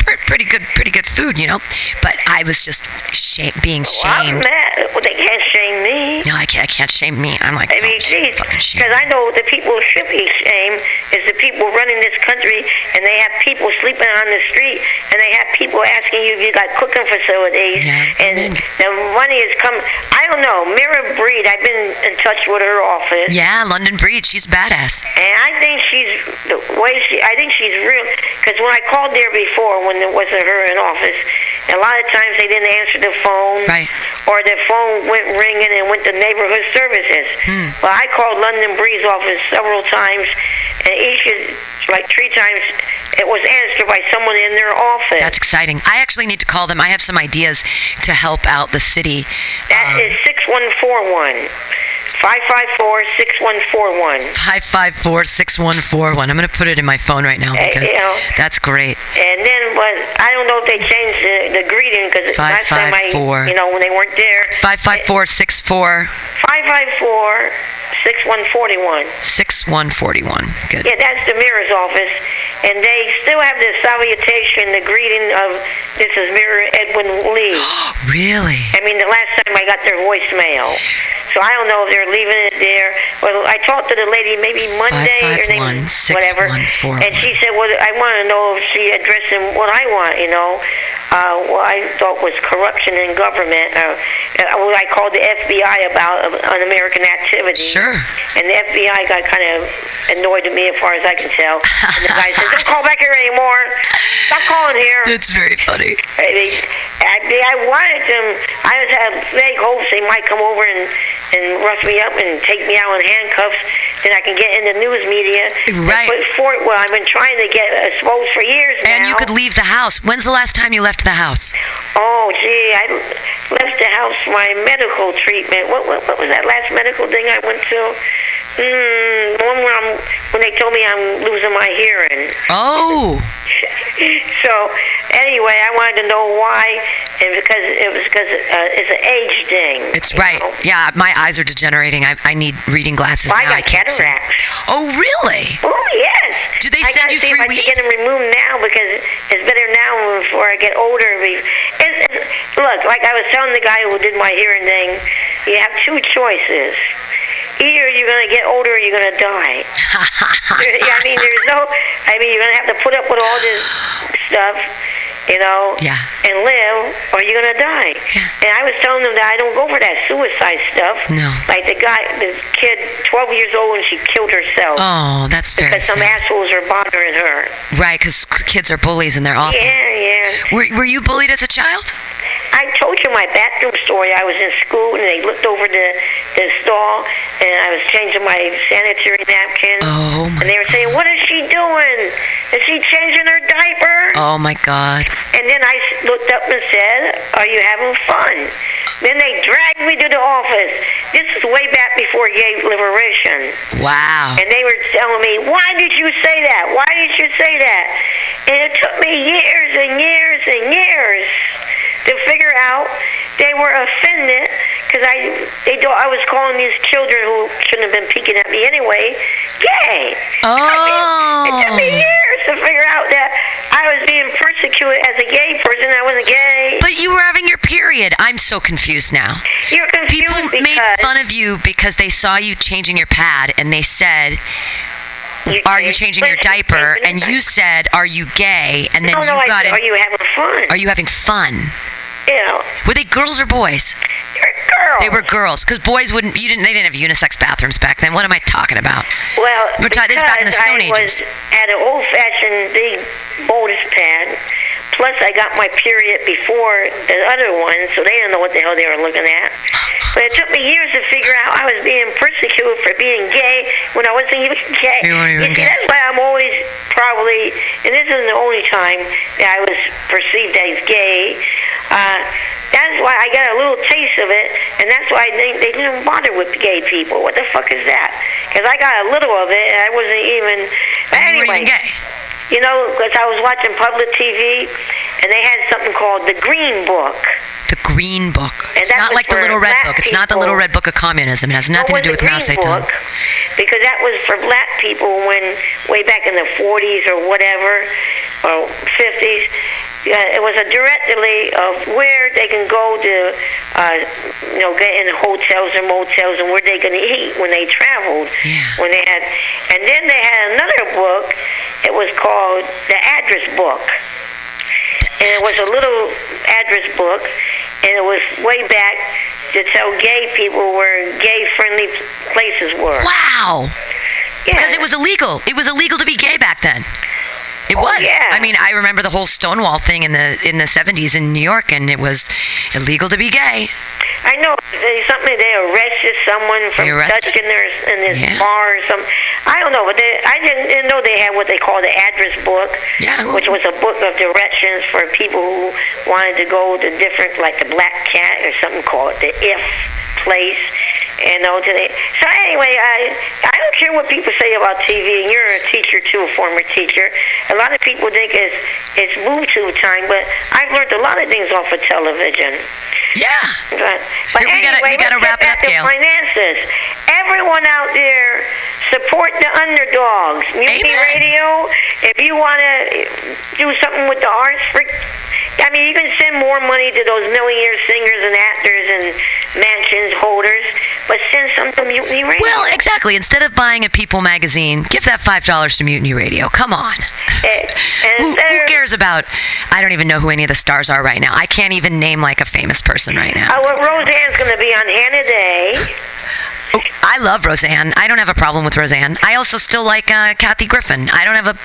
Speaker 1: pr- pretty good, pretty good food, you know. But I was just shame, being
Speaker 8: Oh, I'm
Speaker 1: shamed.
Speaker 8: mad. Well, they can't shame me.
Speaker 1: No, I can't, I can't shame me. I'm like, oh,
Speaker 8: I mean, geez, because I know the people who should be shamed is the people running this country, and they have people sleeping on the street, and they have people asking you if you got cooking facilities, and the money is coming. I don't know. Mira Breed, I've been in touch with her office.
Speaker 1: yeah, London Breed, she's badass.
Speaker 8: And I think she's the way she. I think she's real. Because when I called there before, when it wasn't her in office, a lot of times they didn't answer the phone,
Speaker 1: Right.
Speaker 8: or the phone went ringing and went to neighborhood services. Well, I called London Bree's office several times, and each is like three times. It was answered by someone in their office.
Speaker 1: That's exciting. I actually need to call them. I have some ideas to help out the city.
Speaker 8: That is 6141. 554 6141.
Speaker 1: 554 6141. I'm going to put it in my phone right now
Speaker 8: Hey,
Speaker 1: because
Speaker 8: you know.
Speaker 1: that's great.
Speaker 8: And then, but I don't know if they changed the, the greeting because
Speaker 1: Five,
Speaker 8: last time
Speaker 1: five,
Speaker 8: I,
Speaker 1: four.
Speaker 8: you know, when they weren't there,
Speaker 1: 554 64
Speaker 8: 554 6141.
Speaker 1: 6141. Good.
Speaker 8: Yeah, that's the mayor's office, and they still have the salutation, the greeting of this is Mayor Edwin Lee.
Speaker 1: Really?
Speaker 8: I mean, the last time I got their voicemail, so I don't know if they're leaving it there. Well, I talked to the lady maybe Monday or they,
Speaker 1: 551
Speaker 8: whatever,
Speaker 1: 6141.
Speaker 8: and she said, "Well, I want to know if she addressed him what I want, you know, uh, what I thought was corruption in government, uh, uh, what I called the FBI about uh, un-American activity."
Speaker 1: Sure.
Speaker 8: And the FBI got kind of annoyed at me, as far as I can tell. And the guy said, "Don't call back here anymore. Stop calling here."
Speaker 1: That's very funny.
Speaker 8: I mean, I, mean, I wanted them. I was had vague hopes they might come over and and rough me up and take me out in handcuffs. Then I can get in the news media. and
Speaker 1: Right.
Speaker 8: Put forth well, I've been trying to get exposed for years now.
Speaker 1: And you could leave the house. When's the last time you left the house?
Speaker 8: Oh, gee, I left the house for my medical treatment. What, what, what was that last medical thing I went to? Mm, the one where I'm, when they told me I'm losing my hearing.
Speaker 1: Oh,
Speaker 8: so anyway, I wanted to know why, and because it was because uh, it's an age thing.
Speaker 1: it's right. Yeah, my eyes are degenerating. I, I need reading glasses
Speaker 8: Well, I
Speaker 1: now.
Speaker 8: got
Speaker 1: can't see.
Speaker 8: cataracts.
Speaker 1: Oh, really?
Speaker 8: Oh yes.
Speaker 1: Do they
Speaker 8: I
Speaker 1: send
Speaker 8: gotta
Speaker 1: you
Speaker 8: see
Speaker 1: free
Speaker 8: if I
Speaker 1: weed?
Speaker 8: can get them removed now because it's better now than before I get older. Be- It's, it's, look, like I was telling the guy who did my hearing thing, you have two choices. Either you're gonna get older or you're gonna die. I mean, there's no. I mean, you're gonna have to put up with all this stuff, you know,
Speaker 1: Yeah.
Speaker 8: and live, or you're gonna die. And I was telling them that I don't go for that suicide stuff.
Speaker 1: No.
Speaker 8: Like the guy, this kid, 12 years old, and she killed herself
Speaker 1: Oh, that's very
Speaker 8: because some
Speaker 1: sad.
Speaker 8: assholes are bothering her.
Speaker 1: Right, because kids are bullies and they're awful.
Speaker 8: Yeah, yeah.
Speaker 1: Were, were you bullied as a child?
Speaker 8: I told you my bathroom story. I was in school and they looked over the the stall and I was changing my sanitary napkin.
Speaker 1: Oh, my
Speaker 8: and they were saying, "What is she doing? Is she changing her diaper?"
Speaker 1: Oh my God.
Speaker 8: And then I s- looked up and said, Are you having fun? Then they dragged me to the office. This is way back before gay liberation.
Speaker 1: Wow.
Speaker 8: And they were telling me, Why did you say that? Why did you say that? And it took me years and years and years to figure out they were offended because I they thought I was calling these children who shouldn't have been peeking at me anyway gay. I mean, it took me
Speaker 1: Oh.
Speaker 8: years to figure out that I was being persecuted as a gay person. I wasn't gay.
Speaker 1: But you were having your period. I'm so confused now.
Speaker 8: You're confused
Speaker 1: People
Speaker 8: because
Speaker 1: made fun of you because they saw you changing your pad and they said,
Speaker 8: You-
Speaker 1: Are you changing your diaper? And you said, Are you gay? And then
Speaker 8: Oh, no, no,
Speaker 1: you
Speaker 8: I
Speaker 1: got
Speaker 8: said,
Speaker 1: it.
Speaker 8: Are you having fun?
Speaker 1: Are you having fun?
Speaker 8: you know,
Speaker 1: Were they girls or boys?
Speaker 8: you're a girl.
Speaker 1: They were girls because boys wouldn't. You didn't. They didn't have unisex bathrooms back then. What am I talking about?
Speaker 8: Well,
Speaker 1: We're talking- this is back in the
Speaker 8: because
Speaker 1: Stone
Speaker 8: I was
Speaker 1: Ages.
Speaker 8: at an old-fashioned big bonus pad. Plus, I got my period before the other one, so they didn't know what the hell they were looking at. But it took me years to figure out I was being persecuted for being gay when I wasn't even gay.
Speaker 1: You weren't
Speaker 8: see,
Speaker 1: even gay.
Speaker 8: that's why I'm always probably, and this isn't the only time that I was perceived as gay. Uh, that's why I got a little taste of it, and that's why they, they didn't bother with gay people. What the fuck is that? Because I got a little of it, and I wasn't even.
Speaker 1: And you
Speaker 8: anyway,
Speaker 1: were even gay.
Speaker 8: you know, because I was watching public TV, and they had something called the Green Book.
Speaker 1: The Green Book. It's
Speaker 8: that
Speaker 1: not
Speaker 8: was
Speaker 1: like the
Speaker 8: for
Speaker 1: Little Red
Speaker 8: black
Speaker 1: Book. It's not the Little
Speaker 8: people.
Speaker 1: Red Book of communism. It has nothing
Speaker 8: What
Speaker 1: to do
Speaker 8: was
Speaker 1: with
Speaker 8: the
Speaker 1: Mao
Speaker 8: Green
Speaker 1: Zedong.
Speaker 8: Book? Because that was for black people when way back in the 40s or whatever, or 50s. Yeah, it was a directory of where they can go to, uh, you know, get in hotels and motels and where they can eat when they traveled.
Speaker 1: Yeah.
Speaker 8: When they had, and then they had another book. It was called the Address Book and it was a little address book, and it was way back to tell gay people where gay-friendly places were.
Speaker 1: Wow.
Speaker 8: Yeah.
Speaker 1: Because it was illegal. It was illegal to be gay back then. It was.
Speaker 8: Oh, yeah.
Speaker 1: I mean, I remember the whole Stonewall thing in the in the 70s in New York, and it was illegal to be gay.
Speaker 8: I know there's something they arrested someone from
Speaker 9: They arrested?
Speaker 8: touching their in this bar or something. I don't know, but they, I didn't, didn't know they had what they call the address book, which was a book of directions for people who wanted to go to different, like the Black Cat or something called the If Place. And all today. So anyway, I I don't care what people say about TV. And you're a teacher too, a former teacher. A lot of people think it's it's move to time, but I've learned a lot of things off of television.
Speaker 9: Yeah.
Speaker 8: But, but
Speaker 9: we gotta- we
Speaker 8: anyway,
Speaker 9: gotta
Speaker 8: let's
Speaker 9: wrap it up,
Speaker 8: get back to
Speaker 9: Gail.
Speaker 8: Finances. Everyone out there, support the underdogs. Mutiny Radio. If you want to do something with the arts, for, I mean, you can send more money to those millionaire singers and actors and mansions holders, but send some to Mutiny Radio.
Speaker 1: Well, exactly. Instead of buying a People magazine, give that five dollars to Mutiny Radio. Come on.
Speaker 8: Eh, who,
Speaker 1: who cares about? I don't even know who any of the stars are right now. I can't even name like a famous person right now.
Speaker 8: Oh, well, Roseanne's going to be on Hannah Day.
Speaker 1: Oh, I love Roseanne. I don't have a problem with Roseanne. I also still like uh, Kathy Griffin. I don't have a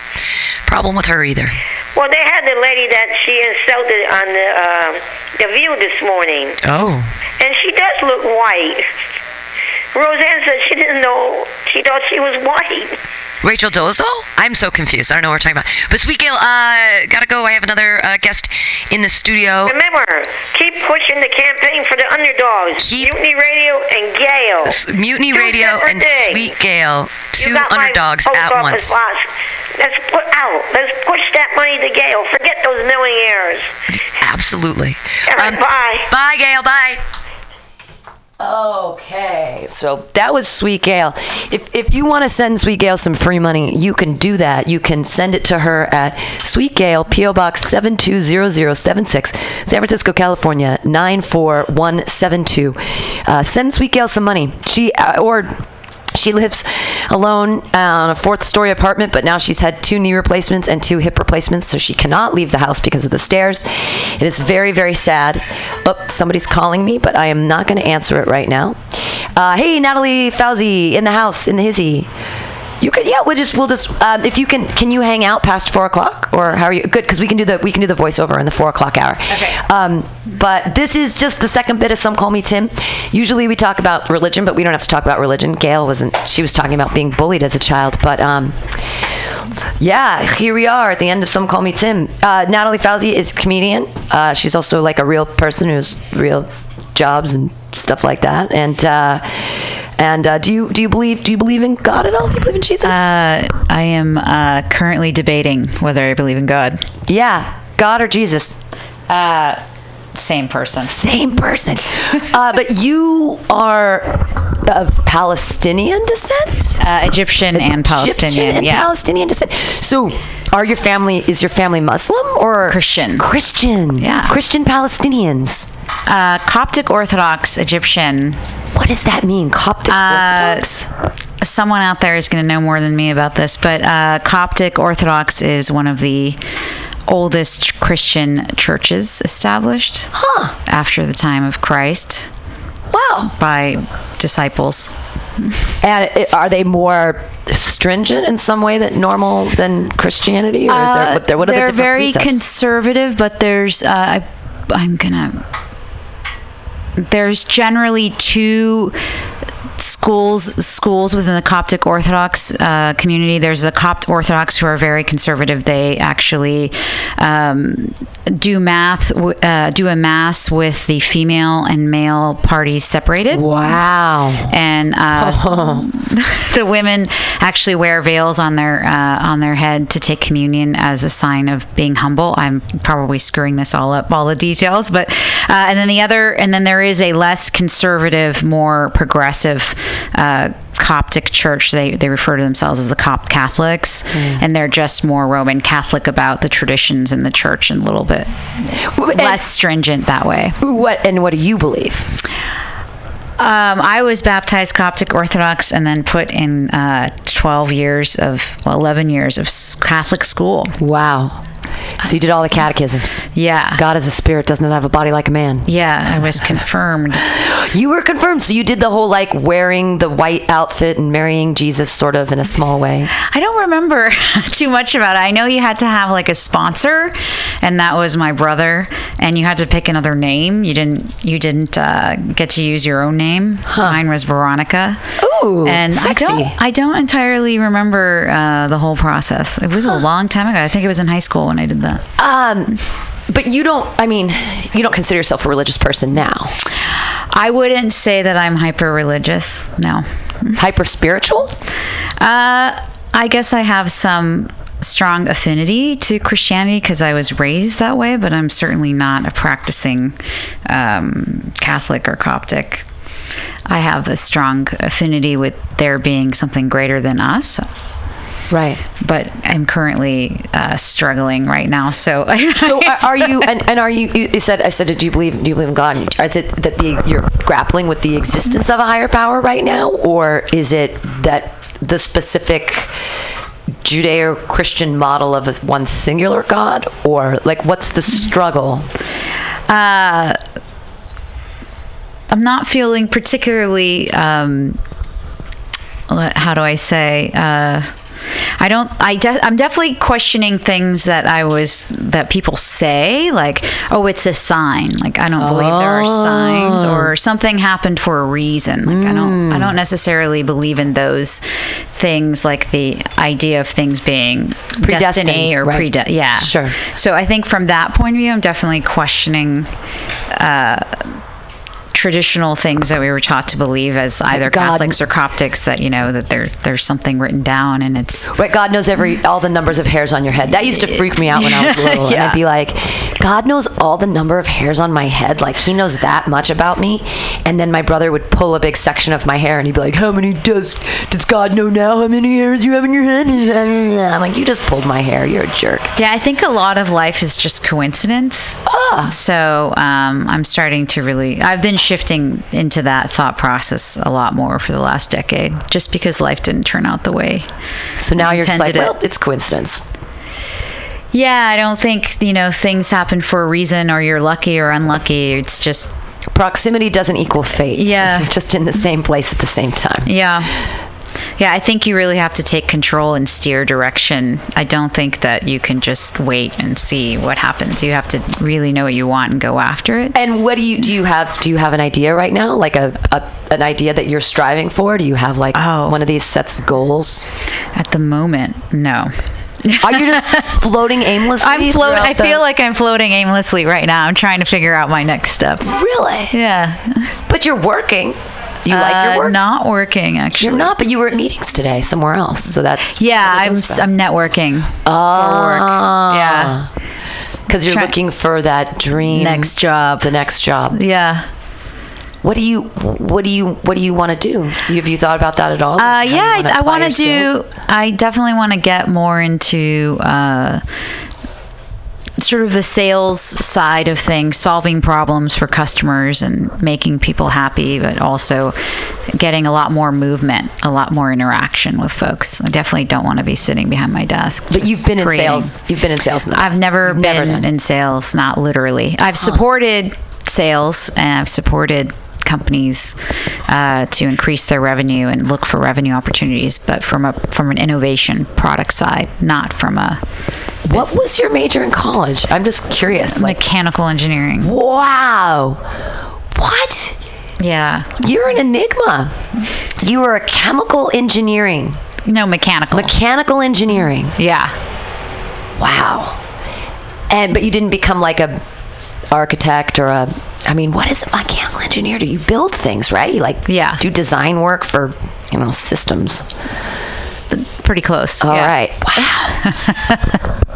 Speaker 1: problem with her either.
Speaker 8: Well, they had the lady that she insulted on the uh, the View this morning.
Speaker 1: Oh.
Speaker 8: And she does look white. Roseanne said she didn't know. She thought she was white.
Speaker 1: Rachel Dozel? I'm so confused. I don't know what we're talking about. But sweet Gail, uh, gotta go. I have another uh, guest in the studio.
Speaker 8: Remember, keep pushing the campaign for the underdogs. Mutiny Radio and Gail.
Speaker 1: S- Mutiny
Speaker 8: Two
Speaker 1: Radio
Speaker 8: separate
Speaker 1: and
Speaker 8: things.
Speaker 1: Sweet Gail,
Speaker 8: You
Speaker 1: two
Speaker 8: got my
Speaker 1: underdogs
Speaker 8: post
Speaker 1: at
Speaker 8: office
Speaker 1: once.
Speaker 8: box. Let's put out. Let's push that money to Gail. Forget those millionaires.
Speaker 1: Absolutely.
Speaker 8: All right, bye.
Speaker 1: Um, Bye, Gail. Bye. Okay. So that was Sweet Gail. If, if you want to send Sweet Gail some free money, you can do that. You can send it to her at Sweet Gail, P.O. Box 720076, San Francisco, California, 94172. Uh, send Sweet Gail some money. She, uh, or she lives alone uh, on a fourth story apartment, but now she's had two knee replacements and two hip replacements, so she cannot leave the house because of the stairs. It is very, very sad. Oh, somebody's calling me, but I am not going to answer it right now. Uh, hey, Natalie Fauzi in the house, in the hizzy. You could, yeah, we'll just, we'll just, um, if you can, can you hang out past four o'clock or how are you? Good, because we can do the, we can do the voiceover in the four o'clock hour. Okay. Um, but this is just the second bit of Some Call Me Tim. Usually we talk about religion, but we don't have to talk about religion. Gail wasn't, she was talking about being bullied as a child, but, um, yeah, here we are at the end of Some Call Me Tim. Uh, Natalie Fauzi is a comedian. Uh, she's also like a real person who's real jobs and stuff like that. And, uh, and uh, do you do you believe do you believe in God at all? Do you believe in Jesus?
Speaker 10: Uh, I am uh, currently debating whether I believe in God.
Speaker 1: Yeah, God or Jesus?
Speaker 10: Uh, same person.
Speaker 1: Same person. uh, but you are of Palestinian descent,
Speaker 10: uh, Egyptian and Palestinian.
Speaker 1: and
Speaker 10: yeah.
Speaker 1: Palestinian descent. So, are your family is your family Muslim or
Speaker 10: Christian?
Speaker 1: Christian.
Speaker 10: Yeah.
Speaker 1: Christian Palestinians.
Speaker 10: Uh, Coptic Orthodox Egyptian. Uh,
Speaker 1: What does that mean? Coptic Orthodox?
Speaker 10: Someone out there is going to know more than me about this, but uh, Coptic Orthodox is one of the oldest ch- Christian churches established
Speaker 1: huh.
Speaker 10: after the time of Christ.
Speaker 1: Wow.
Speaker 10: By disciples.
Speaker 1: And i- are they more stringent in some way than normal than Christianity, or is there,
Speaker 10: Uh,
Speaker 1: what, there, what are the
Speaker 10: they're
Speaker 1: different
Speaker 10: very
Speaker 1: precepts?
Speaker 10: conservative, but there's uh, I, I'm gonna there's generally two schools schools within the Coptic Orthodox uh, community. There's the Copt Orthodox who are very conservative. They actually um, do math w- uh, do a mass with the female and male parties separated.
Speaker 1: Wow!
Speaker 10: And uh, the women actually wear veils on their uh, on their head to take communion as a sign of being humble. I'm probably screwing this all up, all the details, but uh, and then the other, and then there is a less conservative, more progressive uh, Coptic church. They they refer to themselves as the Copt Catholics,
Speaker 1: Hmm.
Speaker 10: and they're just more Roman Catholic about the traditions in the church and a little bit less stringent that way.
Speaker 1: What and what do you believe?
Speaker 10: Um, I was baptized Coptic Orthodox and then put in uh, 12 years of, well, 11 years of s- Catholic school.
Speaker 1: Wow. So you did all the catechisms.
Speaker 10: Yeah.
Speaker 1: God is a spirit, does not have a body like a man.
Speaker 10: Yeah, I was confirmed.
Speaker 1: you were confirmed. So you did the whole like wearing the white outfit and marrying Jesus sort of in a small way.
Speaker 10: I don't remember too much about it. I know you had to have like a sponsor, and that was my brother. And you had to pick another name. You didn't. You didn't uh, get to use your own name. Mine was Veronica.
Speaker 1: Ooh,
Speaker 10: and
Speaker 1: sexy.
Speaker 10: I don't. I don't entirely remember uh, the whole process. It was a long time ago. I think it was in high school when I did that.
Speaker 1: Um, but you don't. I mean, you don't consider yourself a religious person now.
Speaker 10: I wouldn't say that I'm hyper religious. No.
Speaker 1: Hyper spiritual?
Speaker 10: Uh, I guess I have some strong affinity to Christianity because I was raised that way, but I'm certainly not a practicing um, Catholic or Coptic. I have a strong affinity with there being something greater than us.
Speaker 1: Right.
Speaker 10: But I'm currently uh, struggling right now. So,
Speaker 1: so are- are you and, and are you, you you said i said do you believe do you believe in god And is it that the, you're grappling with the existence of a higher power right now or is it that the specific judeo-christian model of one singular god or like what's the struggle
Speaker 10: uh, I'm not feeling particularly. Um, le- how do I say? Uh, I don't. I de- I'm definitely questioning things that I was that people say, like, "Oh, it's a sign." Like, I don't believe there are signs,
Speaker 1: Oh.
Speaker 10: or something happened for a reason. Like, I don't.
Speaker 1: Mm.
Speaker 10: I don't necessarily believe in those things, like the idea of things being
Speaker 1: Predestined,
Speaker 10: destiny or
Speaker 1: right.
Speaker 10: prede- Yeah,
Speaker 1: Sure.
Speaker 10: So I think from that point of view, I'm definitely questioning. Uh, traditional things that we were taught to believe as either Catholics or Coptics that you know that there there's something written down and it's
Speaker 1: right god knows every all the numbers of hairs on your head that used to freak me out when i was little and
Speaker 10: Yeah.
Speaker 1: i'd be like god knows all the number of hairs on my head like he knows that much about me and then my brother would pull a big section of my hair and he'd be like how many does does god know now how many hairs you have in your head i'm like you just pulled my hair you're a jerk
Speaker 10: Yeah, I think a lot of life is just coincidence.
Speaker 1: Ah.
Speaker 10: So um, I'm starting to really, I've been shifting into that thought process a lot more for the last decade just because life didn't turn out the way.
Speaker 1: So now you're just like, well,
Speaker 10: it's
Speaker 1: coincidence.
Speaker 10: Yeah, I don't think, you know, things happen for a reason or you're lucky or unlucky. It's just.
Speaker 1: Proximity doesn't equal fate.
Speaker 10: Yeah.
Speaker 1: You're just in the same place at the same time.
Speaker 10: Yeah. Yeah, I think you really have to take control and steer direction. I don't think that you can just wait and see what happens. You have to really know what you want and go after it.
Speaker 1: and what do you do you have do you have an idea right now like a, a an idea that you're striving for do you have like one of these sets of goals
Speaker 10: Oh. at the moment no
Speaker 1: are you just floating aimlessly
Speaker 10: I'm floating. I
Speaker 1: throughout the-
Speaker 10: feel like I'm floating aimlessly right now. I'm trying to figure out my next steps.
Speaker 1: Really?
Speaker 10: Yeah.
Speaker 1: But you're working. You like your
Speaker 10: Uh,
Speaker 1: work?
Speaker 10: Not working, actually.
Speaker 1: You're not, but you were at meetings today somewhere else. So that's
Speaker 10: Yeah, I'm s- I'm networking.
Speaker 1: Oh, Ah.
Speaker 10: for work. Yeah.
Speaker 1: Because you're
Speaker 10: Try-
Speaker 1: looking for that dream
Speaker 10: Next
Speaker 1: job, the next job.
Speaker 10: Yeah.
Speaker 1: What do you What do you What do you want to do? Have you thought about that at all?
Speaker 10: Uh,
Speaker 1: How you
Speaker 10: yeah,
Speaker 1: wanna
Speaker 10: I, I
Speaker 1: apply
Speaker 10: want
Speaker 1: your
Speaker 10: to
Speaker 1: skills?
Speaker 10: do. I definitely want to get more into uh, sort of the sales side of things, solving problems for customers and making people happy, but also getting a lot more movement, a lot more interaction with folks. I definitely don't want to be sitting behind my desk.
Speaker 1: But you've
Speaker 10: just
Speaker 1: been in
Speaker 10: creating.
Speaker 1: sales. You've been in sales. Now.
Speaker 10: I've never been in sales, not literally. I've supported sales and I've supported companies uh, to increase their revenue and look for revenue opportunities, but from a from an innovation product side, not from a.
Speaker 1: What was your major in college? I'm just curious.
Speaker 10: Mechanical engineering.
Speaker 1: Wow. What?
Speaker 10: Yeah.
Speaker 1: You're an enigma. You are a chemical engineering.
Speaker 10: No, mechanical.
Speaker 1: Mechanical engineering.
Speaker 10: Yeah.
Speaker 1: Wow. And but you didn't become like a architect or a I mean, what is a mechanical engineer? Do you build things, right? You like
Speaker 10: yeah.
Speaker 1: do design work for, you know, systems.
Speaker 10: Pretty close.
Speaker 1: All
Speaker 10: yeah.
Speaker 1: right.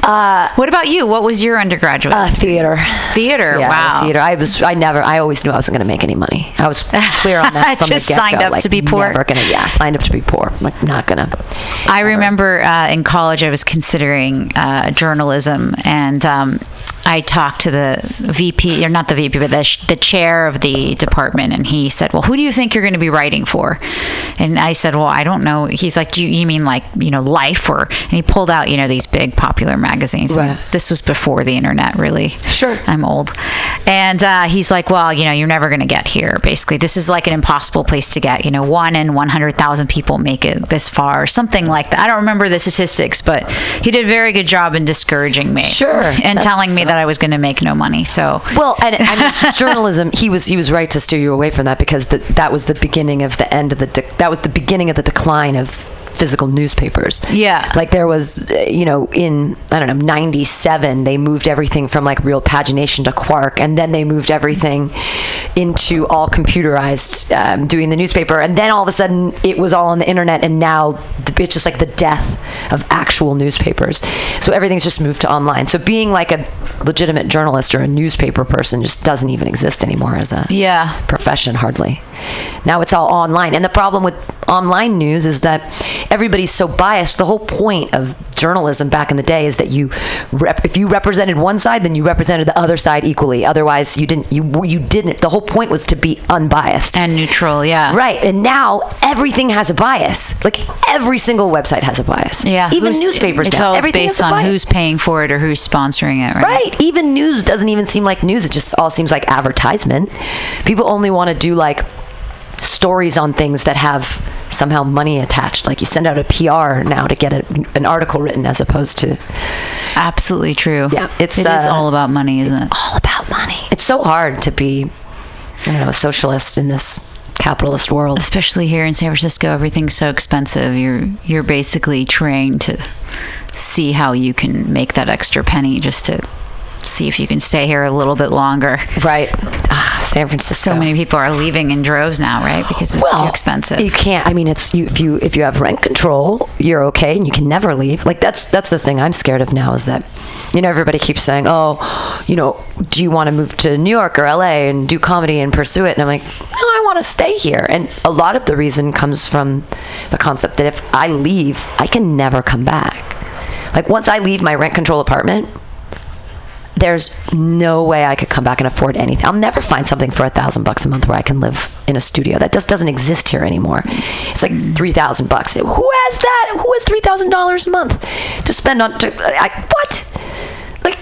Speaker 10: Uh, what about you? What was your undergraduate? Uh,
Speaker 1: theater.
Speaker 10: Theater.
Speaker 1: Yeah,
Speaker 10: wow.
Speaker 1: Theater. I was I never I always knew I wasn't gonna make any money. I was clear on that from
Speaker 10: Just
Speaker 1: the get-go.
Speaker 10: signed up
Speaker 1: like,
Speaker 10: to be poor.
Speaker 1: Never gonna yeah, signed up to be poor. Like not gonna
Speaker 10: I remember uh, in college I was considering uh, journalism, and um, I talked to the VP, or not the VP, but the, sh- the chair of the department, and he said, "Well, who do you think you're going to be writing for?" And I said, "Well, I don't know." He's like, "Do you, you mean like you know Life?" Or and he pulled out you know these big popular magazines. And
Speaker 1: Right.
Speaker 10: This was before the internet, really.
Speaker 1: Sure.
Speaker 10: I'm old, and uh, he's like, "Well, you know, you're never going to get here. Basically, this is like an impossible place to get. You know, one in 100,000 people make it this far, or something like that. I don't remember the statistics, but he did a very good job in discouraging me,
Speaker 1: Sure.
Speaker 10: and
Speaker 1: That
Speaker 10: telling me that I was going to make no money. So
Speaker 1: Well, and I mean, journalism. He was he was right to steer you away from that because the, that was the beginning of the end of the de- that was the beginning of the decline of physical newspapers.
Speaker 10: Yeah,
Speaker 1: like there was, uh, you know, in I don't know, '97 they moved everything from like real pagination to Quark, and then they moved everything into all computerized um, doing the newspaper, and then all of a sudden it was all on the internet, and now th- it's just like the death of actual newspapers. So everything's just moved to online. So being like a legitimate journalist or a newspaper person just doesn't even exist anymore as a
Speaker 10: yeah
Speaker 1: profession hardly. Now it's all online. And the problem with online news is that everybody's so biased. The whole point of journalism back in the day is that you rep, if you represented one side then you represented the other side equally. Otherwise you didn't you you didn't. The whole point was to be unbiased
Speaker 10: and neutral, yeah.
Speaker 1: Right. And now everything has a bias. Like every single website has a bias.
Speaker 10: yeah,
Speaker 1: Even
Speaker 10: who's-
Speaker 1: newspapers
Speaker 10: It's
Speaker 1: now.
Speaker 10: always
Speaker 1: Everything
Speaker 10: based
Speaker 1: has a
Speaker 10: on
Speaker 1: bias.
Speaker 10: who's paying for it or who's sponsoring it, right?
Speaker 1: Right. Even news doesn't even seem like news. It just all seems like advertisement. People only want to do like stories on things that have somehow money attached. Like you send out a PR now to get a, an article written as opposed to.
Speaker 10: Absolutely true.
Speaker 1: Yeah. It's
Speaker 10: It is
Speaker 1: uh,
Speaker 10: all about money, isn't it?
Speaker 1: all about money. It's so hard to be, I don't know, a socialist in this capitalist world.
Speaker 10: especially here in San Francisco, everything's so expensive. You're you're basically trained to see how you can make that extra penny just to see if you can stay here a little bit longer.
Speaker 1: Right. Ah, San Francisco.
Speaker 10: So many people are leaving in droves now, right? Because it's too expensive.
Speaker 1: You can't. I mean, it's you, if you if you have rent control, you're okay, and you can never leave. Like that's that's the thing I'm scared of now is that you know everybody keeps saying, oh, you know, do you want to move to New York or L.A. and do comedy and pursue it? And I'm like, no, I want to stay here. And a lot of the reason comes from the concept that if I leave, I can never come back. Like once I leave my rent control apartment, there's no way I could come back and afford anything. I'll never find something for a thousand bucks a month where I can live in a studio. That just doesn't exist here anymore. It's like three thousand bucks. Who has that? Who has three thousand dollars a month to spend on? To, I, what? Like,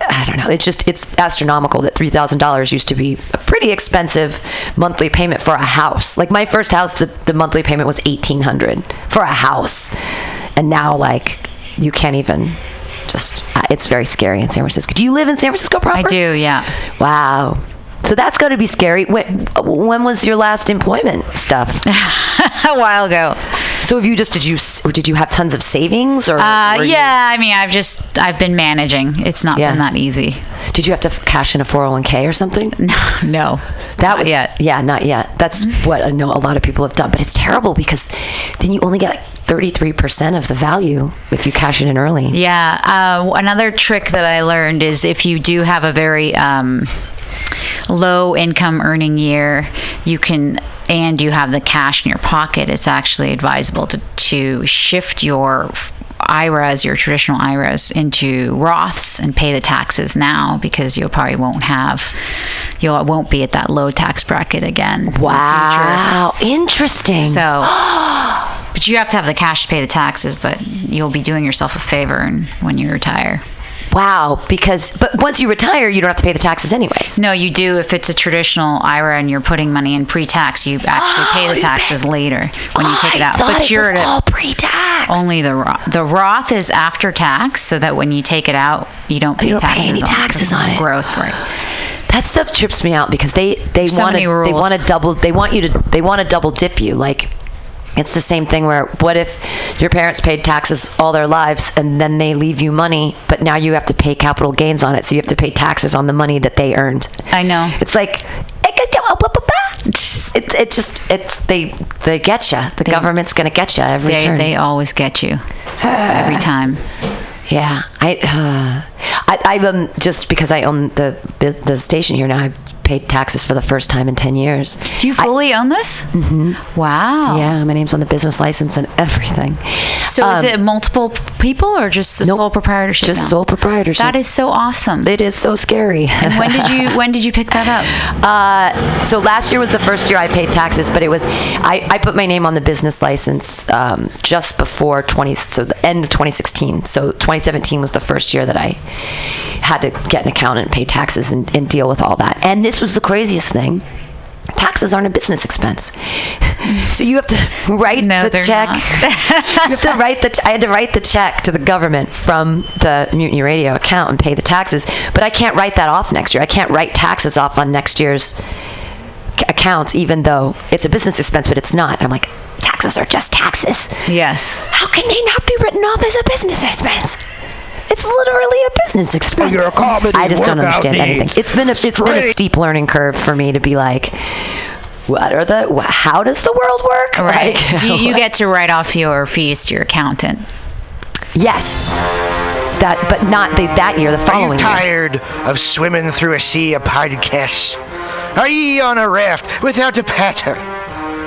Speaker 1: I don't know. It's just it's astronomical that three thousand dollars used to be a pretty expensive monthly payment for a house. Like my first house, the, the monthly payment was eighteen hundred for a house, and now like you can't even just uh, it's very scary in San Francisco. Do you live in San Francisco proper? I do,
Speaker 10: yeah.
Speaker 1: Wow. So that's got to be scary. When, when was your last employment stuff?
Speaker 10: a while ago.
Speaker 1: So have you just did you s- or did you have tons of savings or?
Speaker 10: Uh,
Speaker 1: were you-
Speaker 10: yeah, I mean, I've just I've been managing. It's not been that easy.
Speaker 1: Did you have to f- cash in a 401k or something?
Speaker 10: No, no. Mm-hmm.
Speaker 1: That was yet. yeah, not yet. That's what I know a lot of people have done, but it's terrible because then you only get like 33% of the value if you cash it in early.
Speaker 10: Yeah. Uh, another trick that I learned is if you do have a very um, low income earning year, you can and you have the cash in your pocket. It's actually advisable to to shift your IRAs, your traditional IRAs, into Roths and pay the taxes now because you probably won't have you will won't be at that low tax bracket again. Wow,
Speaker 1: interesting.
Speaker 10: So. But you have to have the cash to pay the taxes, but you'll be doing yourself a favor and- when you retire.
Speaker 1: Wow, because but once you retire, you don't have to pay the taxes anyways.
Speaker 10: No, you do if it's a traditional IRA and you're putting money in pre-tax. You actually pay the taxes later when you take it out.
Speaker 1: thought
Speaker 10: but
Speaker 1: it
Speaker 10: you're
Speaker 1: was
Speaker 10: at a-
Speaker 1: all pre-tax.
Speaker 10: Only the Roth. The Roth is after tax, so that when you take it out, you don't pay
Speaker 1: You don't pay
Speaker 10: taxes
Speaker 1: any
Speaker 10: on
Speaker 1: taxes on it.
Speaker 10: Growth, right?
Speaker 1: That stuff trips me out because they they
Speaker 10: So
Speaker 1: want
Speaker 10: many
Speaker 1: to
Speaker 10: rules.
Speaker 1: they want to double they want you to they want to double dip you like it's the same thing where what if your parents paid taxes all their lives and then they leave you money but now you have to pay capital gains on it so you have to pay taxes on the money that they earned.
Speaker 10: I know.
Speaker 1: It's like it, it just it's they they get you. The government's going to get you every
Speaker 10: They
Speaker 1: turn.
Speaker 10: they always get you every time.
Speaker 1: Yeah, I. Uh, I, I've um, just because I own the bu- the station here now. I've paid taxes for the first time in ten years.
Speaker 10: Do you fully own this?
Speaker 1: Mm-hmm.
Speaker 10: Wow.
Speaker 1: Yeah, my name's on the business license and everything. Um,
Speaker 10: So is it multiple p- people or just a sole proprietorship?
Speaker 1: Just
Speaker 10: now?
Speaker 1: sole proprietorship.
Speaker 10: That is so awesome.
Speaker 1: It is so scary.
Speaker 10: And when did you when did you pick that up?
Speaker 1: Uh, so last year was the first year I paid taxes, but it was I, I put my name on the business license um, just before 20, so the end of 2016. So 2017 was the first year that I had to get an accountant and pay taxes and, and deal with all that. And this was the craziest thing. Taxes aren't a business expense, so you have to write the
Speaker 10: they're
Speaker 1: check.
Speaker 10: not.
Speaker 1: you have to write the. I had to write the check to the government from the Mutiny Radio account and pay the taxes, but I can't write that off next year. I can't write taxes off on next year's c- accounts, even though it's a business expense, but it's not. I'm like, taxes are just taxes.
Speaker 10: Yes.
Speaker 1: How can they not be written off as a business expense? It's literally a business expense.
Speaker 11: your comedy
Speaker 1: I just don't
Speaker 11: workout
Speaker 1: understand
Speaker 11: needs.
Speaker 1: anything. It's been a it's been a
Speaker 11: Straight.
Speaker 1: steep learning curve for me to be like, what are the wh- how does the world work?
Speaker 10: Right.
Speaker 1: Like,
Speaker 10: Do you, you get to write off your fees to your accountant?
Speaker 1: Yes. That, but not the, that year. The
Speaker 11: following. Are you
Speaker 9: tired of swimming through a sea of podcasts? Are ye on a raft without a paddle?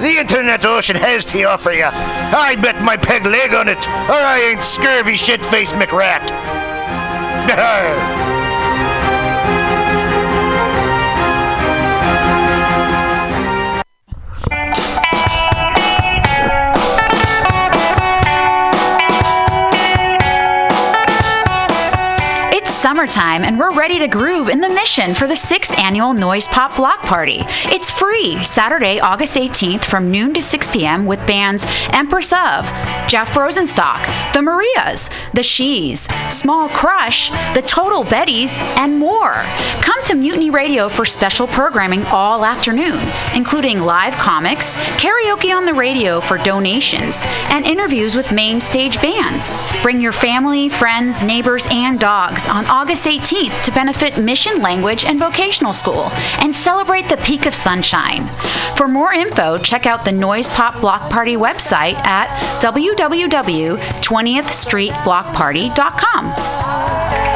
Speaker 9: the internet ocean has to offer you. I bet my peg leg on it, or I ain't scurvy shit faced McRat.
Speaker 10: It's summertime, and we're ready to groove in the mission for the sixth annual Noise Pop Block Party. It's free Saturday, August 18th from noon to 6 p.m. with bands Empress of, Jeff Rosenstock, The Marias, The Shees, Small Crush, The Total Betties, and more. Come to Mutiny Radio for special programming all afternoon, including live comics, karaoke on the radio for donations, and interviews with main stage bands. Bring your family, friends, neighbors, and dogs on August 18th to benefit Mission Language and Vocational School and celebrate the peak of sunshine. For more info, check out the Noise Pop Block Party website at www.20thstreetblockparty.com.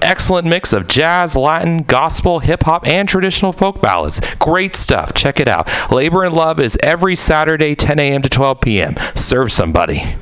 Speaker 12: excellent mix of jazz, Latin, gospel, hip hop, and traditional folk ballads. Great stuff. Check it out. Labor and Love is every Saturday, 10 a.m. to 12 p.m. Serve somebody.